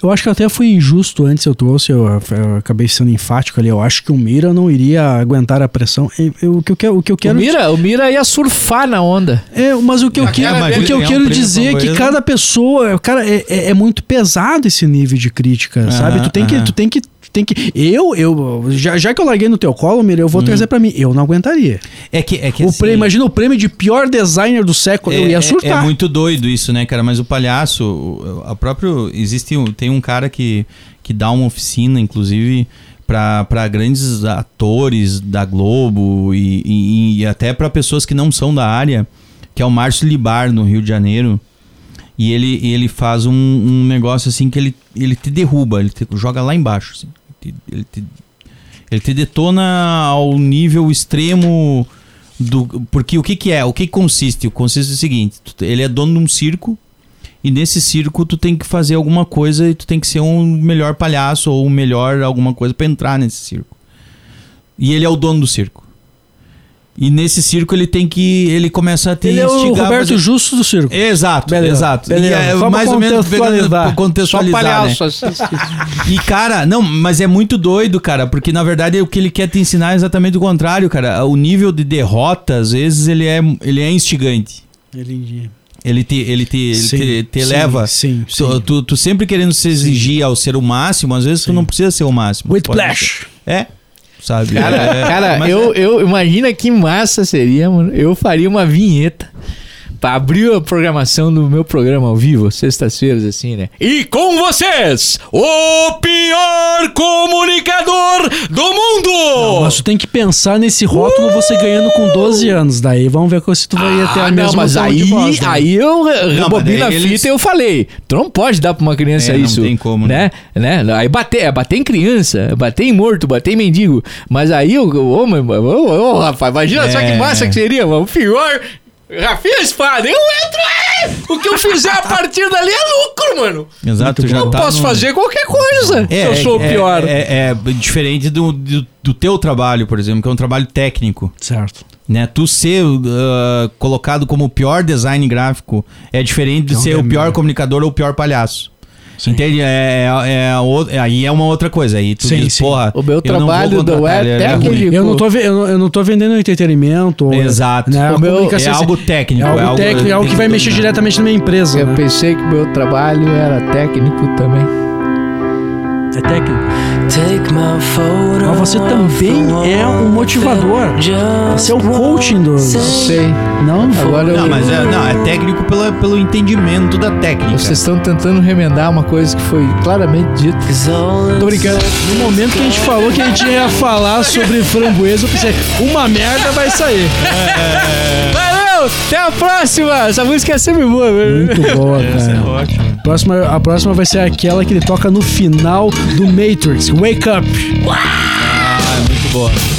Speaker 5: Eu acho que até foi injusto antes eu trouxe, eu, eu acabei sendo enfático ali. Eu acho que o Mira não iria aguentar a pressão. Eu- eu- o que eu quero. O que eu
Speaker 4: O
Speaker 5: quero
Speaker 4: Mira, o Mira ia surfar na onda.
Speaker 5: É, mas o que eu
Speaker 6: Cara,
Speaker 5: quero,
Speaker 6: imagina
Speaker 5: o que eu
Speaker 6: ganhar um
Speaker 5: quero
Speaker 6: prêmio
Speaker 5: dizer é que
Speaker 6: Framboesa.
Speaker 5: cada pessoa, cara, é, é- é muito pesado esse nível de crítica, sabe? Tu tem que,
Speaker 6: aham.
Speaker 5: tu tem que, tu tem que. Eu, eu, já, já que eu larguei no teu colo, Mira,
Speaker 6: Hum.
Speaker 5: eu vou trazer pra mim. Eu não aguentaria.
Speaker 6: É que, é que
Speaker 5: o
Speaker 6: assim,
Speaker 5: prêmio, imagina o prêmio de pior designer do século, eu ia
Speaker 6: É,
Speaker 5: surtar.
Speaker 6: muito doido isso, né, cara? Mas o palhaço, o- a próprio existe um- tem um cara que que dá uma oficina, inclusive pra pra grandes atores da Globo e, e- e até pra pessoas que não são da área, que é o Márcio Libar no Rio de Janeiro. E ele, e ele faz um, um negócio assim que ele, ele te derruba, ele te joga lá embaixo. assim. Te- Ele, te, ele te detona ao nível extremo do. Porque o que, que é? O que consiste? O consiste é o seguinte: tu- ele é dono de um circo, e nesse circo tu tem que fazer alguma coisa e tu tem que ser um melhor palhaço ou um melhor alguma coisa pra entrar nesse circo. E ele é o dono do circo. E nesse circo ele tem que. Ele começa a te
Speaker 5: Ele é o
Speaker 6: instigar a
Speaker 5: Roberto
Speaker 6: fazer-
Speaker 5: Justo do circo.
Speaker 6: É, Exato,
Speaker 5: Beleza,
Speaker 6: exato.
Speaker 5: beleza.
Speaker 6: E é
Speaker 5: Só pra
Speaker 6: mais ou menos
Speaker 5: contextualizar.
Speaker 6: pegando- contextualizar, né?
Speaker 4: assim.
Speaker 6: E cara, não, mas é muito doido, cara, porque na verdade o que ele quer te ensinar é exatamente o contrário, cara. O nível de derrota, às vezes, ele é, ele é instigante.
Speaker 5: Ele-
Speaker 6: Ele te, ele te, ele
Speaker 5: Sim,
Speaker 6: te, te
Speaker 5: sim,
Speaker 6: eleva.
Speaker 5: sim, sim.
Speaker 6: Tu, tu, tu sempre querendo se exigir ao ser o máximo, às vezes tu não precisa ser o máximo.
Speaker 5: With
Speaker 6: Tu pode-
Speaker 5: Whiplash.
Speaker 6: É, sabe?
Speaker 4: Cara,
Speaker 6: É,
Speaker 4: cara
Speaker 6: mas
Speaker 4: eu,
Speaker 6: é.
Speaker 4: eu imagina que massa seria, mano. Eu faria uma vinheta pra abrir a programação do meu programa ao vivo, sextas-feiras, assim, né? E com vocês, o pior comunicador do mundo!
Speaker 5: Mas tu tem que pensar nesse rótulo você ganhando com 12 anos. Daí vamos ver se tu vai ter a
Speaker 4: Ah,
Speaker 5: mesma
Speaker 4: não, mas
Speaker 5: tom de
Speaker 4: aí,
Speaker 5: voz, né?
Speaker 4: aí eu re-
Speaker 6: Não, mas
Speaker 4: rebobino a
Speaker 6: daí eles-
Speaker 4: fita e eu falei, tu não pode dar pra uma criança
Speaker 6: É, não
Speaker 4: isso.
Speaker 6: tem como,
Speaker 4: né?
Speaker 6: né?
Speaker 4: né? Aí bater, é bater em criança, é bater em morto, bater em mendigo. Mas aí, eu, ô, meu- ô, ô, ô, rapaz, imagina só que
Speaker 6: É.
Speaker 4: massa que seria, mano. O pior... Rafinha Espada, eu entro aí! O que eu fizer a partir dali é lucro, mano!
Speaker 6: Exato, tu já
Speaker 4: Eu
Speaker 6: tá
Speaker 4: posso
Speaker 6: no-
Speaker 4: fazer qualquer coisa se eu sou o pior.
Speaker 6: É, é, é diferente do, do, do teu trabalho, por exemplo, que é um trabalho técnico.
Speaker 5: Certo.
Speaker 6: Né? Tu ser ah, colocado como o pior design gráfico é diferente de
Speaker 5: Então,
Speaker 6: ser o
Speaker 5: né,
Speaker 6: pior comunicador ou o pior palhaço. Entende? É, é, é o- é- aí é uma outra coisa. Aí tu
Speaker 5: Sim,
Speaker 6: diz,
Speaker 5: sim.
Speaker 6: porra.
Speaker 1: O
Speaker 6: eu
Speaker 1: meu
Speaker 6: não vou
Speaker 1: trabalho
Speaker 6: contratar,
Speaker 1: não é
Speaker 6: ele
Speaker 1: técnico.
Speaker 6: ruim.
Speaker 5: Eu não, tô, ve- eu, não, eu não tô vendendo entretenimento. ou-
Speaker 6: Exato.
Speaker 5: Né?
Speaker 1: O meu-
Speaker 6: É
Speaker 5: comunicação-
Speaker 6: algo técnico.
Speaker 5: É algo técnico, é algo que vai mexer diretamente na minha empresa.
Speaker 1: Eu
Speaker 5: né?
Speaker 1: pensei que meu trabalho era técnico também.
Speaker 5: É técnico. Mas você também é um motivador. Você é o coaching do.
Speaker 1: Sei.
Speaker 5: Não,
Speaker 1: Agora eu-
Speaker 6: Não, mas é, não, é técnico pela, pelo entendimento da técnica.
Speaker 1: vocês estão tentando remendar uma coisa que foi claramente dita.
Speaker 5: tô brincando. No momento que a gente falou que a gente ia falar sobre framboesa, eu pensei, uma merda vai sair.
Speaker 1: Valeu! Até a próxima! Essa música é sempre boa, velho.
Speaker 5: Muito boa, cara.
Speaker 6: ótimo.
Speaker 5: Próxima, a próxima vai ser aquela que ele toca no final do Matrix. Wake up!
Speaker 6: Ah, é muito boa.